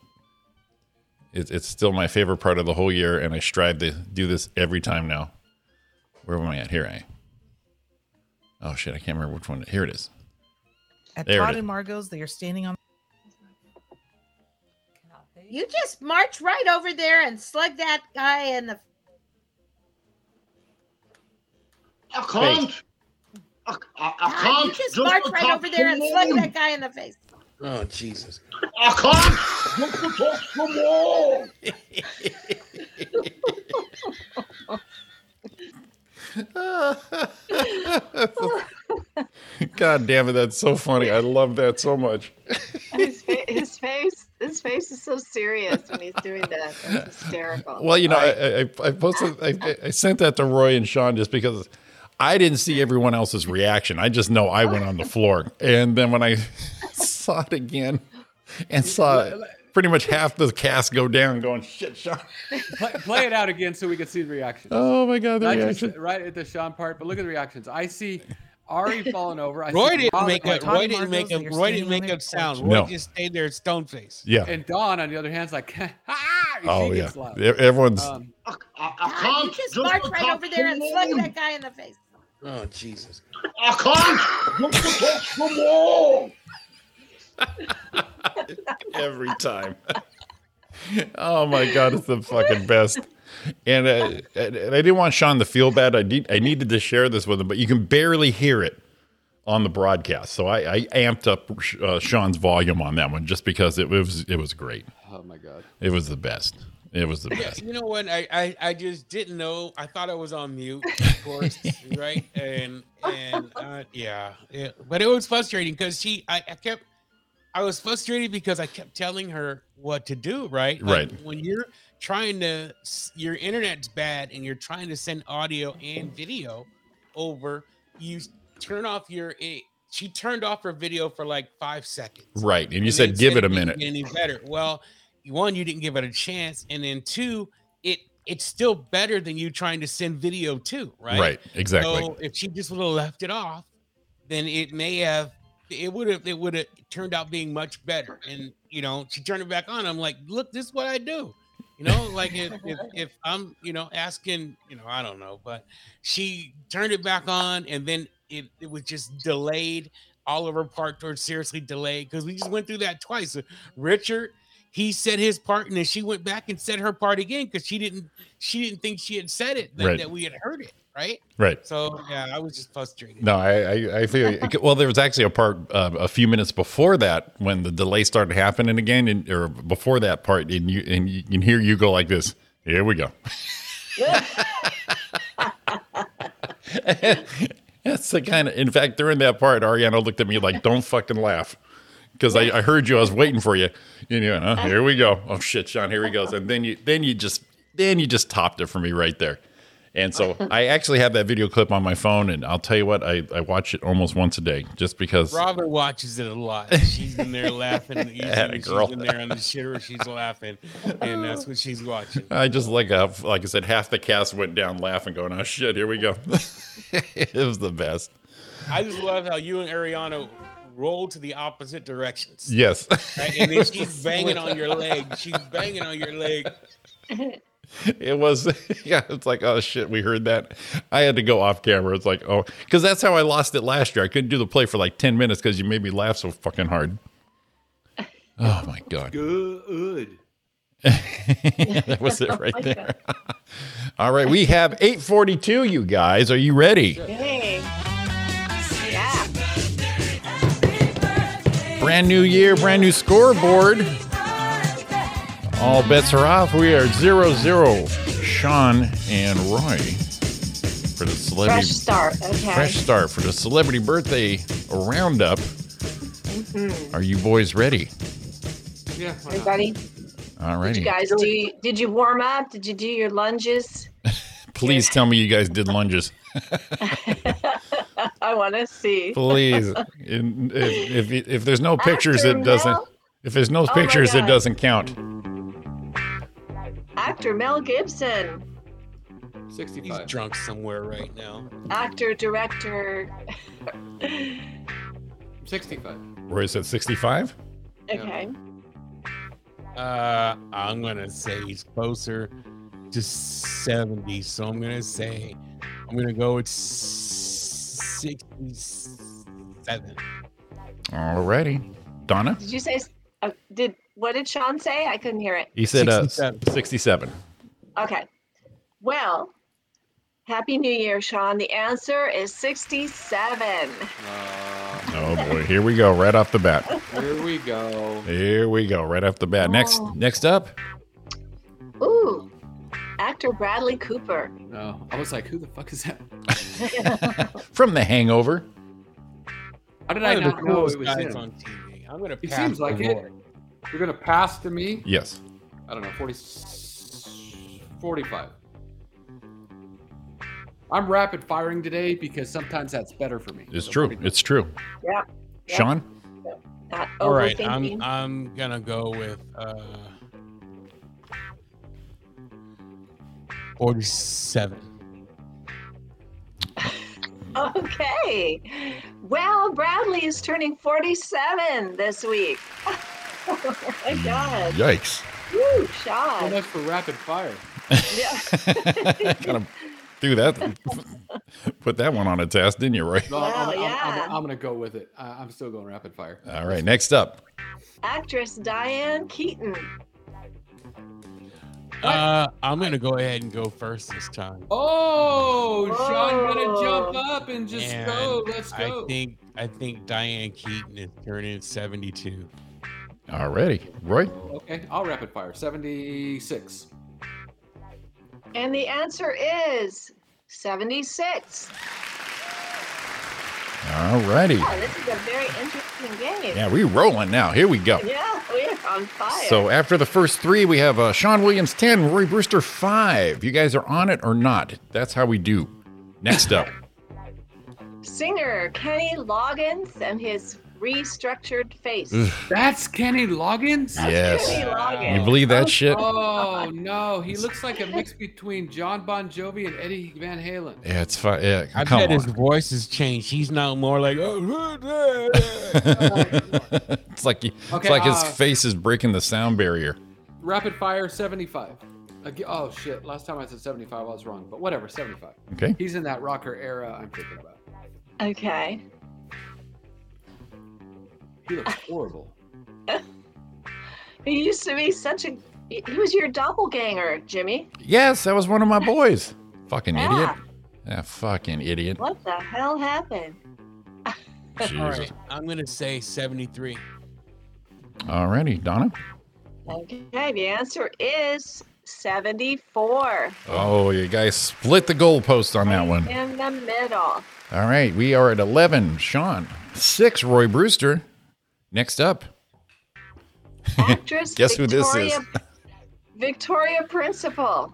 S6: it, it's still my favorite part of the whole year. And I strive to do this every time now. Where am I at? Here I am. Oh, shit. I can't remember which one. Here it is.
S9: At
S6: There it
S9: Todd
S6: is.
S9: and Margot's, they are standing on.
S8: You just march right over there and slug that guy in the.
S10: I can't. I, I, I
S8: God,
S10: can't.
S8: you just
S10: Just
S8: march
S10: because
S8: right over there and slug
S10: someone-
S8: that guy in the face.
S5: Oh Jesus.
S10: I can't. Just because someone.
S6: God damn it. That's so funny. I love that so much.
S8: His, fa- his face, his face is so serious when he's doing that. It's hysterical.
S6: Well, you know, I, I, I posted, I, I sent that to Roy and Sean just because I didn't see everyone else's reaction. I just know I went on the floor, and then when I saw it again and saw pretty much half the cast go down, going shit, Sean.
S7: play, play it out again so we can see the reaction.
S6: Oh my god, the
S7: Not just
S6: reaction.
S7: right at the Sean part, but look at the reactions. I see Ari falling over. I
S5: Roy
S7: see
S5: didn't
S7: Molly-
S5: make
S9: like
S5: up.
S9: Tommy
S5: Roy didn't make
S9: Marcos,
S5: up.
S9: you're
S5: Roy didn't
S9: standing on
S5: make
S9: their
S5: up sound.
S6: porch.
S5: Roy
S6: No.
S5: just stayed there, stone face.
S6: Yeah.
S7: And Dawn, on the other hand, is like, ha ha! and
S6: oh
S7: she
S6: yeah.
S7: gets loud.
S6: E- Everyone's.
S7: Um,
S10: I, I, I
S8: God,
S10: can't.
S8: you just
S10: just
S8: march
S10: because
S8: right over there and slug
S10: someone-
S8: that guy in the face.
S5: Oh Jesus.
S10: I can't. Just because someone.
S6: every time. oh my god, it's the fucking best. And, uh, and and I didn't want Sean to feel bad. I need, I needed to share this with him, but you can barely hear it on the broadcast. So I, I amped up uh, Sean's volume on that one just because it was it was great.
S7: oh my god.
S6: It was the best. It was the best.
S5: You know what? I, I I just didn't know. I thought I was on mute, of course, right? And and uh, yeah, yeah, but it was frustrating because she, I, I kept, I was frustrated because I kept telling her what to do, right?
S6: Right.
S5: When you're trying to, s- your internet's bad, and you're trying to send audio and video over, you turn off your. It, she turned off her video for like five seconds.
S6: Right. And you
S5: And
S6: said
S5: they
S6: give it a
S5: didn't
S6: minute.
S5: get Any better? Well, one, you didn't give it a chance, and then two, it it's still better than you trying to send video too, right?
S6: Right. Exactly.
S5: So if she just would have left it off, then it may have it would have it would have turned out being much better. And you know, she turned it back on. I'm like, look, this is what I do. You know, like if, if if I'm you know asking, you know, I don't know, but she turned it back on, and then it, it was just delayed. All of her parts were seriously delayed because we just went through that twice. Richard, he said his part, and then she went back and said her part again because she didn't she didn't think she had said it that,
S6: Right.
S5: that we had heard it right.
S6: Right.
S5: So yeah, I was just frustrated.
S6: No, I, I, I feel you. well. There was actually a part uh, a few minutes before that when the delay started happening again, and or before that part, and you and you can hear you go like this. Here we go. That's the kind of. In fact, during that part, Ariana looked at me like, "Don't fucking laugh," because I, I heard you. I was waiting for you. And you know, here we go. Oh shit, Sean, here he goes. And then you, then you just, then you just topped it for me right there. And so I actually have that video clip on my phone, and I'll tell you what, I, I watch it almost once a day just because.
S5: Robin watches it a lot. She's in there laughing. Usually
S6: Atta girl.
S5: She's in there on the shitter. She's laughing, and that's what she's watching.
S6: I just like uh, like I said, half the cast went down laughing, going, "Oh shit, here we go." it was the best.
S5: I just love how you and Ariana roll to the opposite directions.
S6: Yes,
S5: Right? And then she's banging on your leg. She's banging on your leg.
S6: it was. Yeah, it's like, oh shit, we heard that. I had to go off camera. It's like, oh, because that's how I lost it last year. I couldn't do the play for like ten minutes because you made me laugh so fucking hard. Oh my god.
S7: Good.
S6: that was it right there. All right, we have 842, you guys. Are you ready?
S8: Hey. Yeah.
S6: Brand new year, brand new scoreboard. All bets are off. We are 0 0. Sean and Roy for the celebrity
S8: Fresh start. Okay.
S6: fresh start for the celebrity birthday roundup.
S8: Mm-hmm.
S6: Are you boys ready?
S7: Yeah. why not?
S8: Everybody,
S6: All
S8: did
S6: righty.
S8: you guys do? You, did you warm up? Did you do your lunges?
S6: Please tell me you guys did lunges.
S8: I want to see.
S6: Please. In- if, if, if there's no pictures,
S8: After
S6: it doesn't.
S8: Mel- Oh
S6: If there's no
S8: my
S6: pictures, it
S8: God.
S6: doesn't count.
S8: Actor Mel Gibson,
S5: He's
S7: 65.
S5: drunk somewhere right now.
S8: actor, director.
S7: 65.
S6: Roy said 65.
S8: Okay.
S5: Uh, I'm gonna say he's closer to 70. So I'm gonna say I'm gonna go with 67.
S6: All righty. Donna?
S8: Did you say? s- Uh, did what did Sean say? I couldn't hear it.
S6: He said uh,
S5: 67.
S6: 67.
S8: Okay. Well, Happy New Year, Sean. The answer is 67.
S7: Uh,
S6: Oh boy, here we go right off the bat.
S7: here we go.
S6: Here we go right off the bat. Next
S8: Oh.
S6: next up,
S8: Ooh. Actor Bradley Cooper.
S7: No, I was like, who the fuck is that?
S6: from The Hangover,
S7: How did
S5: One
S7: I
S5: of the
S7: not know
S5: coolest
S7: it was
S5: guys
S7: him?
S5: on TV. I'm gonna
S7: He
S5: pass
S7: seems like
S5: the
S7: it.
S5: board.
S7: You're gonna pass to me.
S6: yes.
S7: I don't know, 40, 45. I'm rapid firing today because sometimes that's better for me.
S6: It's
S7: So
S6: true.
S7: 40
S6: It's true.
S8: Yeah. yeah,
S6: Sean?
S8: Not
S5: All right,
S8: overthinking.
S5: I'm I'm gonna go with uh, forty-seven.
S8: Okay. Well, Bradley is turning 47 this week. oh my
S6: Mm.
S8: God.
S6: Yikes.
S8: Woo,
S7: So
S8: Sean.
S7: much for rapid fire.
S8: Yeah.
S6: kind of do that. Put that one on a test, didn't you, Roy?
S7: No,
S8: Wow,
S7: I'm, I'm- I'm-
S8: yeah.
S7: I'm gonna go with it. I, I'm still going rapid fire.
S6: All right, next up.
S8: Actress Diane Keaton.
S5: Uh, I'm gonna go ahead and go first this time.
S7: Oh, Sean gonna
S8: Whoa.
S7: jump up and just go.
S5: And
S7: Let's go.
S5: I think I think Diane Keaton is turning seventy-two.
S6: Already. Roy?
S7: okay, I'll rapid fire. 76.
S8: And the answer is 76.
S6: All righty.
S8: Oh, this is a very interesting game.
S6: Yeah, we rolling now. Here we go.
S8: Yeah, we are on fire.
S6: So after the first three, we have uh, Sean Williams 10, Roy Brewster 5. You guys are on it or not. That's how we do. Next up.
S8: singer Kenny Loggins and his restructured face.
S6: Ugh.
S7: That's Kenny Loggins.
S6: Yes.
S8: Kenny Loggins.
S6: You believe that shit?
S7: Oh no, he looks like a mix between John Bon Jovi and Eddie Van Halen.
S6: Yeah, it's fine. Yeah,
S5: I
S6: come
S5: bet
S6: on.
S5: his voice has changed. He's now more like, oh,
S6: it's like he,
S7: Okay,
S6: it's like his
S7: uh,
S6: face is breaking the sound barrier.
S7: Rapid fire 75. Ag- Oh shit! Last time I said 75, I was wrong. But whatever, 75.
S6: Okay.
S7: He's in that rocker era I'm thinking about.
S8: Okay.
S7: He looks horrible.
S8: He used to be such a. He he was your doppelganger, Jimmy.
S6: Yes, that was one of my boys. Fucking idiot.
S8: Yeah.
S6: Yeah, fucking idiot.
S8: What the hell happened?
S6: Jesus.
S5: All right, I'm gonna say 73.
S6: Alrighty, Donna.
S8: Okay, the answer is 74
S6: Oh, you guys split the goalpost on that one.
S8: in the middle.
S6: All right, we are at eleven. Sean, six. Roy Brewster. Next up,
S8: Actress
S6: Guess who this is?
S8: Victoria- Victoria Principal.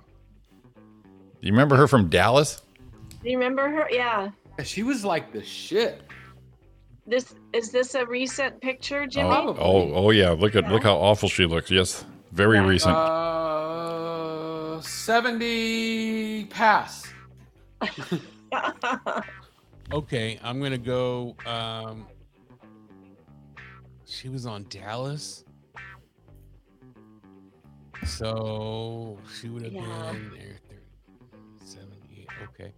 S6: you remember her from Dallas?
S8: Do you remember her? Yeah.
S7: She was like the shit.
S8: This is this a recent picture, Jimmy?
S6: Oh, oh, oh yeah. Look at look how awful she looks. Yes, very recent.
S7: Uh, 70 pass.
S8: Oh,
S5: Okay, I'm gonna go. Um, she was on Dallas, so she would have
S8: Yeah.
S5: been there. 30, 78. Okay,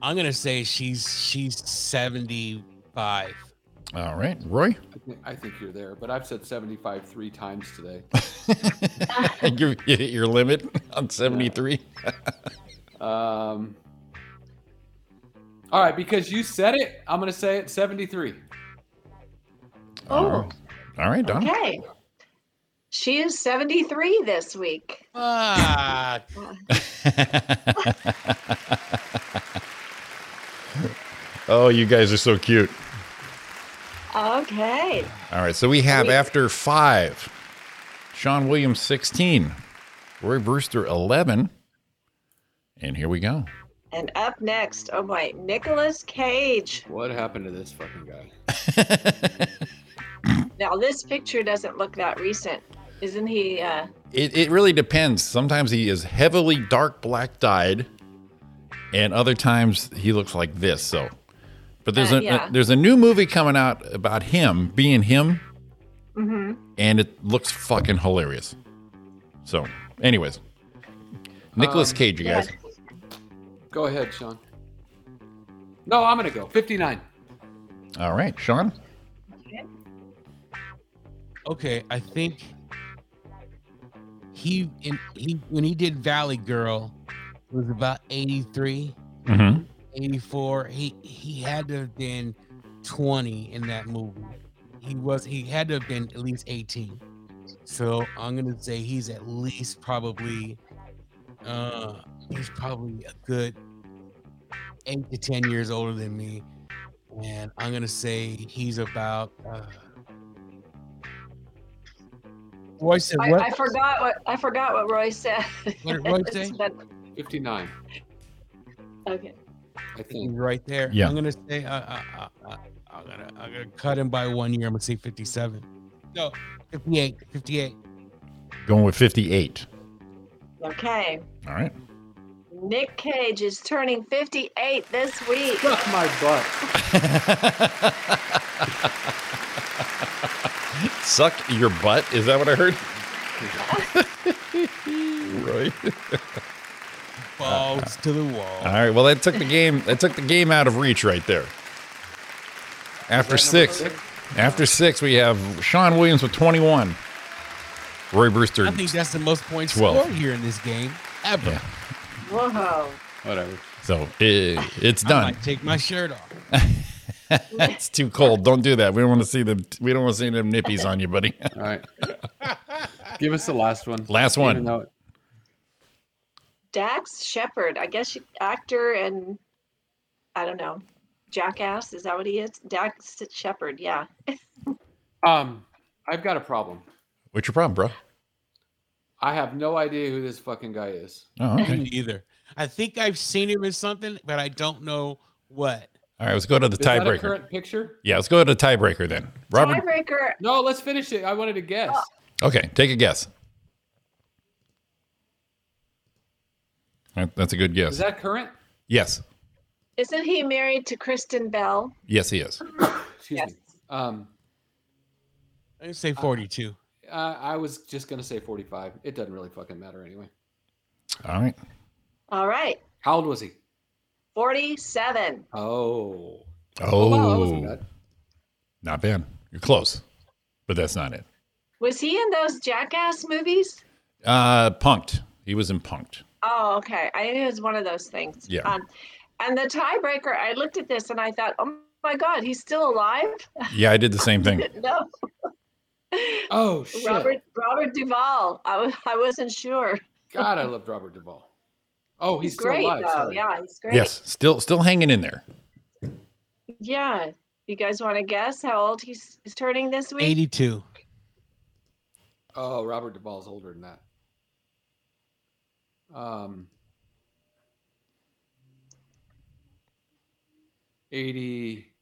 S5: I'm gonna say she's she's 75.
S6: All right, Roy.
S7: I think, I think you're there, but I've said 75 three times today.
S6: you, you hit your limit on seventy three.
S7: Um, all right, because you said it, I'm going to say it 73.
S8: Oh,
S6: All right, Donna.
S8: okay. She is 73 this week.
S5: Ah,
S6: oh, you guys are so cute.
S8: Okay.
S6: All right, so we have
S8: Wait.
S6: after five, Sean Williams sixteen, Roy Brewster eleven, and here we go.
S8: And up next, oh my, Nicolas Cage.
S7: What happened to this fucking guy?
S8: Now this picture doesn't look that recent. Isn't he uh
S6: It, it really depends. Sometimes he is heavily dark black dyed, and other times he looks like this. So, but there's
S8: Uh,
S6: a
S8: yeah.
S6: there's a new movie coming out about him being him, and it looks fucking hilarious. So, anyways, Nicholas
S7: Um,
S6: Cage, you guys.
S7: Go ahead, Sean. No, I'm going to go 59.
S6: All right, Sean.
S5: okay. I think he in he when he did Valley Girl it was about 83.
S6: Mm-hmm.
S5: 84 he he had to have been 20 in that movie he was he had to have been at least 18 so i'm gonna say he's at least probably uh he's probably a good eight to ten years older than me and i'm gonna say he's about uh Roy said
S8: I,
S5: what?
S8: I forgot what I forgot what Roy said.
S5: What did Roy
S8: It's
S5: say?
S8: been-
S7: 59,
S8: okay.
S7: I
S5: He's
S7: think.
S5: right there.
S6: Yeah.
S5: I'm gonna say uh, uh, uh, uh, I'm gonna I'm gonna cut him by one year. I'm gonna say 57. No, 58, 58.
S6: Going with 58.
S8: Okay.
S6: All right.
S8: Nick Cage is turning 58 this week.
S7: Fuck my butt.
S6: Suck your butt. Is that what I heard? right.
S5: Balls to the wall.
S6: All right. Well, that took the game. That took the game out of reach right there. After six, after six, we have Sean Williams with 21. Roy Brewster.
S5: I think that's the most points
S6: 12.
S5: scored here in this game ever.
S6: Yeah.
S8: Whoa.
S7: Whatever.
S6: So it, it's
S5: I
S6: done.
S5: might take my shirt off.
S6: it's too cold. Don't do that. We don't want to see them. We don't want to see them nippies on you, buddy.
S7: All right. Give us the last one.
S6: Last one.
S7: Even though-
S8: Dax Shepard, I guess you- actor and I don't know. Jackass, is that what he is? Dax Shepard, yeah.
S7: um, I've got a problem.
S6: What's your problem, bro?
S7: I have no idea who this fucking guy is.
S6: Oh,
S5: Me
S6: okay.
S5: Neither. I think I've seen him in something, but I don't know what.
S6: All right, let's go to the
S7: Is that a
S6: tiebreaker.
S7: current picture?
S6: Yeah, let's go to the tiebreaker then. Robert,
S8: Tiebreaker.
S7: No, let's finish it. I wanted to guess.
S8: Oh.
S6: okay, take a guess. That- That's a good
S7: Is
S6: guess.
S7: that current?
S6: Yes.
S8: Isn't he married to Kristen Bell?
S6: Yes, he is.
S7: Excuse me. Um,
S5: I say 42.
S7: uh, I was just gonna say 45. It doesn't really fucking matter anyway.
S6: All right.
S8: All right,
S7: How old was he?
S8: forty-seven.
S7: Oh,
S6: Oh,
S7: wow, that wasn't bad.
S6: not bad. You're close, but that's not it.
S8: Was he in those Jackass movies?
S6: Uh, punked. He was in punked.
S8: Oh, okay. I knew it was one of those things.
S6: Yeah.
S8: Um, and the tiebreaker, I looked at this and I thought, oh my God, he's still alive?
S6: Yeah, I did the same thing.
S8: No,
S7: Oh shit!
S8: Robert Robert Duvall. I, was, I wasn't sure.
S7: God, I loved Robert Duvall. Oh, he's,
S8: He's
S7: still
S8: great,
S7: alive.
S8: though.
S7: sorry.
S8: Yeah, he's great.
S6: Yes, still, still hanging in there.
S8: Yeah. You guys want to guess how old he's, he's turning this week?
S5: 82.
S7: Oh, Robert Duvall's older than that. Um, eighty-seven.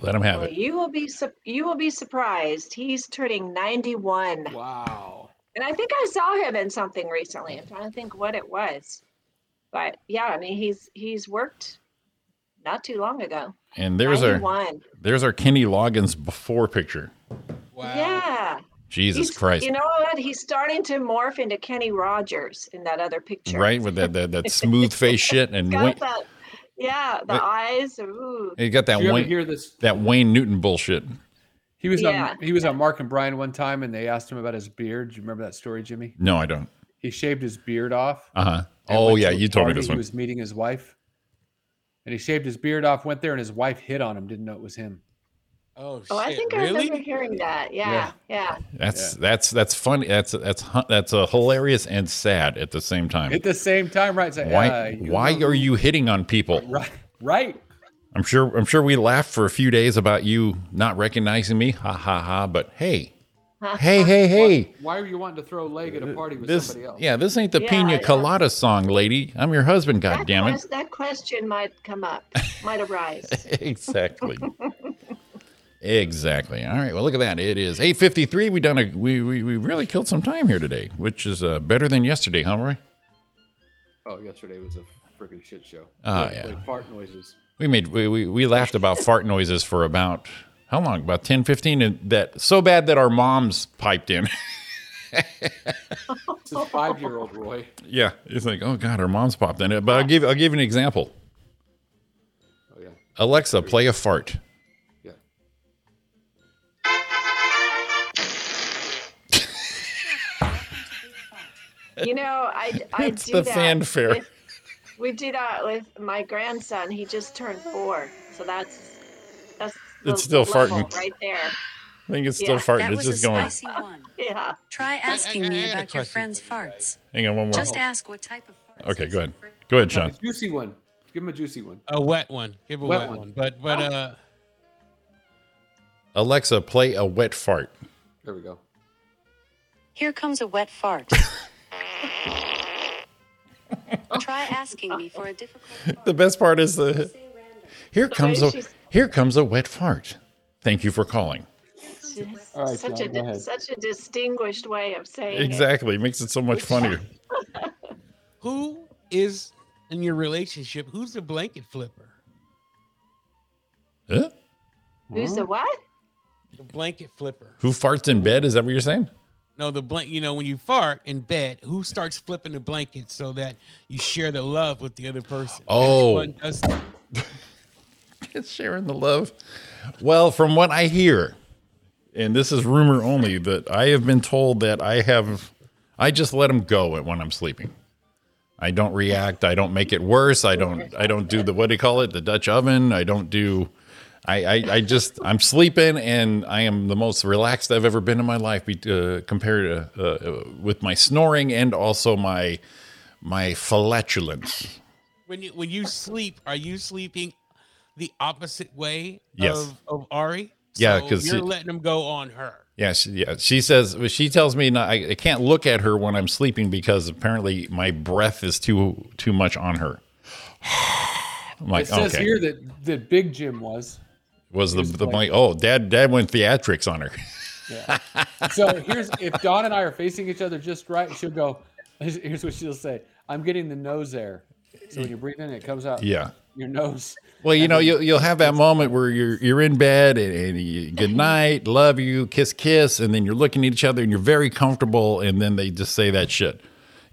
S6: Let him have
S8: Well,
S6: it.
S8: you will be sup- you will be surprised. He's turning 91.
S7: Wow.
S8: And I think I saw him in something recently. I'm trying to think what it was. But yeah, I mean he's he's worked not too long ago.
S6: And there's our,
S8: 91.
S6: there's our Kenny Loggins before picture.
S5: Wow.
S8: Yeah.
S6: Jesus
S8: He's-
S6: Christ.
S8: You know what? He's starting to morph into Kenny Rogers in that other picture.
S6: Right with that that, that smooth face shit and
S8: Got
S6: Wayne,
S8: that, yeah, the
S6: But-
S8: eyes. Ooh.
S6: he got that
S7: Did you ever
S6: Wayne
S7: hear this?
S6: that Wayne Newton bullshit.
S7: He was
S8: Yeah.
S7: on he was on Mark and Brian one time, and they asked him about his beard. Do you remember that story, Jimmy?
S6: No, I don't.
S7: He shaved his beard off.
S6: Uh huh.
S7: and
S6: Oh
S7: went to
S6: yeah,
S7: a
S6: you told me
S7: party.
S6: this one.
S7: He was meeting his wife, and he shaved his beard off. Went there, and his wife hit on him. Didn't know it was him.
S5: Oh, shit.
S8: Oh, I think I
S5: really?
S8: remember hearing that. Yeah, yeah.
S6: that's that's that's funny. That's that's hu- that's a hilarious and sad at the same time.
S7: At the same time, right? it's like,
S6: Why
S7: uh, you
S6: why
S7: know-
S6: are you hitting on people?
S7: right? Right.
S6: I'm sure I'm sure we laughed for a few days about you not recognizing me. Ha ha ha. But hey, hey hey hey. Uh,
S7: Why are you wanting to throw a leg at a party with
S6: This
S7: somebody else?
S6: yeah, this ain't the
S8: Yeah,
S6: Pina
S8: yeah.
S6: Colada song, lady. I'm your husband.
S8: that,
S6: God damn it.
S8: quest- that question might come up, might arise.
S6: exactly. exactly. All right. Well, look at that. It is eight fifty three. We done a we, we we really killed some time here today, which is uh, better than yesterday, huh, Roy?
S7: Oh, yesterday was a freaking shit show.
S6: Oh,
S7: They
S6: yeah.
S7: played Fart noises.
S6: We made we, we, we laughed about fart noises for about how long? About 10, 15 and that so bad that our moms piped in.
S7: This is five-year-old Roy.
S6: yeah. It's like, oh God, our moms popped in. But I'll give I'll give you an example.
S7: Oh yeah,
S6: Alexa, play a fart.
S7: yeah.
S8: You know, I I
S6: It's
S8: do
S6: the
S8: that.
S6: fanfare.
S8: with- we do that with my grandson. He just turned four, so that's that's the
S6: It's still
S8: level
S6: farting.
S8: right there.
S6: I think it's still
S8: Yeah,
S6: farting. It's just going.
S11: one.
S8: Yeah.
S11: Try
S5: asking me about your friend's
S11: farts.
S6: Hang on one more.
S11: ask what type of farts.
S6: Okay, go ahead. Go ahead, Sean.
S7: A juicy one. Give him a juicy one.
S5: A wet one. Give a
S7: Wet
S5: wet,
S7: one.
S5: one. But but uh
S6: Alexa, play a wet fart.
S7: There we go.
S11: Here comes a wet fart. Try asking me for a difficult
S6: The best part is the here comes
S8: way
S6: a
S8: she's-
S6: here comes a wet fart. Thank you for calling.
S7: All right,
S8: such
S7: John,
S8: a
S7: go
S8: di-
S7: ahead.
S8: such a distinguished way of saying it.
S6: Exactly, makes it so much funnier.
S5: who is in your relationship? Who's the blanket flipper?
S6: Huh?
S8: Who's the what?
S5: The blanket flipper.
S6: Who farts in bed? Is that what you're saying?
S5: No, the blank. You know, when you fart in bed, who starts flipping the blanket so that you share the love with the other person?
S6: Oh.
S5: Which one does that?
S6: It's sharing the love. Well, from what I hear, and this is rumor only, that I have been told that I have I just let them go at when I'm sleeping. I don't react. I don't make it worse. I don't. I don't do the what do you call it? The Dutch oven. I don't do. I, I, I just I'm sleeping and I am the most relaxed I've ever been in my life be, uh, compared to, uh, uh, with my snoring and also my my flatulence.
S5: when you when you sleep? Are you sleeping the opposite way
S6: Yes.
S5: of, of Ari?
S6: Yeah,
S5: So
S6: 'cause
S5: you're
S6: he-
S5: letting them go on her.
S6: Yeah, she, yeah. She says well, she tells me not, I, I can't look at her when I'm sleeping because apparently my breath is too too much on her. I'm like,
S7: it says
S6: okay,
S7: here that that Big Jim was.
S6: was the
S7: here's
S6: the
S7: the
S6: mic?
S7: point.
S6: Oh, dad, dad went theatrics on her.
S7: Yeah. so here's if Dawn and I are facing each other just right, she'll go. Here's here's what she'll say: "I'm getting the nose air." So when you breathe in, it comes out.
S6: Yeah.
S7: Your nose.
S6: Well, you know, you'll you'll have that moment where you're you're in bed and, and you, good night, love you, kiss, kiss, and then you're looking at each other and you're very comfortable, and then they just say that shit.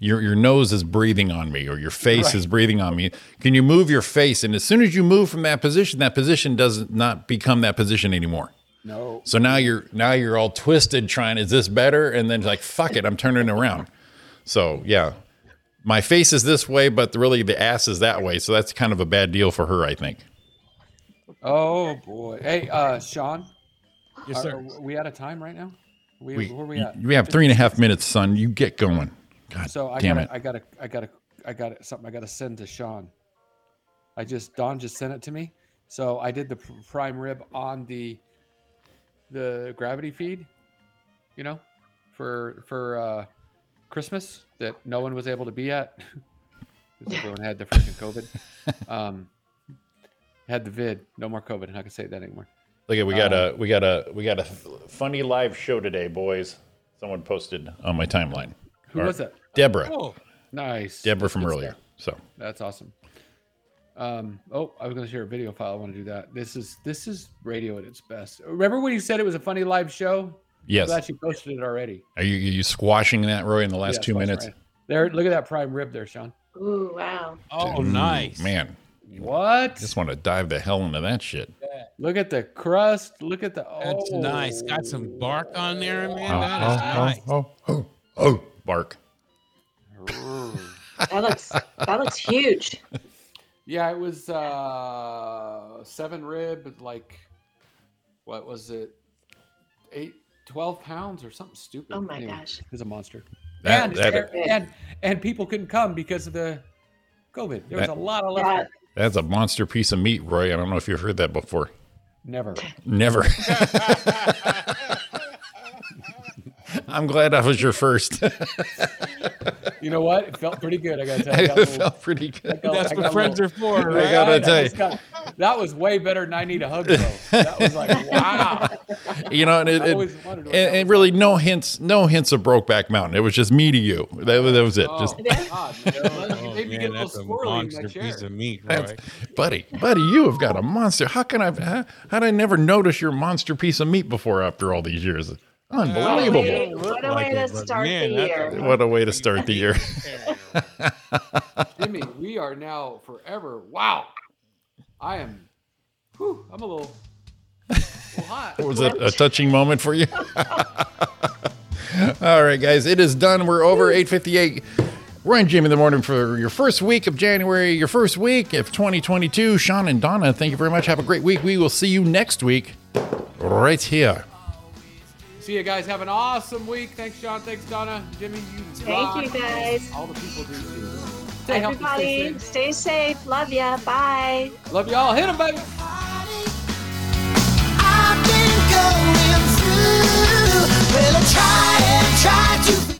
S6: Your your nose is breathing on me, or your face is breathing on me. Can you move your face? And as soon as you move from that position, that position does not become that position anymore.
S7: No.
S6: So now you're now you're all twisted, trying is this better? And then it's like fuck it, I'm turning around. So yeah, my face is this way, but really the ass is that way. So that's kind of a bad deal for her, I think.
S7: Oh boy. Hey, uh, Sean.
S5: Yes,
S7: Are,
S5: sir.
S7: are we out of time right now? We,
S6: We,
S7: where are we
S6: you-
S7: at?
S6: we have three and a half minutes, son. You get going. God
S7: So I
S6: damn
S7: gotta,
S6: it.
S7: I gotta, I gotta, I gotta something I gotta send to Sean. I just Don just sent it to me. So I did the pr- prime rib on the the gravity feed, you know, for for uh, Christmas that no one was able to be at 'Cause everyone had the freaking COVID. Um, had the vid, no more COVID. I'm not gonna say that anymore.
S6: Look at we got a we got a we got a funny live show today, boys. Someone posted on my timeline.
S7: Who
S6: Or-
S7: was it?
S6: Deborah.
S5: Oh,
S7: Nice.
S6: Deborah from
S7: Good
S6: earlier.
S7: stuff.
S6: So
S7: That's awesome. Um, oh, I was going to share a video file. I want to do that. This is this is radio at its best. Remember when you said it was a funny live show?
S6: yes,
S7: Glad you posted it already.
S6: are you are you squashing that, Roy, in the last
S7: Yeah,
S6: two
S7: that's
S6: minutes?
S7: right. There, look at that prime rib there, Sean.
S8: Ooh, wow.
S5: oh,
S6: Ooh,
S5: nice.
S6: Mm, man.
S7: What?
S6: Just want to dive the hell into that shit.
S7: Look at the crust. Look at the. Oh,
S5: That's nice. Got some bark on there, man.
S6: Oh,
S5: that is nice.
S6: oh, oh, oh, oh, bark.
S8: That looks that looks huge.
S7: Yeah, it was uh seven rib, like what was it? Eight, 12 pounds or something stupid.
S8: Oh my gosh.
S7: It was a monster.
S6: That-
S7: and,
S6: that-
S7: and and people couldn't come because of the COVID. There was
S6: That-
S7: a lot of
S8: Yeah.
S7: left.
S6: That's a monster piece of meat, Roy. I don't know if you've heard that before.
S7: Never.
S6: Never. I'm glad I was your first.
S7: You know what? It felt pretty good. I gotta tell you. I got a
S6: it
S7: little-
S6: felt pretty good.
S7: I
S5: That's
S7: got
S5: what
S7: a
S5: friends
S7: little-
S5: are for,
S6: I
S5: right?
S6: gotta
S7: I
S6: tell you.
S7: just got- that was way better than I need a hug though. That was like
S5: Ah.
S7: wow.
S6: You know, and it,
S7: I
S6: it-
S7: always wondered what
S6: and,
S7: that
S6: and
S7: was
S6: really no hints, no hints of Brokeback Mountain. It was just me to you. That, was- that was it.
S7: Oh,
S6: Just
S7: God, man. You
S5: Oh,
S7: made me get
S5: man,
S7: a little
S5: that's a
S7: squirrely in
S5: monster
S7: my chair.
S5: piece of meat,
S6: That's-
S5: right?
S7: Oh.
S6: buddy, buddy, you have got a monster. How can I? How, how'd I never notice your monster piece of meat before after all these years?
S7: Oh,
S6: Unbelievable!
S8: Wait, what a way to start
S5: man,
S8: the
S5: that's
S8: year.
S6: What a way to start the year.
S7: Jimmy, we are now forever. Wow. I am, whew, I'm a little, a little hot.
S6: Was it a touching moment for you? All right, guys, it is done. We're over 858. We're on Jim in the morning for your first week of January, your first week of 2022. Sean and Donna, thank you very much. Have a great week. We will see you next week right here.
S7: See you guys. Have an awesome week. Thanks, Sean. Thanks, Donna. Jimmy, you
S8: Thank you,
S7: rock.
S8: guys.
S7: All the people do too. Stay healthy, stay
S8: Everybody,
S7: safe.
S8: stay safe. Love ya. Bye.
S7: Love y'all. Hit them, baby.
S4: I've been going through. Well, I try and try to.